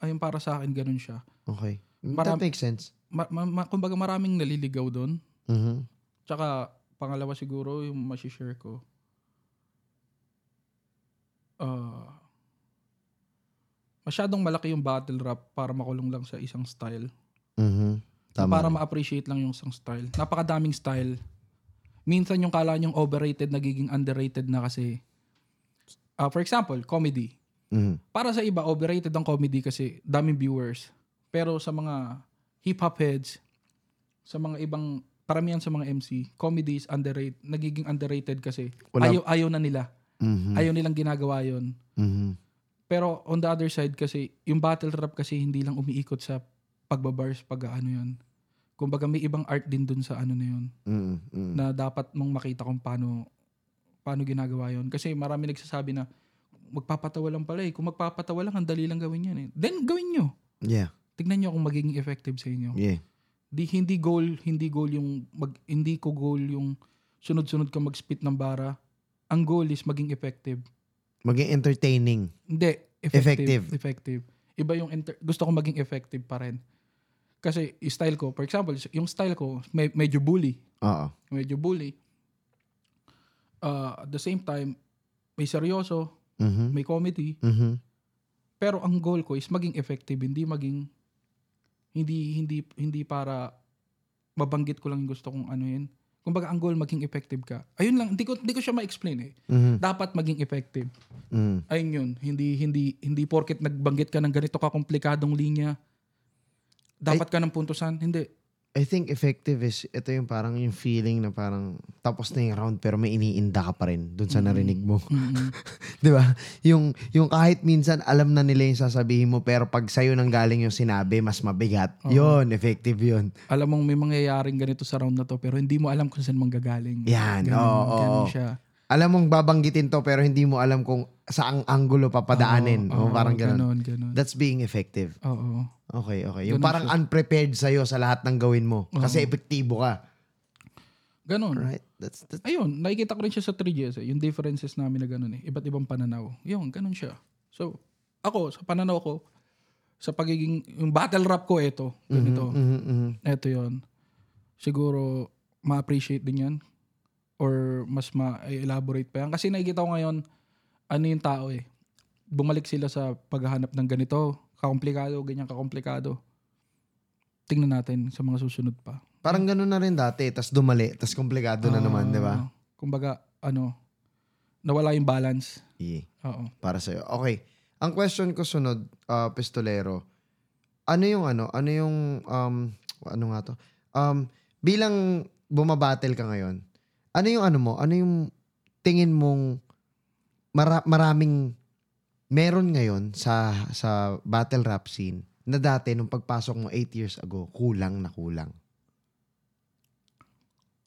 Speaker 2: Ayun para sa akin ganun siya.
Speaker 1: Okay.
Speaker 2: Maram-
Speaker 1: That makes sense.
Speaker 2: ma, ma, ma- kumbaga maraming naliligaw doon.
Speaker 1: Mhm.
Speaker 2: Tsaka, pangalawa siguro yung masishare ko. Ah, masyadong malaki yung battle rap para makulong lang sa isang style.
Speaker 1: Mhm. Tama.
Speaker 2: Para
Speaker 1: rin.
Speaker 2: ma-appreciate lang yung isang style. Napakadaming style. Minsan yung kala niyong overrated, nagiging underrated na kasi. Ah, for example, comedy.
Speaker 1: Mhm.
Speaker 2: Para sa iba, overrated ang comedy kasi daming viewers. Pero sa mga hip-hop heads, sa mga ibang, paramihan sa mga MC, comedy is underrated, nagiging underrated kasi
Speaker 1: Wala-
Speaker 2: ayaw, ayaw na nila.
Speaker 1: Mhm.
Speaker 2: Ayaw nilang ginagawa yon
Speaker 1: Mhm.
Speaker 2: Pero on the other side kasi, yung battle rap kasi hindi lang umiikot sa pagbabars, pag ano yun. Kumbaga may ibang art din dun sa ano na yun
Speaker 1: Mhm. Mhm.
Speaker 2: na dapat mong makita kung paano paano ginagawa yon kasi marami nagsasabi na magpapatawa lang pala eh. Kung magpapatawa lang, ang dali lang gawin yan eh. Then gawin nyo.
Speaker 1: Yeah.
Speaker 2: Tignan nyo kung magiging effective sa inyo.
Speaker 1: Yeah.
Speaker 2: Di, hindi goal, hindi goal yung, mag, hindi ko goal yung sunod-sunod ka mag-spit ng bara. Ang goal is maging effective.
Speaker 1: Maging entertaining.
Speaker 2: Hindi,
Speaker 1: Effective.
Speaker 2: effective. Effective. Iba yung, enter- gusto ko maging effective pa rin. Kasi yung style ko, for example, yung style ko, may, medyo bully.
Speaker 1: Oo.
Speaker 2: medyo bully. Uh, at the same time, may seryoso,
Speaker 1: Mhm.
Speaker 2: may comedy,
Speaker 1: Mhm.
Speaker 2: pero ang goal ko is maging effective, hindi maging hindi hindi hindi para mabanggit ko lang yung gusto kong ano yun. Kumbaga ang goal maging effective ka. Ayun lang, hindi ko hindi ko siya ma-explain eh.
Speaker 1: Mhm.
Speaker 2: Dapat maging effective.
Speaker 1: Mhm.
Speaker 2: Ayun yun, hindi hindi hindi porket nagbanggit ka ng ganito ka komplikadong linya dapat ka ng puntusan. Hindi.
Speaker 1: I think effective is, ito yung parang yung feeling na parang tapos na yung round pero may iniinda ka pa rin dun
Speaker 2: Mm-hmm.
Speaker 1: sa narinig mo.
Speaker 2: Mm-mm.
Speaker 1: 'di ba? Yung yung kahit minsan alam na nila yung sasabihin mo pero pag sa'yo nang galing yung sinabi, mas mabigat.
Speaker 2: Oo.
Speaker 1: 'Yun, effective 'yun.
Speaker 2: alam mong may mangyayaring ganito sa round na to pero hindi mo alam kung saan manggagaling.
Speaker 1: Yan, oo, oo,
Speaker 2: ganun
Speaker 1: oo.
Speaker 2: siya.
Speaker 1: Alam mong babanggitin to pero hindi mo alam kung saang anggulo papadaanin. o
Speaker 2: Oo,
Speaker 1: oh, parang
Speaker 2: oo,
Speaker 1: ganun.
Speaker 2: Ganun, ganun.
Speaker 1: That's being effective.
Speaker 2: Oo.
Speaker 1: Okay, okay. Yung
Speaker 2: Ganun
Speaker 1: parang unprepared sa'yo sa lahat ng gawin mo kasi epektibo ka.
Speaker 2: Ganun.
Speaker 1: Right? That's, that's
Speaker 2: Ayun, nakikita ko rin siya sa 3GS. Eh. Yung differences namin na ganun eh. Iba't ibang pananaw. Yun, ganun siya. So, ako, sa pananaw ko, sa pagiging, yung battle rap ko, eto. Ganito.
Speaker 1: Mhm, mhm.
Speaker 2: Eto yon Siguro, ma-appreciate din yan. Or mas ma-elaborate pa yan. Kasi nakikita ko ngayon, ano yung tao eh. Bumalik sila sa paghahanap ng ganito. Kakomplikado, ganyan kakomplikado. Tingnan natin sa mga susunod pa.
Speaker 1: Parang ganun na rin dati, tas dumali, tas komplikado
Speaker 2: Ah.
Speaker 1: na naman, 'di ba?
Speaker 2: Kumbaga, ano, nawala yung balance.
Speaker 1: Yeah,
Speaker 2: Oo.
Speaker 1: para sa'yo. Okay. Ang question ko sunod, ah, pistolero. Ano yung ano? Ano yung um ano nga to? Um bilang bumabattle ka ngayon, ano yung ano mo? Ano yung tingin mong mara- maraming meron ngayon sa sa battle rap scene na dati nung pagpasok mo 8 years ago, kulang na kulang.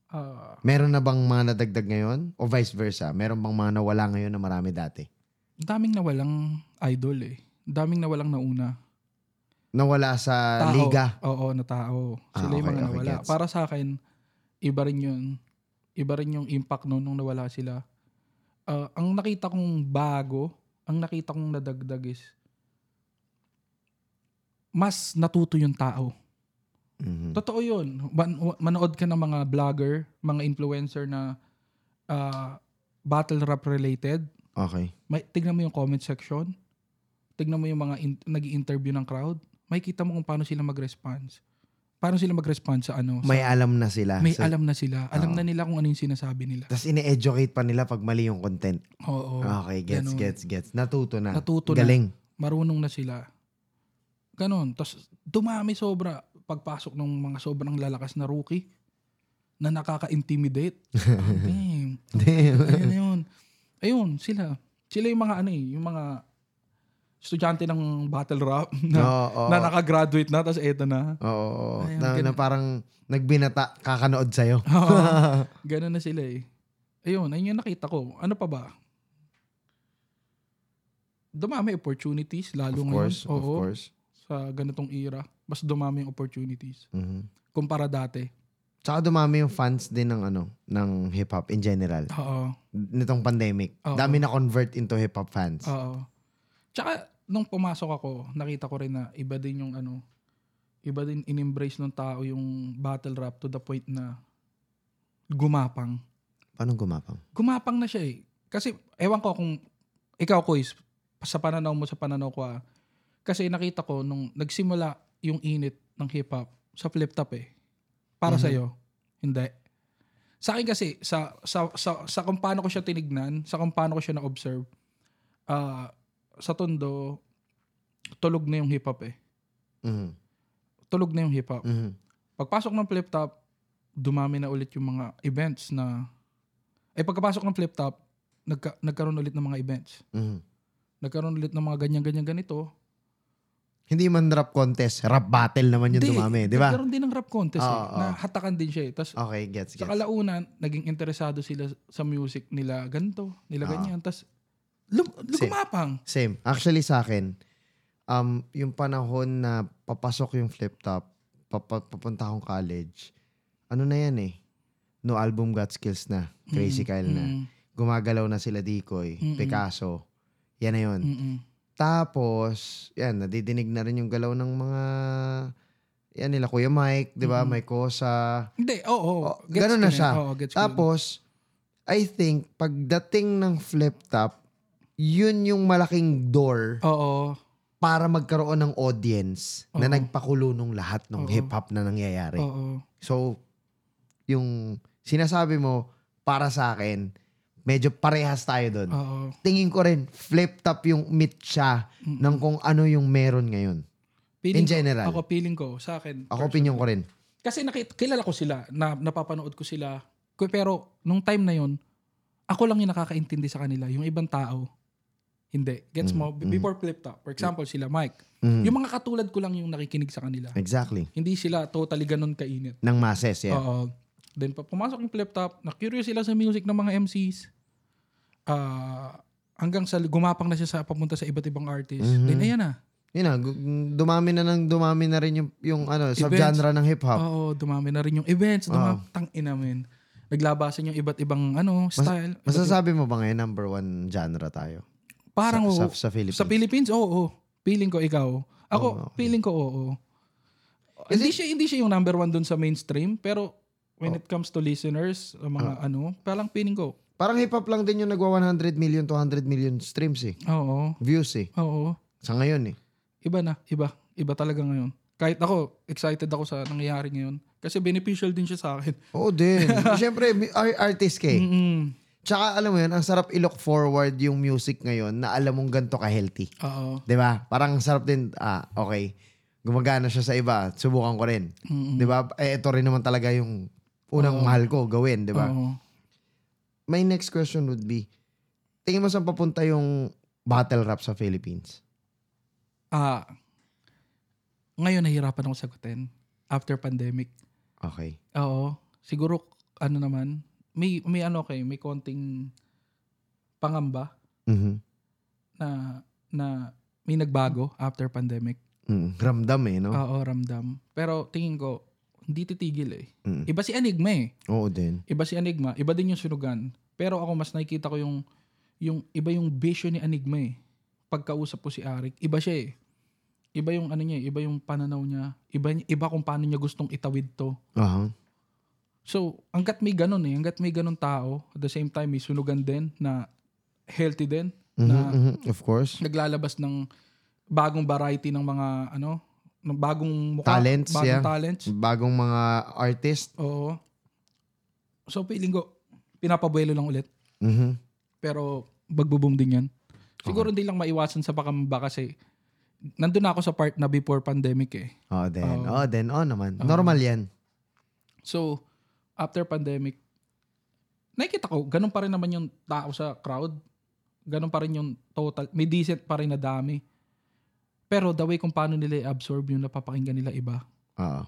Speaker 2: Ah,
Speaker 1: Meron na bang mga nadagdag ngayon? O vice versa? Meron bang mga nawala ngayon na marami dati?
Speaker 2: daming nawalang idol eh. Daming nawalang nauna.
Speaker 1: Nawala sa Ah, liga?
Speaker 2: Oo, na tao.
Speaker 1: Ah,
Speaker 2: Sila yung
Speaker 1: okay,
Speaker 2: mga
Speaker 1: okay,
Speaker 2: nawala.
Speaker 1: gets.
Speaker 2: Para sa akin, iba rin yun. Iba rin yung impact noon nung nawala sila. Ah, ang nakita kong bago, ang nakita kong nadagdag is, mas natuto yung tao.
Speaker 1: Mhm.
Speaker 2: Totoo yun. Man- manood ka ng mga vlogger, mga influencer na ah, battle rap related.
Speaker 1: Okay.
Speaker 2: May, tignan mo yung comment section. Tignan mo yung mga in, nag-interview ng crowd. Makikita mo kung paano sila mag-response. Paano sila mag-response sa ano.
Speaker 1: May
Speaker 2: sa,
Speaker 1: alam na sila.
Speaker 2: may alam na sila. Alam
Speaker 1: Oo.
Speaker 2: na nila kung ano yung sinasabi nila.
Speaker 1: Tapos ine-educate pa nila pag mali yung content.
Speaker 2: Oo.
Speaker 1: okay, gets,
Speaker 2: Oh, ganun.
Speaker 1: gets, gets. Natuto na.
Speaker 2: Natuto na.
Speaker 1: Galing.
Speaker 2: marunong na sila. Ganon. Tapos dumami sobra pagpasok ng mga sobrang lalakas na rookie na nakaka-intimidate. Ah, Damn.
Speaker 1: Damn.
Speaker 2: Ayun, ayun. Ayun, sila. Sila yung mga ano eh, yung mga estudyante ng battle rap na,
Speaker 1: Oo, oo.
Speaker 2: na nakagraduate na, tapos eto na.
Speaker 1: Oo, oo.
Speaker 2: Ayun,
Speaker 1: Na, na
Speaker 2: ganun. Ah,
Speaker 1: parang nagbinata, kakanood sa'yo.
Speaker 2: Ganon na sila eh. Ayun, ayun yung nakita ko. Ano pa ba? Dumami opportunities,
Speaker 1: of
Speaker 2: lalo
Speaker 1: course,
Speaker 2: ngayon.
Speaker 1: of
Speaker 2: Oo,
Speaker 1: course.
Speaker 2: Sa ganitong era. Mas dumami yung opportunities.
Speaker 1: Mhm.
Speaker 2: Kumpara dati.
Speaker 1: Tsaka dumami yung fans din ng ano, ng hip-hop in general.
Speaker 2: Oo.
Speaker 1: Nitong pandemic.
Speaker 2: Oo.
Speaker 1: Dami na convert into hip-hop fans.
Speaker 2: Oo. Tsaka, nung pumasok ako, nakita ko rin na iba din yung ano, iba din in-embrace ng tao yung battle rap to the point na gumapang.
Speaker 1: Paano gumapang?
Speaker 2: Gumapang na siya eh. Kasi, ewan ko kung ikaw, Kois, sa pananaw mo, sa pananaw ko ah, kasi nakita ko nung nagsimula yung init ng hip-hop sa flip-top eh. Para
Speaker 1: Mhm.
Speaker 2: sa'yo, hindi. Sa akin kasi, sa, sa, sa, sa kung paano ko siya tinignan, sa kung paano ko siya na-observe, ah, sa tondo, tulog na yung hip-hop eh.
Speaker 1: Mhm.
Speaker 2: Tulog na yung hip-hop.
Speaker 1: Mhm.
Speaker 2: Pagpasok ng flip-top, dumami na ulit yung mga events na... Eh pagkapasok ng flip-top, nagka, nagkaroon ulit ng mga events.
Speaker 1: Mhm.
Speaker 2: Nagkaroon ulit ng mga ganyan-ganyan ganito.
Speaker 1: Hindi man rap contest, rap battle naman yung
Speaker 2: Di,
Speaker 1: dumami, di ba?
Speaker 2: Nagkaroon din ng rap contest eh,
Speaker 1: Oo,
Speaker 2: na
Speaker 1: oo. Ah,
Speaker 2: hatakan din siya eh. Tapos
Speaker 1: Okay, gets,
Speaker 2: sa
Speaker 1: gets.
Speaker 2: kalaunan, naging interesado sila sa music nila ganito, nila
Speaker 1: Oo.
Speaker 2: ganyan. Tapos lum-
Speaker 1: Same.
Speaker 2: lumapang.
Speaker 1: Same. Actually sa akin, um, yung panahon na papasok yung flip top, papa- papunta akong college, ano na yan eh, no album got skills na, Crazy
Speaker 2: Mm,
Speaker 1: Kyle na,
Speaker 2: mm,
Speaker 1: gumagalaw na sila Decoy,
Speaker 2: Mm-mm.
Speaker 1: Picasso, yan na yun.
Speaker 2: mm, mm.
Speaker 1: Tapos, yan, nadidinig na rin yung galaw ng mga, yan nila Kuya Mike, di ba,
Speaker 2: Mm-mm.
Speaker 1: Mike Cosa,
Speaker 2: Hindi, oo. Oh,
Speaker 1: Oh, ganun na siya.
Speaker 2: Oo, gets ko yun.
Speaker 1: Tapos, I think, pagdating ng flip top, yun yung malaking door
Speaker 2: Oo.
Speaker 1: para magkaroon ng audience na
Speaker 2: Oo.
Speaker 1: nagpakulo nung lahat ng
Speaker 2: Oo.
Speaker 1: hip-hop na nangyayari.
Speaker 2: Oo.
Speaker 1: So, yung sinasabi mo, para sa akin, medyo parehas tayo doon.
Speaker 2: Oo.
Speaker 1: Tingin ko rin, flip top yung meet siya
Speaker 2: Mm.
Speaker 1: ng kung ano yung meron ngayon.
Speaker 2: Feeling
Speaker 1: In
Speaker 2: ko-
Speaker 1: general.
Speaker 2: Ako, feeling ko, sa akin.
Speaker 1: Ako, opinion ko rin.
Speaker 2: Kasi nakita, kilala ko sila, na, napapanood ko sila. Ko- Pero, nung time na yon ako lang yung nakakaintindi sa kanila. Yung ibang tao, hindi. Gets mo?
Speaker 1: Mm, mm.
Speaker 2: Be- Before flip top. For example, sila Mike.
Speaker 1: Mm.
Speaker 2: Yung mga katulad ko lang yung nakikinig sa kanila.
Speaker 1: Exactly.
Speaker 2: Hindi sila totally ganun kainit.
Speaker 1: Ng masses, yeah.
Speaker 2: Oo. Then pag pumasok yung flip top, na-curious sila sa music ng mga MCs. Ah, hanggang sa gumapang na siya sa papunta sa iba't ibang artist.
Speaker 1: Mhm.
Speaker 2: Then ayan na.
Speaker 1: Yun na, gu- dumami na ng dumami na rin yung, yung ano,
Speaker 2: Events.
Speaker 1: subgenre ng hip-hop.
Speaker 2: Oo, dumami na rin yung events, dumami tang ina men. Naglabasan yung iba't ibang ano, style. Iba't
Speaker 1: Masasabi mo ba ngayon number one genre tayo?
Speaker 2: ibang- parang oo.
Speaker 1: sa,
Speaker 2: sa,
Speaker 1: sa, sa Philippines.
Speaker 2: Philippines, oo, oo. Feeling ko ikaw. Ako,
Speaker 1: Oo, okay.
Speaker 2: feeling ko oo.
Speaker 1: Is
Speaker 2: hindi siya hindi siya yung number one dun sa mainstream, pero when it comes to listeners, ang mga ano, parang feeling ko.
Speaker 1: Parang hip-hop lang din yung nagwa 100 million, 200 million streams eh.
Speaker 2: Oo.
Speaker 1: Views eh.
Speaker 2: Oo.
Speaker 1: Sa ngayon eh.
Speaker 2: iba na, iba. Iba talaga ngayon. Kahit ako, excited ako sa nangyayari ngayon. Kasi beneficial din siya sa akin. Mm-hmm.
Speaker 1: Oo din. Siyempre, mi- ar- artist ka eh.
Speaker 2: Mm-mm.
Speaker 1: Tsaka alam mo yun, ang sarap i-look forward yung music ngayon na alam mong ganito ka-healthy.
Speaker 2: Oo.
Speaker 1: 'Di ba? Parang ang sarap din, ah, okay. Gumagana siya sa iba, subukan ko rin.
Speaker 2: Mm-mm.
Speaker 1: 'Di ba? Eh, ito rin naman talaga yung unang
Speaker 2: Mm. Oo.
Speaker 1: mahal ko gawin, 'di ba?
Speaker 2: Oo.
Speaker 1: My next question would be, tingin mo saan papunta yung battle rap sa Philippines?
Speaker 2: Ah. Ngayon nahihirapan ako sagutin after pandemic.
Speaker 1: Okay.
Speaker 2: Oo. Siguro ano naman, may may ano kay, may konting pangamba
Speaker 1: Mhm.
Speaker 2: na na may nagbago after pandemic.
Speaker 1: Mm, Ramdam eh, no?
Speaker 2: Oo, ramdam. Pero tingin ko hindi titigil eh.
Speaker 1: Mm.
Speaker 2: Iba si Enigma eh.
Speaker 1: Oo din.
Speaker 2: Iba si Enigma, iba din yung sunugan. Pero ako mas nakikita ko yung yung iba yung vision ni Enigma eh. Pagkausap ko si Arik, iba siya eh. Iba yung ano niya, eh, iba yung pananaw niya, iba iba kung paano niya gustong itawid to.
Speaker 1: Aha.
Speaker 2: So, hanggat may ganun eh, hanggat may ganun tao, at the same time may sunugan din na healthy din,
Speaker 1: Mhm,
Speaker 2: Na-
Speaker 1: mhm, Of course.
Speaker 2: naglalabas ng bagong variety ng mga ano, ng bagong mukha,
Speaker 1: Talents,
Speaker 2: bagong
Speaker 1: yeah.
Speaker 2: talents.
Speaker 1: Bagong mga artist.
Speaker 2: Oo. So, feeling ko, pinapabuelo lang ulit.
Speaker 1: Mhm.
Speaker 2: Pero magbo-boom din yan. Siguro hindi lang maiwasan sa pakamba kasi nandun na ako sa part na before pandemic eh.
Speaker 1: Oh, then.
Speaker 2: Oo.
Speaker 1: Oh, then. Oh, naman. Normal yan.
Speaker 2: So, after pandemic, nakikita ko, ganun pa rin naman yung tao sa crowd. Ganun pa rin yung total. May decent pa rin na dami. Pero the way kung paano nila i-absorb yung napapakinggan nila iba.
Speaker 1: Oo.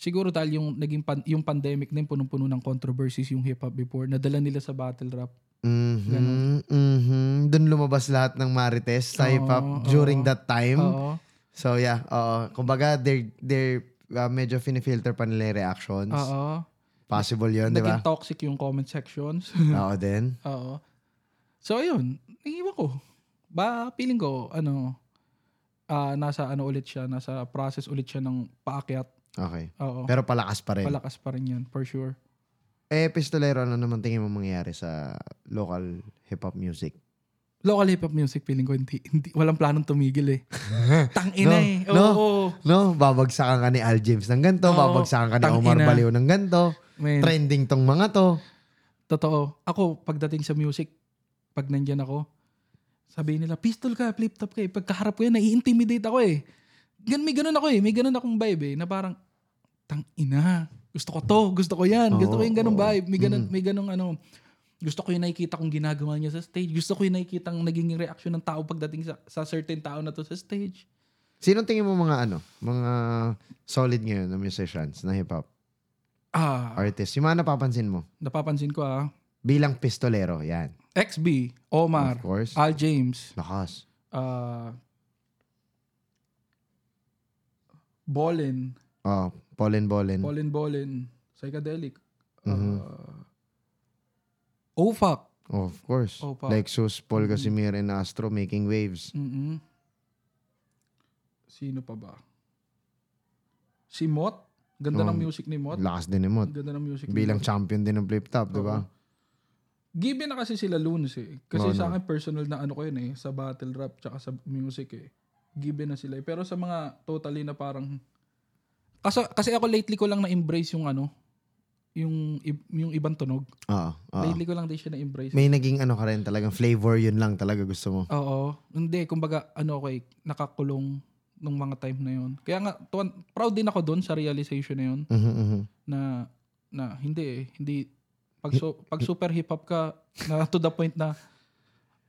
Speaker 2: Siguro dahil yung, naging pan- yung pandemic din, punong-puno ng controversies yung hip-hop before. Nadala nila sa battle rap.
Speaker 1: Mhm. Mhm. Doon lumabas lahat ng Marites sa
Speaker 2: Oo,
Speaker 1: hip-hop
Speaker 2: oo.
Speaker 1: during that time.
Speaker 2: Oo.
Speaker 1: So, yeah. Oo. Kumbaga, they're, they're uh, medyo finifilter pa nila yung reactions.
Speaker 2: Oo.
Speaker 1: Possible yun, di ba?
Speaker 2: Naging toxic yung comment sections.
Speaker 1: Oo, then.
Speaker 2: Oo. So, ayun. Naiiwan ko. Ba, feeling ko, ano, ah, nasa ano ulit siya, nasa process ulit siya ng paakyat.
Speaker 1: Okay.
Speaker 2: Oo.
Speaker 1: Pero palakas pa rin.
Speaker 2: Palakas pa rin yan, for sure.
Speaker 1: eh, Pistolero, ano naman tingin mo mangyayari sa local hip-hop music?
Speaker 2: Local hip-hop music, feeling ko, hindi, hindi, walang planong tumigil eh. Tangina
Speaker 1: No,
Speaker 2: eh. Oo.
Speaker 1: no.
Speaker 2: oo.
Speaker 1: No, babagsakan ka ni Al James ng ganito,
Speaker 2: Oo.
Speaker 1: babagsakan ka ni Omar
Speaker 2: Tangina.
Speaker 1: Baliw ng ganito,
Speaker 2: Man,
Speaker 1: trending tong mga to.
Speaker 2: totoo. Ako, pagdating sa music, pag nandyan ako, sabihin nila, pistol ka, flip-top ka eh. Pagkaharap ko yan, nai-intimidate ako eh. Gan, may ganun ako eh. May ganun akong vibe eh, na parang, tangina, gusto ko to, gusto ko yan, gusto ko
Speaker 1: Oo,
Speaker 2: yung ganung
Speaker 1: oo.
Speaker 2: vibe. May ganun,
Speaker 1: Mm.
Speaker 2: may ganung ano, gusto ko yung nakikita kong ginagawa niya sa stage. Gusto ko yung nakikita ang naging reaction ng tao pagdating sa, sa certain tao na to sa stage.
Speaker 1: Sino tingin mo mga ano, mga solid ngayon na musicians na hip-hop
Speaker 2: Ah,
Speaker 1: artists? Yung mga napapansin mo
Speaker 2: napapansin ko ah.
Speaker 1: bilang pistolero, yan.
Speaker 2: XB,
Speaker 1: Of
Speaker 2: Omar,
Speaker 1: course.
Speaker 2: Al James,
Speaker 1: Lakas.
Speaker 2: ah, Bolin,
Speaker 1: Oh, Pollen Bollen.
Speaker 2: Bolin Bolin, Psychedelic, ah,
Speaker 1: Mhm.
Speaker 2: Ofak,
Speaker 1: Oh, of course.
Speaker 2: Opa.
Speaker 1: Lexus, Paul
Speaker 2: Mhm.
Speaker 1: Casimir, and Astro making waves.
Speaker 2: mm Sino pa ba? Si Mot. Ganda ng
Speaker 1: Oh,
Speaker 2: music ni Mot.
Speaker 1: Lakas din ni Mot.
Speaker 2: Ganda ng music
Speaker 1: Bilang
Speaker 2: ni Mot.
Speaker 1: champion din ng flip-top, di ba?
Speaker 2: Oo. Given na kasi sila Loons eh. Kasi
Speaker 1: Oo,
Speaker 2: sa
Speaker 1: no.
Speaker 2: akin personal na ano ko yun eh. Sa battle rap tsaka sa music eh. Given na sila eh. Pero sa mga totally na parang... Kasi, kasi ako lately ko lang na-embrace yung ano. Yung, i- yung ibang tunog.
Speaker 1: Oo. oo.
Speaker 2: Lately ko lang din siya na-embrace.
Speaker 1: Ah. May naging ano ka rin talagang flavor yun lang talaga gusto mo.
Speaker 2: Oo. Hindi, kumbaga, ano ko eh, nakakulong nung mga time na yon. Kaya nga, tuwan, proud din ako doon sa realization na yon
Speaker 1: Mhm, mhm.
Speaker 2: na, na hindi eh, hindi, pag, so, pag super hip-hop ka, na to the point na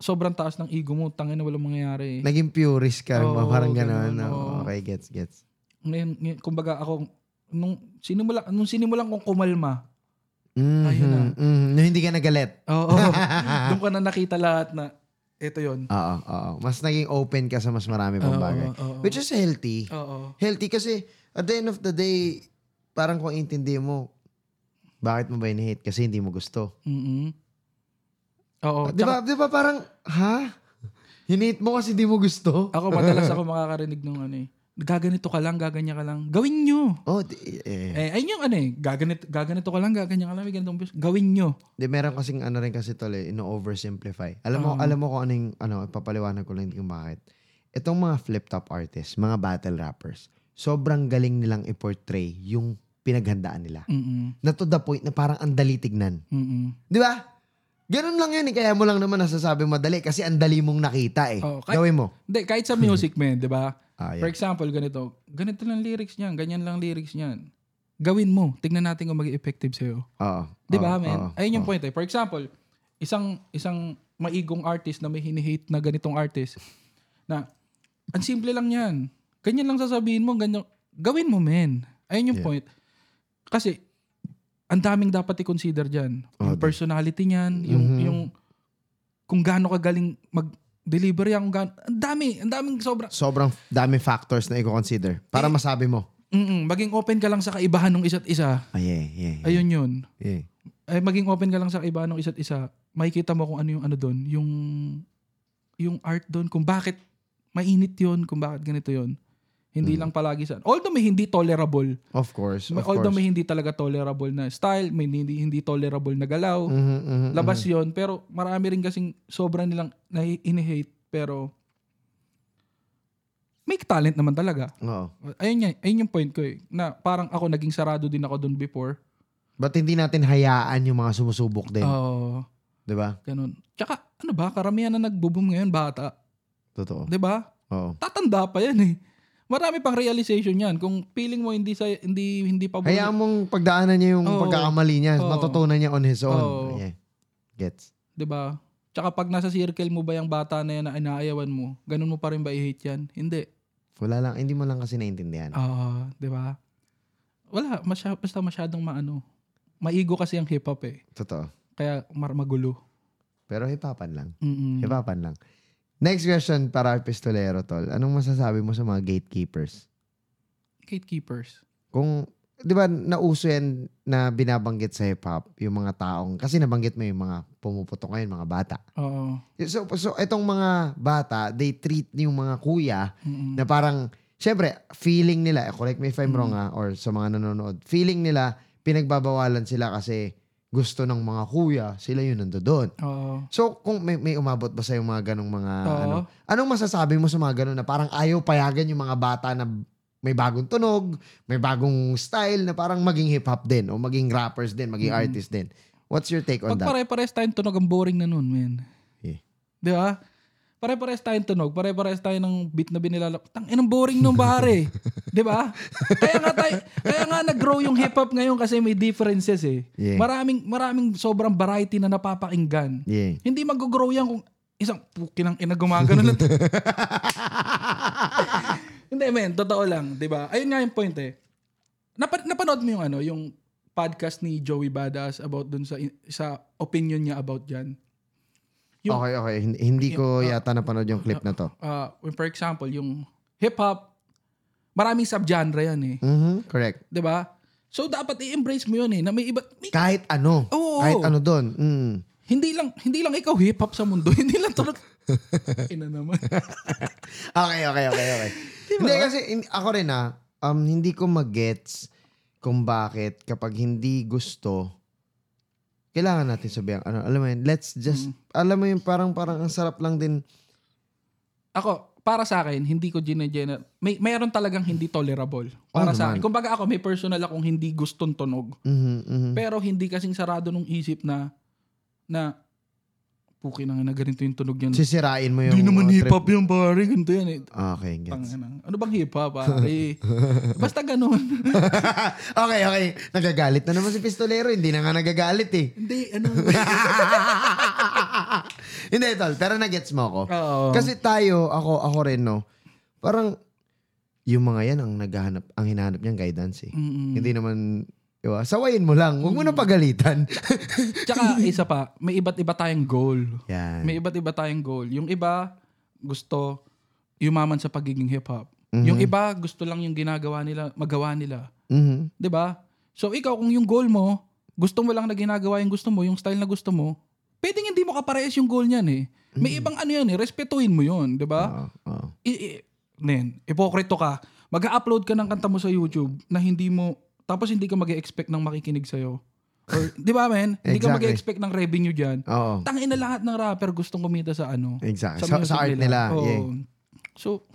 Speaker 2: sobrang taas ng ego mo, tangin na walang mangyayari eh.
Speaker 1: Naging purist ka,
Speaker 2: Oo,
Speaker 1: parang
Speaker 2: ganun,
Speaker 1: gano'n.
Speaker 2: oo.
Speaker 1: okay, gets, gets.
Speaker 2: Ngayon, ngayon, kumbaga ako, nung sinimula, nung sinimulan kong kumalma,
Speaker 1: Mhm,
Speaker 2: Ayun na.
Speaker 1: mhm. No, hindi ka nagalit.
Speaker 2: oo, doon ko na nakita lahat na, eto yon
Speaker 1: Oo, oo. Mas naging open ka sa mas marami pang bagay. Which is healthy.
Speaker 2: Oo.
Speaker 1: Healthy kasi at the end of the day, parang kung intindi mo, bakit mo ba hate Kasi hindi mo gusto.
Speaker 2: Mm-mm. Oo.
Speaker 1: di ba, di ba parang, ha? Hinate mo kasi di mo gusto?
Speaker 2: Ako madalas ako makakarinig nung ano eh. Gaganito ka lang, gaganyan ka lang. Gawin nyo.
Speaker 1: Oh, di, eh,
Speaker 2: Eh, ayun yung ano eh. Gaganito, gaganito ka lang, gaganyan ka lang. May ganitong views. Gawin nyo.
Speaker 1: di, meron kasing ano rin kasi tol eh, ino-oversimplify. Alam mo,
Speaker 2: Oo.
Speaker 1: alam mo kung ano yung, ano, papaliwanag ko lang kung bakit. Itong mga flip-top artists, mga battle rappers, sobrang galing nilang i-portray yung pinaghandaan nila.
Speaker 2: Mm-mm.
Speaker 1: Na to the point na parang ang dali tignan.
Speaker 2: Mm-mm.
Speaker 1: Di ba? Ganun lang yun eh. Kaya mo lang naman nasasabi madali kasi ang dali mong nakita eh.
Speaker 2: Oh, kahit-
Speaker 1: Gawin mo.
Speaker 2: Hindi, kahit sa music, man, di ba?
Speaker 1: Ah,
Speaker 2: For
Speaker 1: yeah.
Speaker 2: example, ganito. Ganito lang lyrics niyan. Ganyan lang lyrics niyan. Gawin mo. Tignan natin kung maging effective sa'yo.
Speaker 1: Oo.
Speaker 2: Di ba,
Speaker 1: Oo,
Speaker 2: man?
Speaker 1: oo,
Speaker 2: Ayun yung
Speaker 1: oo.
Speaker 2: point eh. For example, isang isang maigong artist na may hinihate na ganitong artist na ang simple lang yan. Ganyan lang sasabihin mo, ganyan. Gawin mo, men. Ayun yung
Speaker 1: Yeah.
Speaker 2: point. Kasi, ang daming dapat i-consider dyan.
Speaker 1: Oh,
Speaker 2: yung
Speaker 1: di-
Speaker 2: personality niyan, yung,
Speaker 1: Mhm.
Speaker 2: yung kung gaano kagaling mag-deliver yan, kung gaano. Ang dami, ang daming sobra.
Speaker 1: Sobrang dami factors na i-consider para
Speaker 2: Eh,
Speaker 1: masabi mo.
Speaker 2: Mm-mm, maging open ka lang sa kaibahan ng isa't isa.
Speaker 1: Ay, Ah, yeah, yeah, yeah.
Speaker 2: Ayun yun.
Speaker 1: Yeah.
Speaker 2: Ay, maging open ka lang sa kaibahan ng isa't isa. Makikita mo kung ano yung ano doon. Yung, yung art doon. Kung bakit mainit yun. Kung bakit ganito yun. Hindi lang palagi sa... Although may hindi tolerable.
Speaker 1: Of course, Hmm. of
Speaker 2: although
Speaker 1: course.
Speaker 2: may hindi talaga tolerable na style. May hindi, hindi tolerable na galaw.
Speaker 1: Mhm, mhm,
Speaker 2: Labas yun. Pero marami rin kasing sobra nilang na hate Pero may talent naman talaga.
Speaker 1: mhm. Oo.
Speaker 2: Ayun, yan, ayun yung point ko eh. Na parang ako naging sarado din ako doon before.
Speaker 1: But hindi natin hayaan yung mga sumusubok din.
Speaker 2: Oo.
Speaker 1: Di ba?
Speaker 2: ganun. Tsaka ano ba, karamihan na nagbo-boom ngayon bata.
Speaker 1: Totoo.
Speaker 2: 'Di ba?
Speaker 1: Oo.
Speaker 2: Tatanda pa yan eh. Marami pang realization yan. Kung feeling mo hindi sa hindi hindi pa buo-
Speaker 1: Hayaan mong pagdaanan niya yung
Speaker 2: Oo.
Speaker 1: pagkakamali niya.
Speaker 2: Oo.
Speaker 1: Matutunan niya on his own.
Speaker 2: Oo.
Speaker 1: Yeah. Gets.
Speaker 2: 'di ba? diba? Tsaka pag nasa circle mo ba yung bata na yan na inaayawan mo, ganun mo pa rin ba i-hate yan? Hindi.
Speaker 1: Wala lang. Hindi mo lang kasi naintindihan.
Speaker 2: Ah, 'di ba? Wala, masya, basta masyadong maano. Maigo kasi ang hip-hop eh.
Speaker 1: Totoo.
Speaker 2: Kaya mar magulo.
Speaker 1: Pero hipapan lang.
Speaker 2: Mm-mm.
Speaker 1: Hipapan lang. Next question para kay pistolero, tol. Anong masasabi mo sa mga gatekeepers?
Speaker 2: Gatekeepers.
Speaker 1: Kung, di ba, nauso yan na binabanggit sa hip-hop yung mga taong, kasi nabanggit mo yung mga pumuputok ngayon, mga bata.
Speaker 2: Oo.
Speaker 1: So, so itong mga bata, they treat yung mga kuya
Speaker 2: Mm-mm.
Speaker 1: na parang, syempre, feeling nila, eh, correct me if I'm
Speaker 2: Mm.
Speaker 1: wrong ah, or sa mga nanonood, feeling nila, pinagbabawalan sila kasi gusto ng mga kuya, sila yun nando doon.
Speaker 2: Oo.
Speaker 1: So, kung may, may umabot ba sa'yo mga ganong mga,
Speaker 2: Oo.
Speaker 1: ano, anong masasabi mo sa mga ganon na parang ayaw payagan yung mga bata na may bagong tunog, may bagong style na parang maging hip-hop din o maging rappers din, maging
Speaker 2: Mm.
Speaker 1: artist din. What's your take on that?
Speaker 2: Pag pare-pares tayong tunog, ang boring na nun, man.
Speaker 1: Yeah.
Speaker 2: Di ba? Pare-pares tayong tunog, pare-pares tayo ng beat na binilalap. Tang, inang boring nung pare. Di ba? Kaya nga tayo, kaya nga nag-grow yung hip-hop ngayon kasi may differences eh.
Speaker 1: Yeah.
Speaker 2: Maraming, maraming sobrang variety na napapakinggan.
Speaker 1: yeah.
Speaker 2: Hindi mag-grow yan kung isang pukin ang ina gumagano na to. Hindi, men. Totoo lang. Di ba? Ayun nga yung point eh. Napa- napanood mo yung ano, yung podcast ni Joey Badass about dun sa, sa opinion niya about yan. Yung-
Speaker 1: okay, okay. Hindi, hindi ko
Speaker 2: Yung-
Speaker 1: yata napanood yung clip na to.
Speaker 2: uh, when for example, yung hip-hop, maraming subgenre yan eh.
Speaker 1: Mhm, Correct.
Speaker 2: 'Di ba? So, dapat i-embrace mo yun eh, na may iba, may-
Speaker 1: Kahit ano.
Speaker 2: Oo.
Speaker 1: Kahit ano doon. Mm.
Speaker 2: hindi lang, hindi lang ikaw hip-hop sa mundo, hindi lang tulad, ina naman.
Speaker 1: Okay, okay, okay, okay. Hindi kasi in- ako rin ah, um, hindi ko magets kung bakit kapag hindi gusto, kailangan natin sabihan, ano, alam mo yun, let's just,
Speaker 2: Mm.
Speaker 1: alam mo yun, parang, parang ang sarap lang din.
Speaker 2: Ako, para sa akin, hindi ko ginegener, may, mayroon talagang hindi tolerable.
Speaker 1: Oo
Speaker 2: Para
Speaker 1: Ah,
Speaker 2: sa
Speaker 1: naman.
Speaker 2: akin. Kumbaga ako, may personal akong hindi gustong tunog.
Speaker 1: Mhm, mhm.
Speaker 2: Pero hindi kasing sarado nung isip na, na, puki na nga na ganito yung tunog yan.
Speaker 1: Sisirain mo yung...
Speaker 2: Hindi naman
Speaker 1: mga trip.
Speaker 2: hip-hop yan, pare. Ganito yan eh.
Speaker 1: Okay, gets.
Speaker 2: Tangina. Ano bang hip-hop, pare? Basta ganun.
Speaker 1: okay, okay. Nagagalit na naman si Pistolero. Hindi na nga nagagalit eh.
Speaker 2: Hindi, ano.
Speaker 1: hindi, tol. Pero nagets mo ako.
Speaker 2: Oo.
Speaker 1: Kasi tayo, ako, ako rin, no, parang yung mga yan ang naghahanap, ang hinahanap niyang guidance eh.
Speaker 2: Mm-mm.
Speaker 1: Hindi naman, diba? Sawayin mo lang. Huwag mo na pagalitan.
Speaker 2: Tsaka isa pa, may iba't iba tayong goal.
Speaker 1: Yan.
Speaker 2: May iba't iba tayong goal. Yung iba, gusto yumaman sa pagiging hip-hop. Yung iba, gusto lang yung ginagawa nila, magawa nila.
Speaker 1: Mhm.
Speaker 2: 'Di ba? So ikaw, kung yung goal mo, gusto mo lang na ginagawa yung gusto mo, yung style na gusto mo, pwedeng hindi mo kaparehas yung goal niyan eh.
Speaker 1: Mhm.
Speaker 2: May ibang ano yan eh, respetuhin mo yun, 'di
Speaker 1: Oo,
Speaker 2: ba?
Speaker 1: oo.
Speaker 2: i- i- nen, ipokrito ka. Mag-upload ka ng kanta mo sa YouTube na hindi mo, tapos hindi ka mag-expect ng makikinig sa'yo. Or, di ba, men? Hindi
Speaker 1: Exactly.
Speaker 2: ka mag-expect ng revenue dyan.
Speaker 1: Oo.
Speaker 2: Tangin na lahat ng rapper gustong kumita sa ano.
Speaker 1: Exactly. Sa,
Speaker 2: music
Speaker 1: sa art nila.
Speaker 2: Oo.
Speaker 1: Yeah.
Speaker 2: So,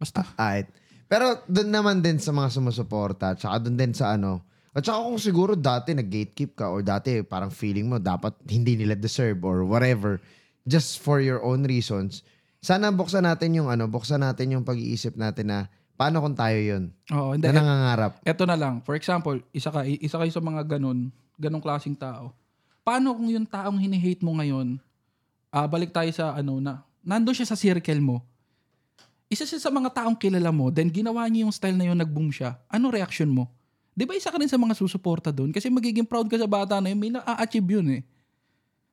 Speaker 2: basta.
Speaker 1: Alright. Pero doon naman din sa mga sumusuporta, tsaka doon din sa ano, At saka kung siguro dati nag-gatekeep ka or dati parang feeling mo dapat hindi nila deserve or whatever just for your own reasons, sana buksan natin yung ano, buksan natin yung pag-iisip natin na paano kung tayo yun?
Speaker 2: Oo, hindi.
Speaker 1: Na nangangarap.
Speaker 2: Eto na lang. For example, isa ka, isa kayo sa mga ganun, ganong klaseng tao. Paano kung yung taong hinihate mo ngayon, ah, balik tayo sa ano na, nando siya sa circle mo, isa siya sa mga taong kilala mo, then ginawa niya yung style na yun, nag-boom siya, ano reaction mo? Di ba isa ka rin sa mga susuporta doon? Kasi magiging proud ka sa bata na yun, may na-achieve yun eh.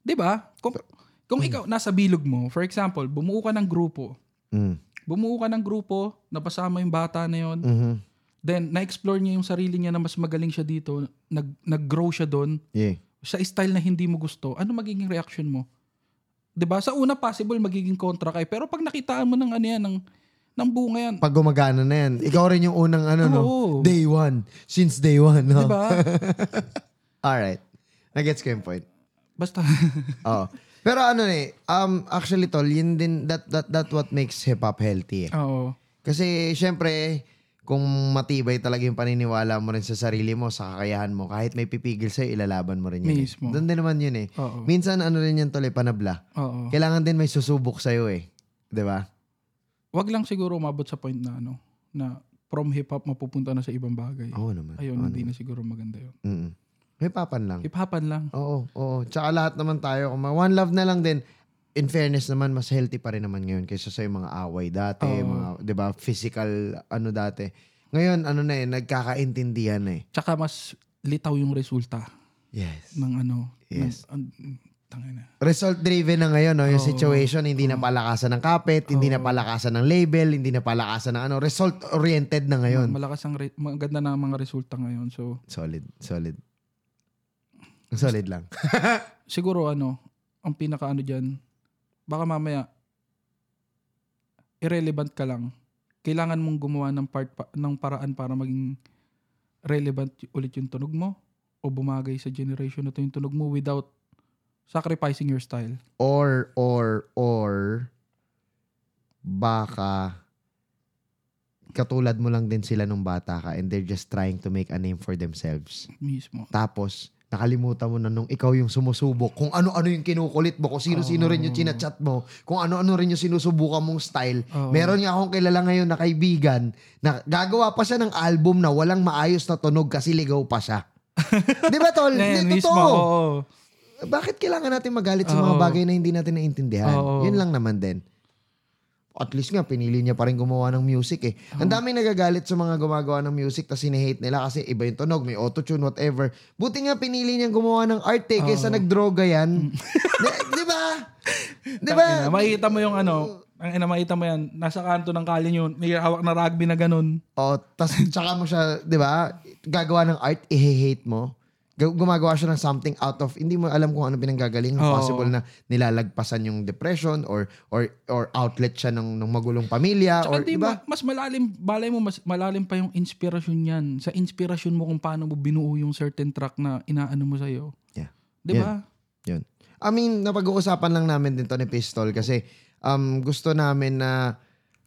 Speaker 2: Di ba? Kung, kung ikaw, nasa bilog mo, for example, bumuo ka ng grupo,
Speaker 1: Mm.
Speaker 2: bumuo ka ng grupo, napasama yung bata na yun,
Speaker 1: Mhm.
Speaker 2: Then, na-explore niya yung sarili niya na mas magaling siya dito, nag, nag-grow siya doon,
Speaker 1: Yeah.
Speaker 2: sa style na hindi mo gusto, ano magiging reaction mo? 'Di ba Sa una, possible magiging kontra kay Pero pag nakitaan mo ng ano yan, ng, ng bunga yan,
Speaker 1: Pag gumagana na yan, ikaw rin yung unang ano, no?
Speaker 2: Oo. Diba?
Speaker 1: Day one. Since day one, no?
Speaker 2: 'di ba
Speaker 1: Alright. Nagets ko yung point.
Speaker 2: Basta,
Speaker 1: Oo. Pero ano eh, um, actually tol, yun din, that, that, that what makes hip-hop healthy eh.
Speaker 2: oo.
Speaker 1: Kasi syempre, kung matibay talaga yung paniniwala mo rin sa sarili mo, sa kakayahan mo, kahit may pipigil sa'yo, ilalaban mo rin yun. eh.
Speaker 2: Mismo.
Speaker 1: Doon din naman yun eh.
Speaker 2: Oo.
Speaker 1: Minsan ano rin yan tol eh, panabla.
Speaker 2: Oo.
Speaker 1: Kailangan din may susubok sa'yo eh. 'Di ba?
Speaker 2: Wag lang siguro umabot sa point na ano, na from hip-hop mapupunta na sa ibang bagay.
Speaker 1: Oo naman.
Speaker 2: Ayun,
Speaker 1: Oo
Speaker 2: hindi na siguro maganda yun.
Speaker 1: Mm-mm. May papan lang.
Speaker 2: Hip-hopan lang.
Speaker 1: Oo, oo. Tsaka lahat naman tayo, kung ma- one love na lang din, in fairness naman, mas healthy pa rin naman ngayon kaysa sa yung mga away dati,
Speaker 2: Oo.
Speaker 1: mga, di ba, physical, ano dati. Ngayon, ano na eh, nagkakaintindihan na eh.
Speaker 2: Tsaka mas litaw yung resulta
Speaker 1: Yes.
Speaker 2: ng ano.
Speaker 1: Yes.
Speaker 2: Ng, ang- tangina.
Speaker 1: Result driven na ngayon, no? yung
Speaker 2: Oo.
Speaker 1: situation, hindi na palakasan ng kapit, hindi na palakasan ng label, hindi na palakasan ng ano, result oriented na ngayon.
Speaker 2: Malakas ang re- maganda na ang mga resulta ngayon. So,
Speaker 1: Solid, solid. Solid lang.
Speaker 2: siguro ano, ang pinaka ano diyan, baka mamaya irrelevant ka lang. Kailangan mong gumawa ng part pa- ng paraan para maging relevant y- ulit yung tunog mo o bumagay sa generation na to yung tunog mo without sacrificing your style.
Speaker 1: Or, or, or, baka, katulad mo lang din sila nung bata ka and they're just trying to make a name for themselves.
Speaker 2: Mismo.
Speaker 1: Tapos, nakalimutan mo na nung ikaw yung sumusubok, kung ano-ano yung kinukulit mo, kung sino-sino rin
Speaker 2: Oh.
Speaker 1: yung chinachat mo, kung ano-ano rin yung sinusubukan mong style.
Speaker 2: Oo.
Speaker 1: Meron nga akong kilala ngayon na kaibigan na gagawa pa siya ng album na walang maayos na tunog kasi ligaw pa siya. Di ba, Tol?
Speaker 2: Ngayon,
Speaker 1: Di,
Speaker 2: Eh, mismo.
Speaker 1: totoo
Speaker 2: oo.
Speaker 1: bakit kailangan natin magalit sa mga
Speaker 2: Oo.
Speaker 1: bagay na hindi natin naintindihan?
Speaker 2: Oo.
Speaker 1: Yun lang naman din. At least nga, pinili niya pa rin gumawa ng music eh. Ang daming nagagalit sa mga gumagawa ng music tapos sinihate nila kasi iba yung tunog, may autotune, whatever. Buti nga pinili niyang gumawa ng art eh, kaysa nagdroga yan. di, di ba? Di ba?
Speaker 2: Mm. Tangina, makikita mo yung ano, ang ina makita mo yan, nasa kanto ng kalye yun, may hawak na rugby na ganun.
Speaker 1: O, tas tsaka mo siya, di ba, gagawa ng art, i-hate mo. Gu- Gumagawa siya ng something out of, hindi mo alam kung ano pinanggagaling.
Speaker 2: Oo.
Speaker 1: Possible na nilalagpasan yung depression or or or outlet siya ng, ng magulong pamilya. Ah,
Speaker 2: Tsaka
Speaker 1: or, di
Speaker 2: di
Speaker 1: ba?
Speaker 2: ba, mas malalim, balay mo, mas malalim pa yung inspirasyon yan. Sa inspirasyon mo kung paano mo binuo yung certain track na inaano mo sa'yo.
Speaker 1: Yeah.
Speaker 2: Di ba?
Speaker 1: Yun. I mean, napag-uusapan lang namin din to ni Pistol kasi um, gusto namin na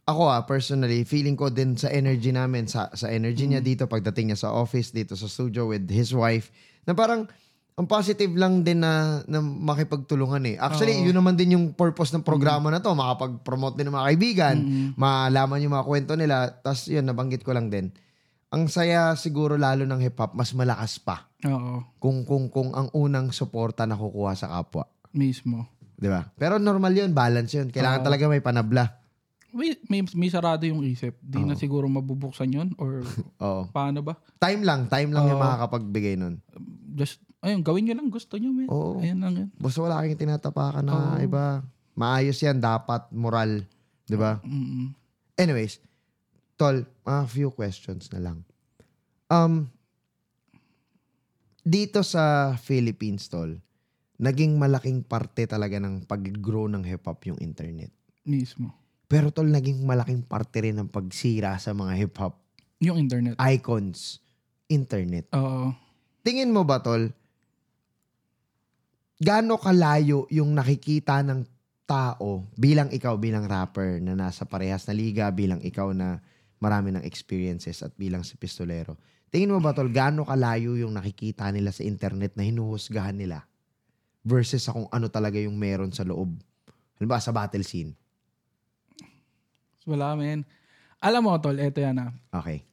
Speaker 1: ako ah, personally, feeling ko din sa energy namin, sa, sa energy niya dito, pagdating niya sa office, dito sa studio with his wife, na parang ang positive lang din na, na makipagtulungan eh. Actually, yun naman din yung purpose ng programa na to, makapag-promote din ng mga kaibigan,
Speaker 2: Mm. Mm-hmm.
Speaker 1: malaman yung mga kwento nila, tapos yun, nabanggit ko lang din. Ang saya siguro lalo ng hip-hop, mas malakas pa
Speaker 2: Oo,
Speaker 1: kung kung kung ang unang suporta na kukuha sa kapwa,
Speaker 2: mismo.
Speaker 1: 'di ba? Pero normal 'yun, balance 'yun. Kailangan
Speaker 2: Oo.
Speaker 1: talaga may panabla.
Speaker 2: May, may, may sarado yung isip. Di na siguro mabubuksan yun or
Speaker 1: Oo.
Speaker 2: paano ba?
Speaker 1: Time lang, time lang yung makakapagbigay nun.
Speaker 2: Just, ayun, gawin nyo lang gusto nyo, man.
Speaker 1: Oo.
Speaker 2: Ayun lang yun.
Speaker 1: Basta wala kang tinatapakan na iba. Maayos 'yan, dapat moral, 'di ba?
Speaker 2: Mm-mm.
Speaker 1: Anyways, tol, a few questions na lang. Um dito sa Philippines, tol, naging malaking parte talaga ng pag-grow ng hip-hop yung internet.
Speaker 2: Mismo.
Speaker 1: Pero tol, naging malaking parte rin ng pagsira sa mga hip-hop
Speaker 2: Yung internet.
Speaker 1: icons, internet.
Speaker 2: Oo.
Speaker 1: Tingin mo ba, Tol, gaano kalayo yung nakikita ng tao bilang ikaw, bilang rapper na nasa parehas na liga, bilang ikaw na marami ng experiences at bilang si pistolero. Tingin mo ba, Tol, gaano kalayo yung nakikita nila sa internet na hinuhusgahan nila versus sa kung ano talaga yung meron sa loob? Halimbawa sa battle scene.
Speaker 2: Wala, men. Alam mo, tol, eto yan ah.
Speaker 1: Okay.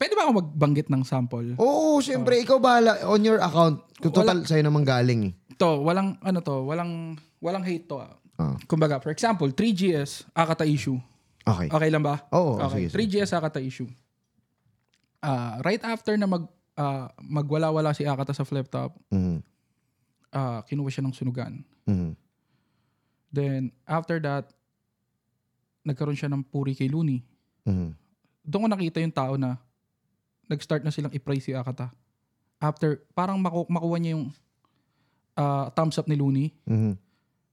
Speaker 2: Pwede ba ako magbanggit ng sample?
Speaker 1: Oo, syempre. ikaw bahala on your account. Kung total, sa'yo naman galing eh.
Speaker 2: To, walang, ano to, walang, walang hate to ah.
Speaker 1: Ah,
Speaker 2: Kumbaga, for example, 3GS, Akata issue.
Speaker 1: okay.
Speaker 2: Okay lang ba?
Speaker 1: Oo,
Speaker 2: Ah, okay.
Speaker 1: sige, sige.
Speaker 2: 3GS Akata issue. Ah, right after na mag, ah, magwala-wala si Akata sa flip top,
Speaker 1: Mhm.
Speaker 2: ah, kinuha siya ng sunugan.
Speaker 1: Mhm.
Speaker 2: Then, after that, nagkaroon siya ng puri kay Looney.
Speaker 1: Mhm.
Speaker 2: Doon ko nakita yung tao na nag-start na silang i-praise si Akata. After, parang maku- makuha niya yung ah, thumbs up ni Looney.
Speaker 1: Mhm.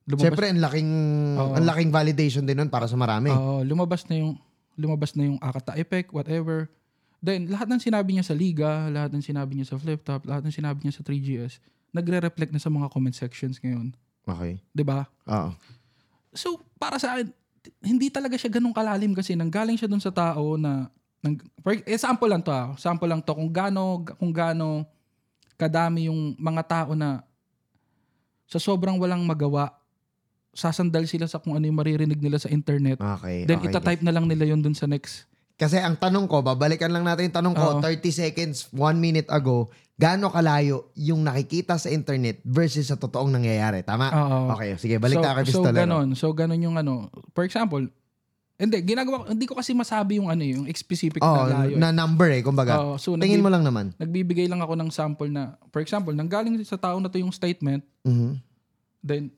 Speaker 2: Lumabas,
Speaker 1: Siyempre, ang laking,
Speaker 2: Oo.
Speaker 1: ang laking validation din nun para sa marami.
Speaker 2: Oo, Ah, lumabas na yung lumabas na yung Akata effect, whatever. Then, lahat ng sinabi niya sa liga, lahat ng sinabi niya sa flip top, lahat ng sinabi niya sa 3GS, nagre-reflect na sa mga comment sections ngayon.
Speaker 1: Okay.
Speaker 2: 'Di ba?
Speaker 1: Oo.
Speaker 2: So, para sa akin, t- hindi talaga siya ganun kalalim kasi nanggaling siya dun sa tao na nang, for example lang to ah, sample lang to kung gaano kung gaano kadami yung mga tao na sa sobrang walang magawa sasandal sila sa kung ano yung maririnig nila sa internet.
Speaker 1: Okay.
Speaker 2: Then
Speaker 1: okay.
Speaker 2: itatype na lang nila yun dun sa next.
Speaker 1: Kasi ang tanong ko, babalikan lang natin yung tanong ko,
Speaker 2: Oo.
Speaker 1: 30 seconds, 1 minute ago, gaano kalayo yung nakikita sa internet versus sa totoong nangyayari. Tama?
Speaker 2: Oo.
Speaker 1: Ah, Okay, sige, balik
Speaker 2: so,
Speaker 1: tayo kay
Speaker 2: So
Speaker 1: Pistolero.
Speaker 2: ganon, so ganon yung ano. For example, hindi, ginagawa, ko- hindi ko kasi masabi yung ano eh, yung specific
Speaker 1: Oo,
Speaker 2: na layo.
Speaker 1: na number eh, kumbaga.
Speaker 2: Oo, so
Speaker 1: Tingin
Speaker 2: nagbi-
Speaker 1: mo lang naman.
Speaker 2: nagbibigay lang ako ng sample na, for example, nanggaling sa tao na to yung statement,
Speaker 1: Mhm.
Speaker 2: then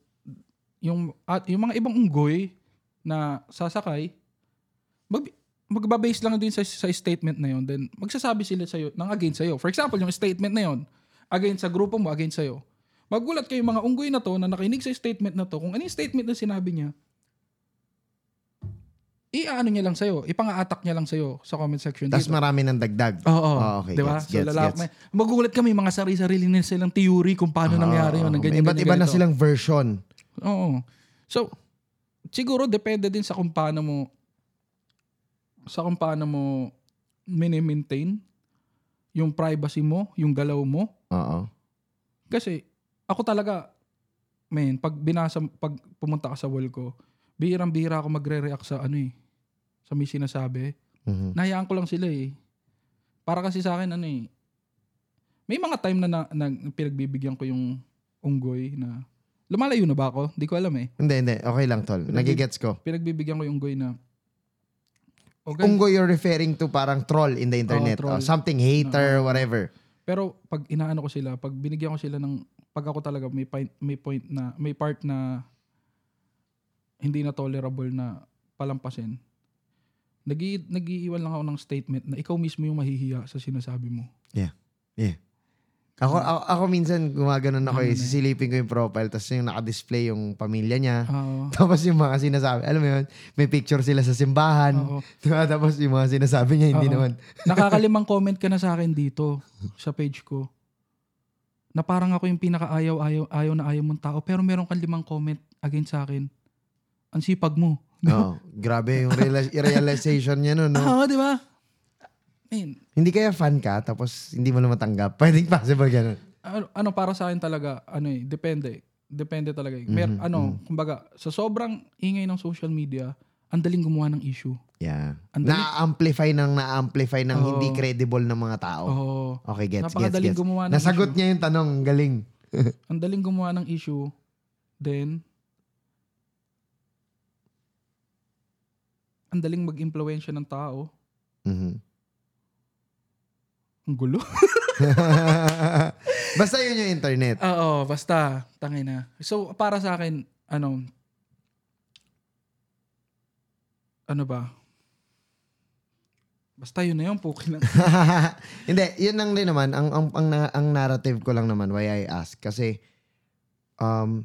Speaker 2: yung, at, yung mga ibang unggoy na sasakay, mag, magbabase lang din sa, sa statement na yun. Then magsasabi sila sa'yo ng against sa'yo. For example, yung statement na yun, against sa grupo mo, against sa'yo. Magulat kayo mga unggoy na to na nakinig sa statement na to. Kung ano yung statement na sinabi niya, i-ano niya lang sa'yo, ipang-attack niya lang sa'yo sa comment section
Speaker 1: Tapos
Speaker 2: dito.
Speaker 1: marami ng dagdag.
Speaker 2: Oo. Oh,
Speaker 1: Ah, okay.
Speaker 2: Di ba?
Speaker 1: Gets,
Speaker 2: So,
Speaker 1: gets,
Speaker 2: lalaki-
Speaker 1: gets.
Speaker 2: may- Magugulat kami mga sarili-sarili na silang theory kung paano
Speaker 1: Ah,
Speaker 2: Ano nangyari yun.
Speaker 1: may
Speaker 2: ng ganyan,
Speaker 1: Iba't
Speaker 2: ganyan,
Speaker 1: iba na
Speaker 2: ganito.
Speaker 1: silang version.
Speaker 2: Oo. So, siguro depende din sa kung paano mo sa kung paano mo mini-maintain yung privacy mo, yung galaw mo.
Speaker 1: Oo.
Speaker 2: Kasi ako talaga, man, pag binasa, pag pumunta ka sa wall ko, bihirang-bihira ako magre-react sa ano eh, sa may sinasabi
Speaker 1: Mhm.
Speaker 2: nahayaan ko lang sila eh. Para kasi sa akin, ano eh, may mga time na, na, na pinagbibigyan ko yung unggoy na, lumalayo na ba ako? Hindi ko alam eh.
Speaker 1: Hindi, hindi. Okay lang, tol. Nagigets ko.
Speaker 2: Pinagbibigyan ko yung unggoy na, "Oh, okay,
Speaker 1: Unggoy you're referring to parang troll in the internet. Oh,
Speaker 2: troll.
Speaker 1: something hater, whatever.
Speaker 2: pero pag inaano ko sila, pag binigyan ko sila ng, pag ako talaga may, point, may point na, may part na hindi na tolerable na palampasin, nag-i- nag-iiwan lang ako ng statement na ikaw mismo yung mahihiya sa sinasabi mo.
Speaker 1: Ako, ako, ako minsan gumaganon ako eh.
Speaker 2: Ganun eh.
Speaker 1: Sisilipin ko yung profile tapos yung nakadisplay yung pamilya niya.
Speaker 2: Oo.
Speaker 1: Tapos yung mga sinasabi, alam mo yun, may picture sila sa simbahan.
Speaker 2: Oo.
Speaker 1: Diba? Tapos yung mga sinasabi niya, hindi
Speaker 2: Oo.
Speaker 1: naman.
Speaker 2: Nakakalimang comment ka na sa akin dito sa page ko na parang ako yung pinakaayaw-ayaw ayaw na ayaw mong tao pero meron kang limang comment against sa akin. Ang sipag mo.
Speaker 1: Oo. grabe yung reala- realization niya nun. No?
Speaker 2: Oo, Ah, di ba? Man,
Speaker 1: Hindi kaya fan ka, tapos hindi mo naman tanggap. Pwedeng possible ganun.
Speaker 2: ano, ano para sa akin talaga, ano eh, depende. Depende talaga. eh.
Speaker 1: Mhm,
Speaker 2: Mer, ano, kumbaga, sa sobrang ingay ng social media, ang daling gumawa ng issue.
Speaker 1: Yeah.
Speaker 2: Ang dali-
Speaker 1: Na-amplify ng na-amplify ng
Speaker 2: Oo.
Speaker 1: hindi credible ng mga tao.
Speaker 2: Oo.
Speaker 1: Okay, gets, gets,
Speaker 2: napakadaling
Speaker 1: gets.
Speaker 2: gumawa ng
Speaker 1: Nasagot
Speaker 2: issue.
Speaker 1: niya yung tanong. Ang Galing.
Speaker 2: ang daling gumawa ng issue, then, ang daling mag ng tao.
Speaker 1: Mhm.
Speaker 2: Ang gulo.
Speaker 1: Basta yun yung internet.
Speaker 2: Oo, basta. Tangay na. So, para sa akin, ano, ano ba? Basta yun na yun, puki lang.
Speaker 1: Hindi, yun lang din naman. Ang, ang, ang, na- ang narrative ko lang naman, why I ask. Kasi, um,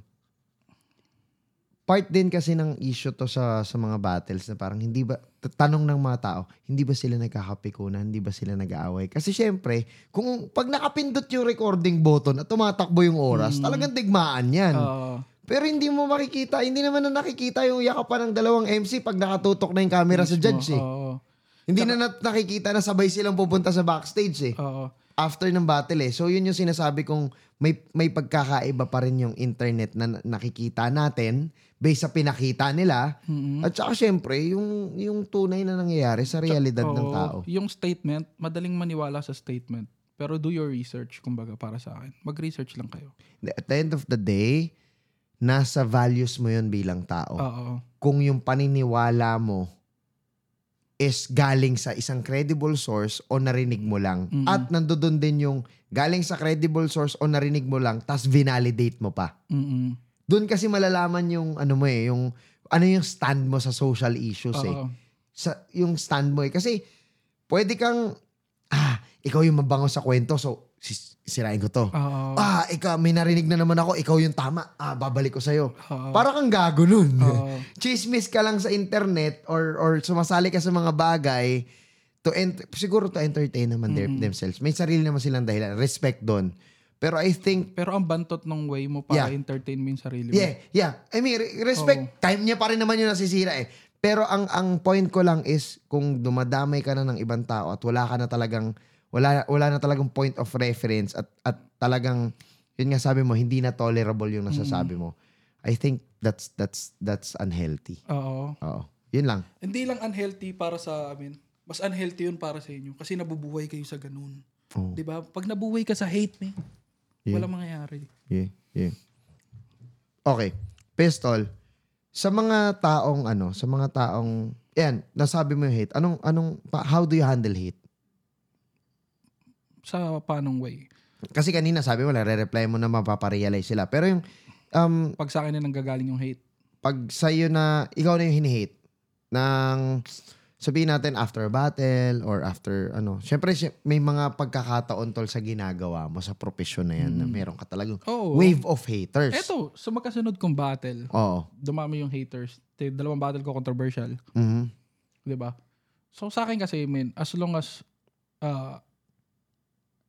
Speaker 1: part din kasi ng issue to sa, sa mga battles na parang hindi ba, t- tanong ng mga tao, hindi ba sila nagkakapikunan, hindi ba sila nag-aaway? Kasi syempre, kung pag nakapindot yung recording button at tumatakbo yung oras,
Speaker 2: Mm.
Speaker 1: talagang digmaan yan.
Speaker 2: Oo.
Speaker 1: Pero hindi mo makikita, hindi naman na nakikita yung yakapan ng dalawang MC pag nakatutok na yung camera sa
Speaker 2: mismo,
Speaker 1: judge eh.
Speaker 2: Oo.
Speaker 1: Hindi na nat- nakikita na sabay silang pupunta sa backstage eh.
Speaker 2: Oo.
Speaker 1: After ng battle eh. So yun yung sinasabi kong may, may pagkakaiba pa rin yung internet na na- nakikita natin based sa pinakita nila. At saka syempre, yung, yung tunay na nangyayari sa realidad ng
Speaker 2: Oo.
Speaker 1: tao.
Speaker 2: Yung statement, madaling maniwala sa statement. Pero do your research, kumbaga, para sa akin. Mag-research lang kayo.
Speaker 1: At the end of the day, nasa values mo yun bilang tao.
Speaker 2: Oo.
Speaker 1: kung yung paniniwala mo is galing sa isang credible source o narinig mo lang.
Speaker 2: Mm.
Speaker 1: At nandoon din yung galing sa credible source o narinig mo lang tas vinalidate mo pa.
Speaker 2: Mm-mm.
Speaker 1: Doon kasi malalaman yung ano mo eh, yung ano yung stand mo sa social issues eh.
Speaker 2: Oo.
Speaker 1: Sa yung stand mo eh kasi pwede kang ah, ikaw yung mabango sa kwento so sis- sirain ko to.
Speaker 2: Oo.
Speaker 1: Ah, ikaw may narinig na naman ako, ikaw yung tama. Ah, babalik ko sa
Speaker 2: Oo.
Speaker 1: Para kang gago nun
Speaker 2: Oo.
Speaker 1: chismis ka lang sa internet or or sumasali ka sa mga bagay to ent- siguro to entertain naman their- themselves. May sarili naman silang dahilan. Respect doon. Pero I think
Speaker 2: Pero ang bantot ng way mo para
Speaker 1: Yeah.
Speaker 2: entertain mo yung sarili mo.
Speaker 1: yeah, yeah. I mean, re- respect. Time niya pa rin naman yung nasisira eh. Pero ang ang point ko lang is kung dumadamay ka na ng ibang tao at wala ka na talagang wala wala na talagang point of reference at at talagang yun nga sabi mo hindi na tolerable yung nasasabi mo. I think that's that's that's unhealthy.
Speaker 2: Oo.
Speaker 1: Oo. Yun lang.
Speaker 2: Hindi lang unhealthy para sa amin. Mas unhealthy yun para sa inyo. Kasi nabubuhay kayo sa ganun.
Speaker 1: Oo.
Speaker 2: Di ba? Pag nabuhay ka sa hate, me,
Speaker 1: Yeah.
Speaker 2: walang mangyayari.
Speaker 1: Yeah, yeah. Okay. Pistol. Sa mga taong ano, sa mga taong yan, nasabi mo yung hate. Anong anong pa- how do you handle hate?
Speaker 2: Sa panong way.
Speaker 1: Kasi kanina sabi mo lang re-reply mo na mapaparealize sila. Pero yung um
Speaker 2: Pag sa akin na nanggagaling yung hate.
Speaker 1: pag sa'yo na ikaw na yung hinihate ng sabihin natin after a battle or after ano. Syempre sy- may mga pagkakataon tol sa ginagawa mo sa profesyon na yan na meron ka talagang
Speaker 2: Hmm. Oo.
Speaker 1: wave of haters.
Speaker 2: Eto, sa magkasunod kong battle,
Speaker 1: Oo.
Speaker 2: dumami yung haters. T- Dalawang battle ko controversial.
Speaker 1: Mhm.
Speaker 2: Di ba? So sa akin kasi, men, as long as ah,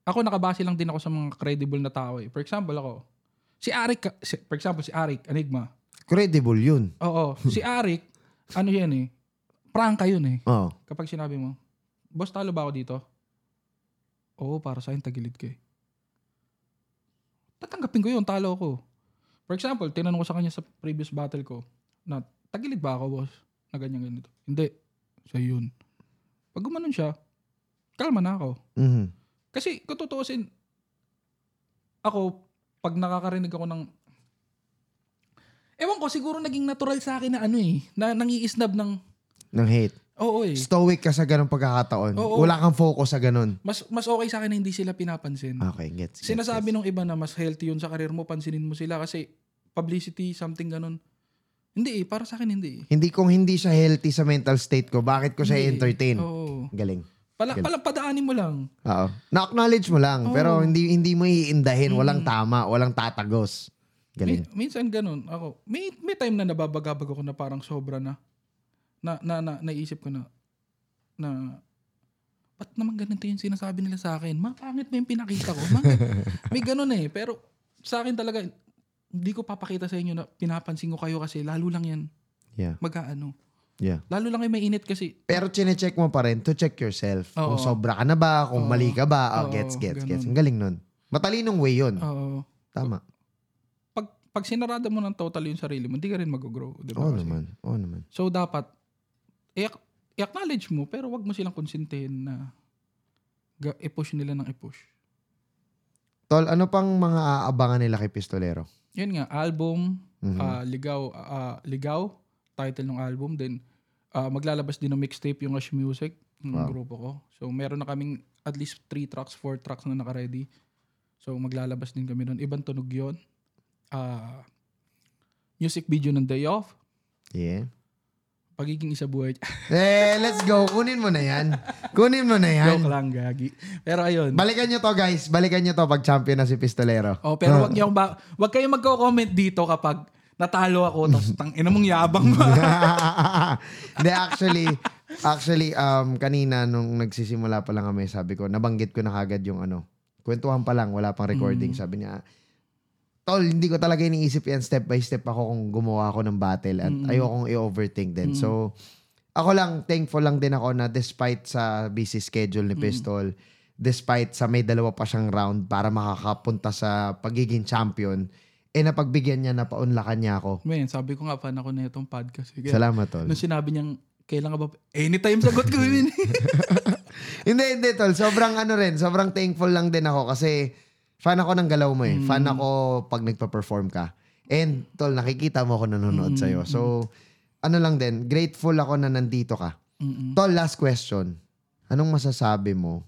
Speaker 2: ako nakabase lang din ako sa mga credible na tao eh. For example ako, si Arik, ka- si- for example si Arik, Enigma.
Speaker 1: Credible 'yun.
Speaker 2: Oo, si Arik, ano yan eh, prangka yun eh.
Speaker 1: Oo.
Speaker 2: Kapag sinabi mo, boss talo ba ako dito? Oo, para sa akin tagilid ka eh. Tatanggapin ko yun, talo ako. For example, tinanong ko sa kanya sa previous battle ko, na tagilid ba ako boss? Na ganyan ganito. Hindi. So yun. Pag gumanon siya, kalma na ako.
Speaker 1: Mhm.
Speaker 2: Kasi kung tutuusin, ako, pag nakakarinig ako ng... Ewan ko, siguro naging natural sa akin na ano eh, na nangiisnab ng...
Speaker 1: ng hate.
Speaker 2: Oo eh.
Speaker 1: Stoic ka sa ganong pagkakataon.
Speaker 2: Oo.
Speaker 1: Wala kang focus sa ganon.
Speaker 2: Mas, mas okay sa akin na hindi sila pinapansin.
Speaker 1: Okay, gets. gets,
Speaker 2: Sinasabi nung iba na mas healthy yun sa karir mo, pansinin mo sila kasi publicity, something ganun. Hindi eh, para sa akin hindi eh.
Speaker 1: gets. Hindi kung hindi siya healthy sa mental state ko, bakit ko siya
Speaker 2: Hindi eh.
Speaker 1: entertain?
Speaker 2: Oo.
Speaker 1: Galing.
Speaker 2: Pala, pala, padaanin mo lang.
Speaker 1: Oo. Na-acknowledge mo lang, pero hindi hindi mo iindahin. Walang
Speaker 2: Mm.
Speaker 1: tama, walang tatagos.
Speaker 2: Mi-
Speaker 1: Galing.
Speaker 2: minsan ganun ako. May may time na nababagabag ako na parang sobra na na na, na naisip ko na na ba't naman ganito yung sinasabi nila sa akin? Mapangit ba yung pinakita ko? Mangit. may ganun eh. Pero sa akin talaga, hindi ko papakita sa inyo na pinapansin ko kayo kasi lalo lang yan
Speaker 1: Yeah.
Speaker 2: mag-ano.
Speaker 1: Yeah.
Speaker 2: Lalo lang kayo mainit kasi.
Speaker 1: Pero chinecheck mo pa rin to check yourself. Kung
Speaker 2: Oo.
Speaker 1: sobra ka na ba, kung
Speaker 2: Oo.
Speaker 1: mali ka ba. Ah,
Speaker 2: Oo,
Speaker 1: gets, gets,
Speaker 2: ganun. Ah,
Speaker 1: gets. Ang galing nun. Matalinong way yun.
Speaker 2: Oo.
Speaker 1: Tama.
Speaker 2: pag, pag sinarada mo ng total yung sarili mo, hindi ka rin mag-grow. Di ba?
Speaker 1: Oo
Speaker 2: Kasi-
Speaker 1: naman. Oo naman.
Speaker 2: So dapat i- acknowledge mo pero wag mo silang konsintihin na ga- i-push nila ng i-push.
Speaker 1: Tol, ano pang mga aabangan nila kay Pistolero?
Speaker 2: Yun nga, album,
Speaker 1: Mhm.
Speaker 2: ah, ligaw, ah, ligaw, title ng album. Then ah, maglalabas din ng mixtape yung Ash Music, ng
Speaker 1: Wow.
Speaker 2: grupo ko. So meron na kaming at least 3 tracks, 4 tracks na naka-ready. So maglalabas din kami nun. Ibang tunog yun. Ah, music video ng Day Off,
Speaker 1: Yeah.
Speaker 2: Pagiging Isa Buhay.
Speaker 1: Eh, let's go. Kunin mo na yan. Kunin mo na yan.
Speaker 2: Joke lang, gagi. Pero ayun.
Speaker 1: Balikan nyo to guys. Balikan nyo to pag champion na si Pistolero.
Speaker 2: Oh, pero wag niyo ba wag kayong magko-comment dito kapag natalo ako tapos tang ina mong yabang ba.
Speaker 1: Hindi, actually, actually, um, kanina nung nagsisimula pa lang kami, sabi ko, nabanggit ko na kagad yung ano, kwentuhan pa lang, wala pang recording. Sabi niya, Tol, hindi ko talaga iniisip yan step by step ako kung gumawa ako ng battle at ayokong i-overthink din. So, Ako lang, thankful lang din ako na despite sa busy schedule ni Pistol, despite sa may dalawa pa siyang round para makakapunta sa pagiging champion, eh napagbigyan niya na paunlakan niya ako.
Speaker 2: Man, sabi ko nga, fan ako na itong podcast. eh. Kaya,
Speaker 1: Salamat, tol.
Speaker 2: nung sinabi niyang, kailan ka ba? Eh, Anytime sagot ko yun. eh.
Speaker 1: hindi, hindi, tol. Sobrang ano rin, sobrang thankful lang din ako kasi fan ako ng galaw mo eh. Fan ako pag nagpa-perform ka. And, tol, nakikita mo ako nanonood sa'yo. So, ano lang din, grateful ako na nandito ka.
Speaker 2: Mm-mm.
Speaker 1: Tol, last question. Anong masasabi mo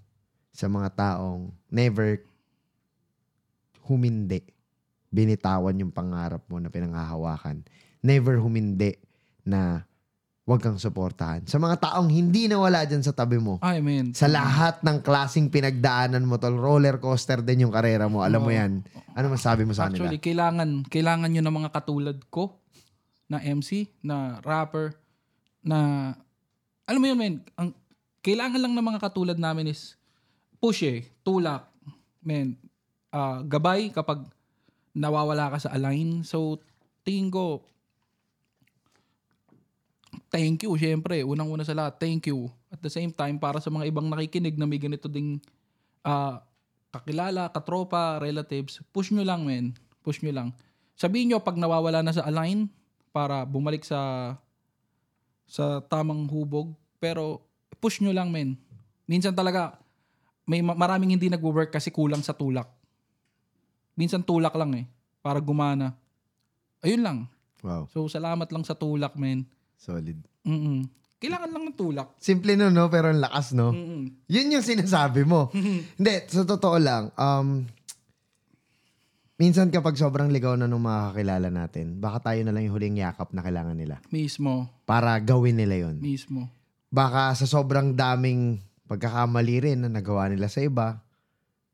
Speaker 1: sa mga taong never humindi, binitawan yung pangarap mo na pinanghahawakan, never humindi na wag kang suportahan. Sa mga taong hindi nawala dyan sa tabi mo,
Speaker 2: Ay, man.
Speaker 1: sa lahat ng klasing pinagdaanan mo, tol, roller coaster din yung karera mo. Alam mo
Speaker 2: Oo.
Speaker 1: yan. Ano masabi mo sa kanila?
Speaker 2: Actually, kailangan, kailangan yun ng mga katulad ko na MC, na rapper, na, alam mo yun, men, ang, kailangan lang ng mga katulad namin is push eh, tulak, men, ah, gabay kapag nawawala ka sa align. So, tingin ko, thank you, syempre. Unang-una sa lahat, thank you. At the same time, para sa mga ibang nakikinig na may ganito ding ah, kakilala, katropa, relatives, push nyo lang, men. Push nyo lang. Sabihin nyo, pag nawawala na sa align, para bumalik sa sa tamang hubog. Pero, push nyo lang, men. Minsan talaga, may ma- maraming hindi nagwo-work kasi kulang sa tulak. Minsan tulak lang eh, para gumana. Ayun lang.
Speaker 1: Wow,
Speaker 2: So, salamat lang sa tulak, men.
Speaker 1: solid.
Speaker 2: Mm-mm. Kailangan lang ng tulak.
Speaker 1: Simple no, no? Pero ang lakas, no?
Speaker 2: Mm-mm.
Speaker 1: Yun yung sinasabi mo. Hindi, sa totoo lang, um, minsan kapag sobrang ligaw na nung mga kakilala natin, baka tayo na lang yung huling yakap na kailangan nila
Speaker 2: Mismo.
Speaker 1: para gawin nila yun.
Speaker 2: Mismo.
Speaker 1: Baka sa sobrang daming pagkakamali rin na nagawa nila sa iba,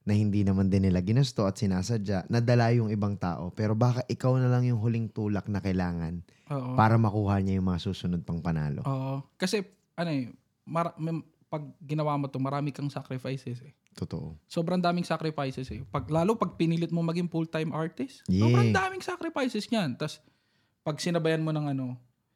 Speaker 1: na hindi naman din nila ginusto at sinasadya, nadala yung ibang tao. Pero baka ikaw na lang yung huling tulak na kailangan
Speaker 2: Oo.
Speaker 1: para makuha niya yung mga susunod pang panalo.
Speaker 2: Oo. Kasi, ano eh, mara- may- pag ginawa mo to, marami kang sacrifices eh.
Speaker 1: Totoo.
Speaker 2: Sobrang daming sacrifices eh. Pag, lalo pag pinilit mo maging full-time artist,
Speaker 1: Yeah.
Speaker 2: sobrang daming sacrifices niyan. Tapos, pag sinabayan mo ng ano,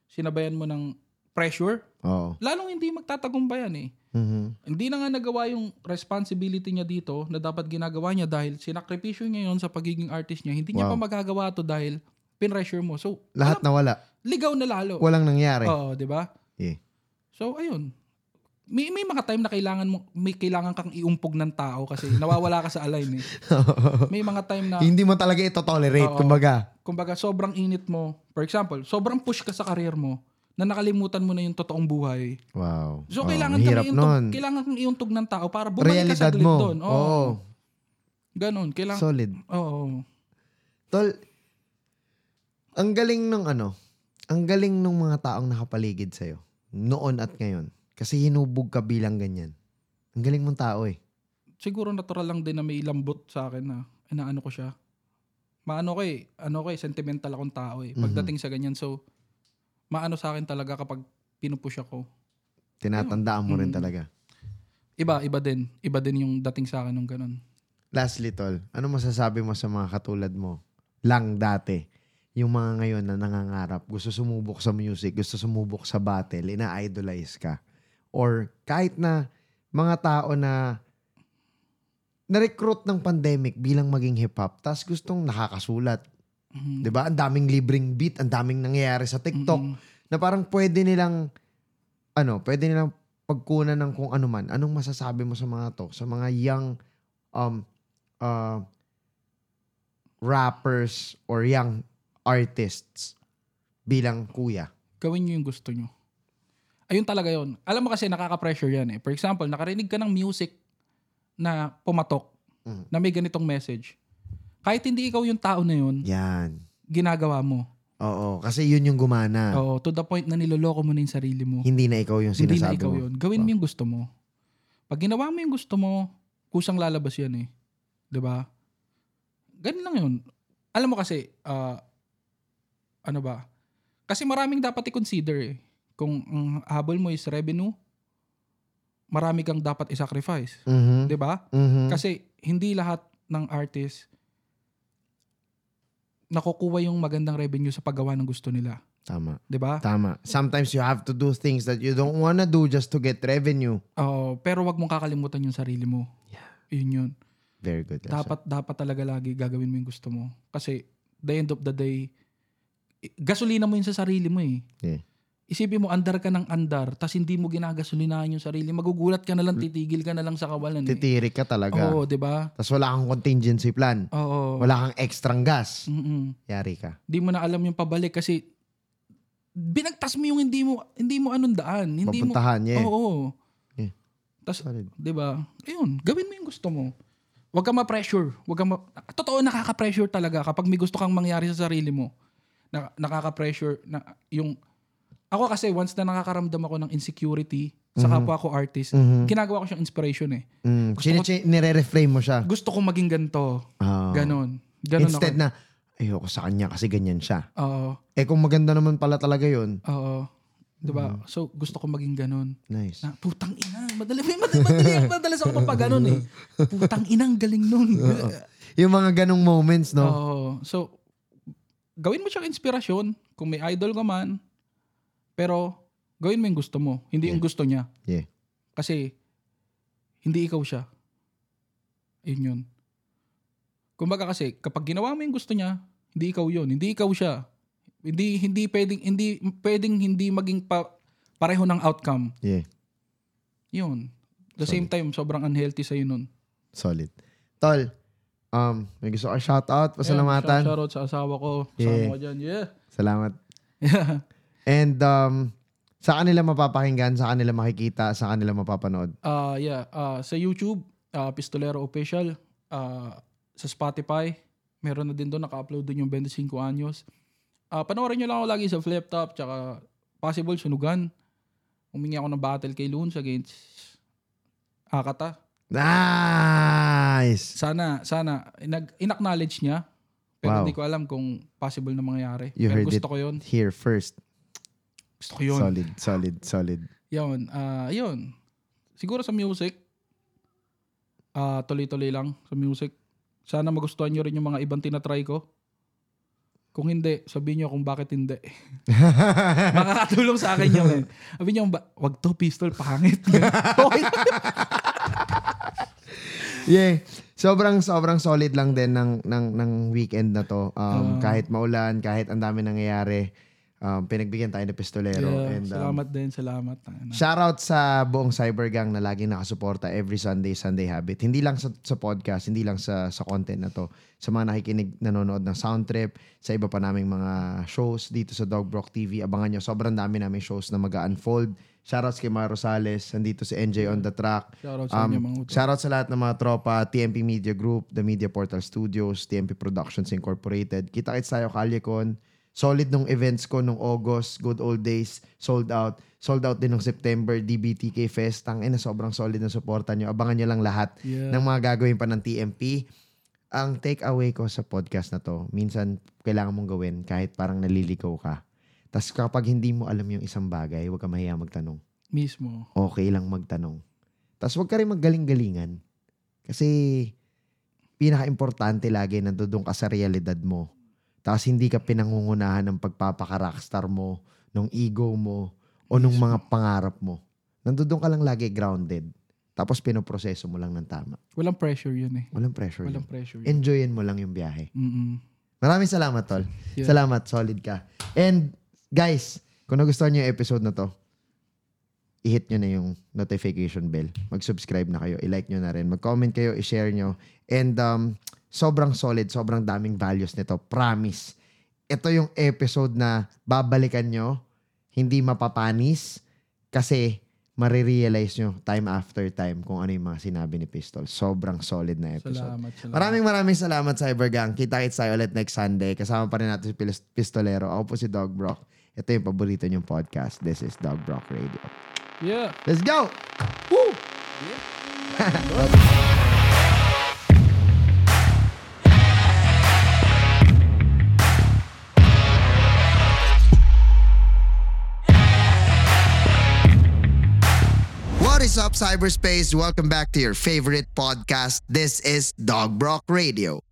Speaker 2: sinabayan mo ng pressure,
Speaker 1: Oo.
Speaker 2: lalong hindi magtatagumpayan eh.
Speaker 1: Mhm.
Speaker 2: Hindi na nga nagawa yung responsibility niya dito na dapat ginagawa niya dahil sinakripisyo niya yon sa pagiging artist niya. Hindi niya
Speaker 1: Wow.
Speaker 2: pa magagawa to dahil pinressure mo. So,
Speaker 1: Lahat nawala.
Speaker 2: ligaw na lalo.
Speaker 1: Walang nangyari.
Speaker 2: Oo, di ba?
Speaker 1: Yeah.
Speaker 2: So, ayun. May, may mga time na kailangan mo, may kailangan kang iumpog ng tao kasi nawawala ka sa align eh. May mga time na,
Speaker 1: hindi mo talaga ito tolerate,
Speaker 2: Oo.
Speaker 1: kumbaga.
Speaker 2: kumbaga, sobrang init mo. For example, sobrang push ka sa karir mo na nakalimutan mo na yung totoong buhay.
Speaker 1: Wow.
Speaker 2: So,
Speaker 1: Oo,
Speaker 2: kailangan,
Speaker 1: ang
Speaker 2: kang
Speaker 1: hirap Oh, nun.
Speaker 2: iuntog, kailangan kang iuntog ng tao para bumalik ka
Speaker 1: Realidad
Speaker 2: saglit
Speaker 1: mo.
Speaker 2: doon.
Speaker 1: Oo.
Speaker 2: Oo. Ganon. Kailangan,
Speaker 1: Solid.
Speaker 2: oo.
Speaker 1: Tol, ang galing nung ano, ang galing nung mga taong nakapaligid sa'yo. Noon at ngayon. Kasi hinubog ka bilang ganyan. Ang galing mong tao eh.
Speaker 2: siguro natural lang din na may lambot sa akin na inaano ko siya. Maano ko eh, ano ko eh, sentimental akong tao
Speaker 1: Mhm.
Speaker 2: eh. Pagdating sa ganyan, so, maano sa akin talaga kapag pinupush ako.
Speaker 1: Tinatandaan mo rin
Speaker 2: Mm.
Speaker 1: talaga.
Speaker 2: Iba, iba din. Iba din yung dating sa akin nung ganun.
Speaker 1: Lastly, Tol, ano masasabi mo sa mga katulad mo lang dati? Yung mga ngayon na nangangarap, gusto sumubok sa music, gusto sumubok sa battle, ina-idolize ka. Or kahit na mga tao na na-recruit ng pandemic bilang maging hip-hop, tas gustong nakakasulat.
Speaker 2: Mhm.
Speaker 1: 'Di ba Ang daming libreng beat, ang daming nangyayari sa TikTok
Speaker 2: Mhm.
Speaker 1: na parang pwede nilang ano, pwede nilang pagkunan ng kung ano man. Anong masasabi mo sa mga to? Sa mga young um uh, rappers or young artists bilang kuya.
Speaker 2: Gawin nyo yung gusto nyo. Ayun talaga yon. Alam mo kasi nakaka-pressure yan eh. For example, nakarinig ka ng music na pumatok,
Speaker 1: Mhm.
Speaker 2: na may ganitong message. Kahit hindi ikaw yung tao na yun,
Speaker 1: Yan.
Speaker 2: ginagawa mo.
Speaker 1: Oo, kasi yun yung gumana.
Speaker 2: Oo, to the point na niloloko mo na yung sarili mo.
Speaker 1: Hindi na ikaw yung
Speaker 2: Hindi na
Speaker 1: sinasabi
Speaker 2: ikaw
Speaker 1: mo. Oh.
Speaker 2: yun. Gawin mo yung gusto mo. Pag ginawa mo yung gusto mo, kusang lalabas yan eh. 'Di ba? Ganun lang yun. Alam mo kasi, ah, ano ba? Kasi maraming dapat i-consider eh. Kung ang habol mo is revenue, marami kang dapat i-sacrifice.
Speaker 1: Mhm.
Speaker 2: 'Di ba?
Speaker 1: Mhm.
Speaker 2: Kasi hindi lahat ng artist nakukuha yung magandang revenue sa paggawa ng gusto nila.
Speaker 1: Tama.
Speaker 2: 'di ba?
Speaker 1: Tama. Sometimes you have to do things that you don't wanna do just to get revenue.
Speaker 2: Oo, pero wag mong kakalimutan yung sarili mo. Yeah. Yun yun.
Speaker 1: Very good. Lars.
Speaker 2: Dapat dapat talaga lagi gagawin mo yung gusto mo. Kasi the end of the day, i- gasolina mo yun sa sarili mo eh.
Speaker 1: Yeah.
Speaker 2: Isipin mo, andar ka ng andar, tas hindi mo ginagasolinahan yung sarili. Magugulat ka na lang, titigil ka na lang sa kawalan. Eh.
Speaker 1: Titirik ka talaga.
Speaker 2: Oo, di ba?
Speaker 1: Tapos wala kang contingency plan.
Speaker 2: Oo.
Speaker 1: Wala kang extrang gas.
Speaker 2: Mm-mm.
Speaker 1: Yari ka.
Speaker 2: Di mo na alam yung pabalik kasi binagtas mo yung hindi mo hindi mo anong daan. Hindi mo
Speaker 1: Papuntahan. Yeah.
Speaker 2: Oo.
Speaker 1: eh. Yeah.
Speaker 2: Tas,
Speaker 1: Solid.
Speaker 2: 'di ba? Ayun, gawin mo yung gusto mo. Huwag kang ma-pressure. Huwag kang ma- Totoo, nakaka-pressure talaga kapag may gusto kang mangyari sa sarili mo. Na- nakaka-pressure na yung... Ako kasi, once na nakakaramdam ako ng insecurity sa kapwa ko artist,
Speaker 1: Mhm.
Speaker 2: ginagawa ko siyang inspiration eh.
Speaker 1: Mm.
Speaker 2: Gusto
Speaker 1: Siniche- nire-reframe mo siya.
Speaker 2: Gusto ko maging ganito.
Speaker 1: Ah.
Speaker 2: Ganon. Ganon
Speaker 1: Instead
Speaker 2: ako.
Speaker 1: na, ayoko sa kanya kasi ganyan siya.
Speaker 2: Oo.
Speaker 1: Eh kung maganda naman pala talaga yun,
Speaker 2: Oo. 'Di ba?
Speaker 1: Mhm.
Speaker 2: So, gusto ko maging ganon.
Speaker 1: nice.
Speaker 2: Na, putang ina. Madali, madali, madali, madalas ako papaganon eh. Putang ina, ang galing nun.
Speaker 1: Yung mga ganong moments, no?
Speaker 2: Oo. so, gawin mo siyang inspirasyon kung may idol ka man. Pero, gawin mo yung gusto mo. Hindi yung gusto niya.
Speaker 1: Yeah.
Speaker 2: Kasi, hindi ikaw siya. Yun yun. Kumbaga kasi, kapag ginawa mo yung gusto niya, hindi ikaw yun. Hindi ikaw siya. Hindi, hindi pwedeng, hindi, pwedeng hindi maging pa, pareho ng outcome.
Speaker 1: Yeah.
Speaker 2: Yun. The same time, sobrang unhealthy sa'yo nun.
Speaker 1: Solid. Tol, um, may gusto ka shoutout,
Speaker 2: Ayan,
Speaker 1: pasalamatan.
Speaker 2: Shoutout sa asawa ko.
Speaker 1: Yeah.
Speaker 2: Kasama ko dyan. Yeah.
Speaker 1: Salamat.
Speaker 2: Yeah.
Speaker 1: And um, sa kanila mapapakinggan, sa kanila makikita, sa kanila mapapanood.
Speaker 2: Ah, yeah, ah, sa YouTube, ah, Pistolero Official, ah, sa Spotify, meron na din doon naka-upload doon yung 25 Anyos. Ah, panoorin niyo lang ako lagi sa Flip Top tsaka possible sunugan. Humingi ako ng battle kay Loons against Akata.
Speaker 1: Nice!
Speaker 2: Sana, sana, inag- in-acknowledge niya. Pero
Speaker 1: Wow.
Speaker 2: hindi ko alam kung possible na mangyari.
Speaker 1: You
Speaker 2: Pero
Speaker 1: heard
Speaker 2: gusto ko yun.
Speaker 1: Here first.
Speaker 2: Gusto ko yun.
Speaker 1: Solid, solid, solid.
Speaker 2: Yun, ah, yun. Siguro sa music, ah, tuloy-tuloy lang sa music. Sana magustuhan nyo rin yung mga ibang tinatry ko. Kung hindi, sabihin nyo kung bakit hindi. Makakatulong sa akin yun. eh. Sabihin nyo, ba- wag to, pistol, pangit. okay.
Speaker 1: Yeah. Sobrang sobrang solid lang din ng ng ng weekend na to. Um,
Speaker 2: Ah.
Speaker 1: kahit maulan, kahit ang dami nangyayari, um, pinagbigyan tayo ng pistolero
Speaker 2: Yeah,
Speaker 1: and um,
Speaker 2: salamat din, salamat. Ano.
Speaker 1: Shoutout sa buong Cybergang na laging nakasuporta every Sunday, Sunday Habit. Hindi lang sa, sa podcast, hindi lang sa, sa content na to. Sa mga nakikinig, nanonood ng Soundtrip, sa iba pa naming mga shows dito sa Dogbrock TV. Abangan nyo, sobrang dami namin shows na mag unfold Shoutouts kay Mara Rosales, nandito si NJ on the track.
Speaker 2: Shoutout
Speaker 1: um,
Speaker 2: sa inyo, mga utol.
Speaker 1: Shoutout sa lahat ng mga tropa, TMP Media Group, The Media Portal Studios, TMP Productions Incorporated. Kita-kits tayo Kalyakon. Solid nung events ko nung August, good old days, sold out. Sold out din nung September, DBTK Fest. Ang ina, sobrang solid na suporta nyo. Abangan nyo lang lahat
Speaker 2: Yeah.
Speaker 1: ng mga gagawin pa ng TMP. Ang take away ko sa podcast na to, minsan kailangan mong gawin kahit parang naliligaw ka. Tapos kapag hindi mo alam yung isang bagay, huwag ka mahiya magtanong
Speaker 2: Mismo.
Speaker 1: okay lang magtanong. Tapos huwag ka rin magaling-galingan. Kasi pinaka-importante lagi nandoon ka sa realidad mo. Tapos hindi ka pinangungunahan ng pagpapaka-rockstar mo, ng ego mo, o ng mga pangarap mo. Nandoon ka lang lagi grounded. Tapos pinoproseso mo lang ng tama.
Speaker 2: Walang pressure yun eh.
Speaker 1: Walang pressure.
Speaker 2: Walang
Speaker 1: Walang
Speaker 2: pressure yun.
Speaker 1: Enjoyin mo lang yung biyahe.
Speaker 2: Mm-mm.
Speaker 1: Maraming salamat, Tol.
Speaker 2: Yeah.
Speaker 1: Salamat, solid ka. And guys, kung nagustuhan niyo yung episode na to, i-hit nyo na yung notification bell. Mag-subscribe na kayo. I-like nyo na rin. Mag-comment kayo. I-share nyo. And um, sobrang solid. Sobrang daming values nito. Promise. Ito yung episode na babalikan nyo. Hindi mapapanis. Kasi marirealize nyo time after time kung ano yung mga sinabi ni Pistol. Sobrang solid na episode.
Speaker 2: Salamat, salamat.
Speaker 1: Maraming maraming salamat Cybergang. Kita-kits tayo ulit next Sunday. Kasama pa rin natin si Pilis- Pistolero. Ako po si Dog Brock. Ito yung paborito niyong podcast. This is Dog Brock Radio.
Speaker 2: Yeah.
Speaker 1: Let's go! What is up, cyberspace? Welcome back to your favorite podcast. This is Dog Brock Radio.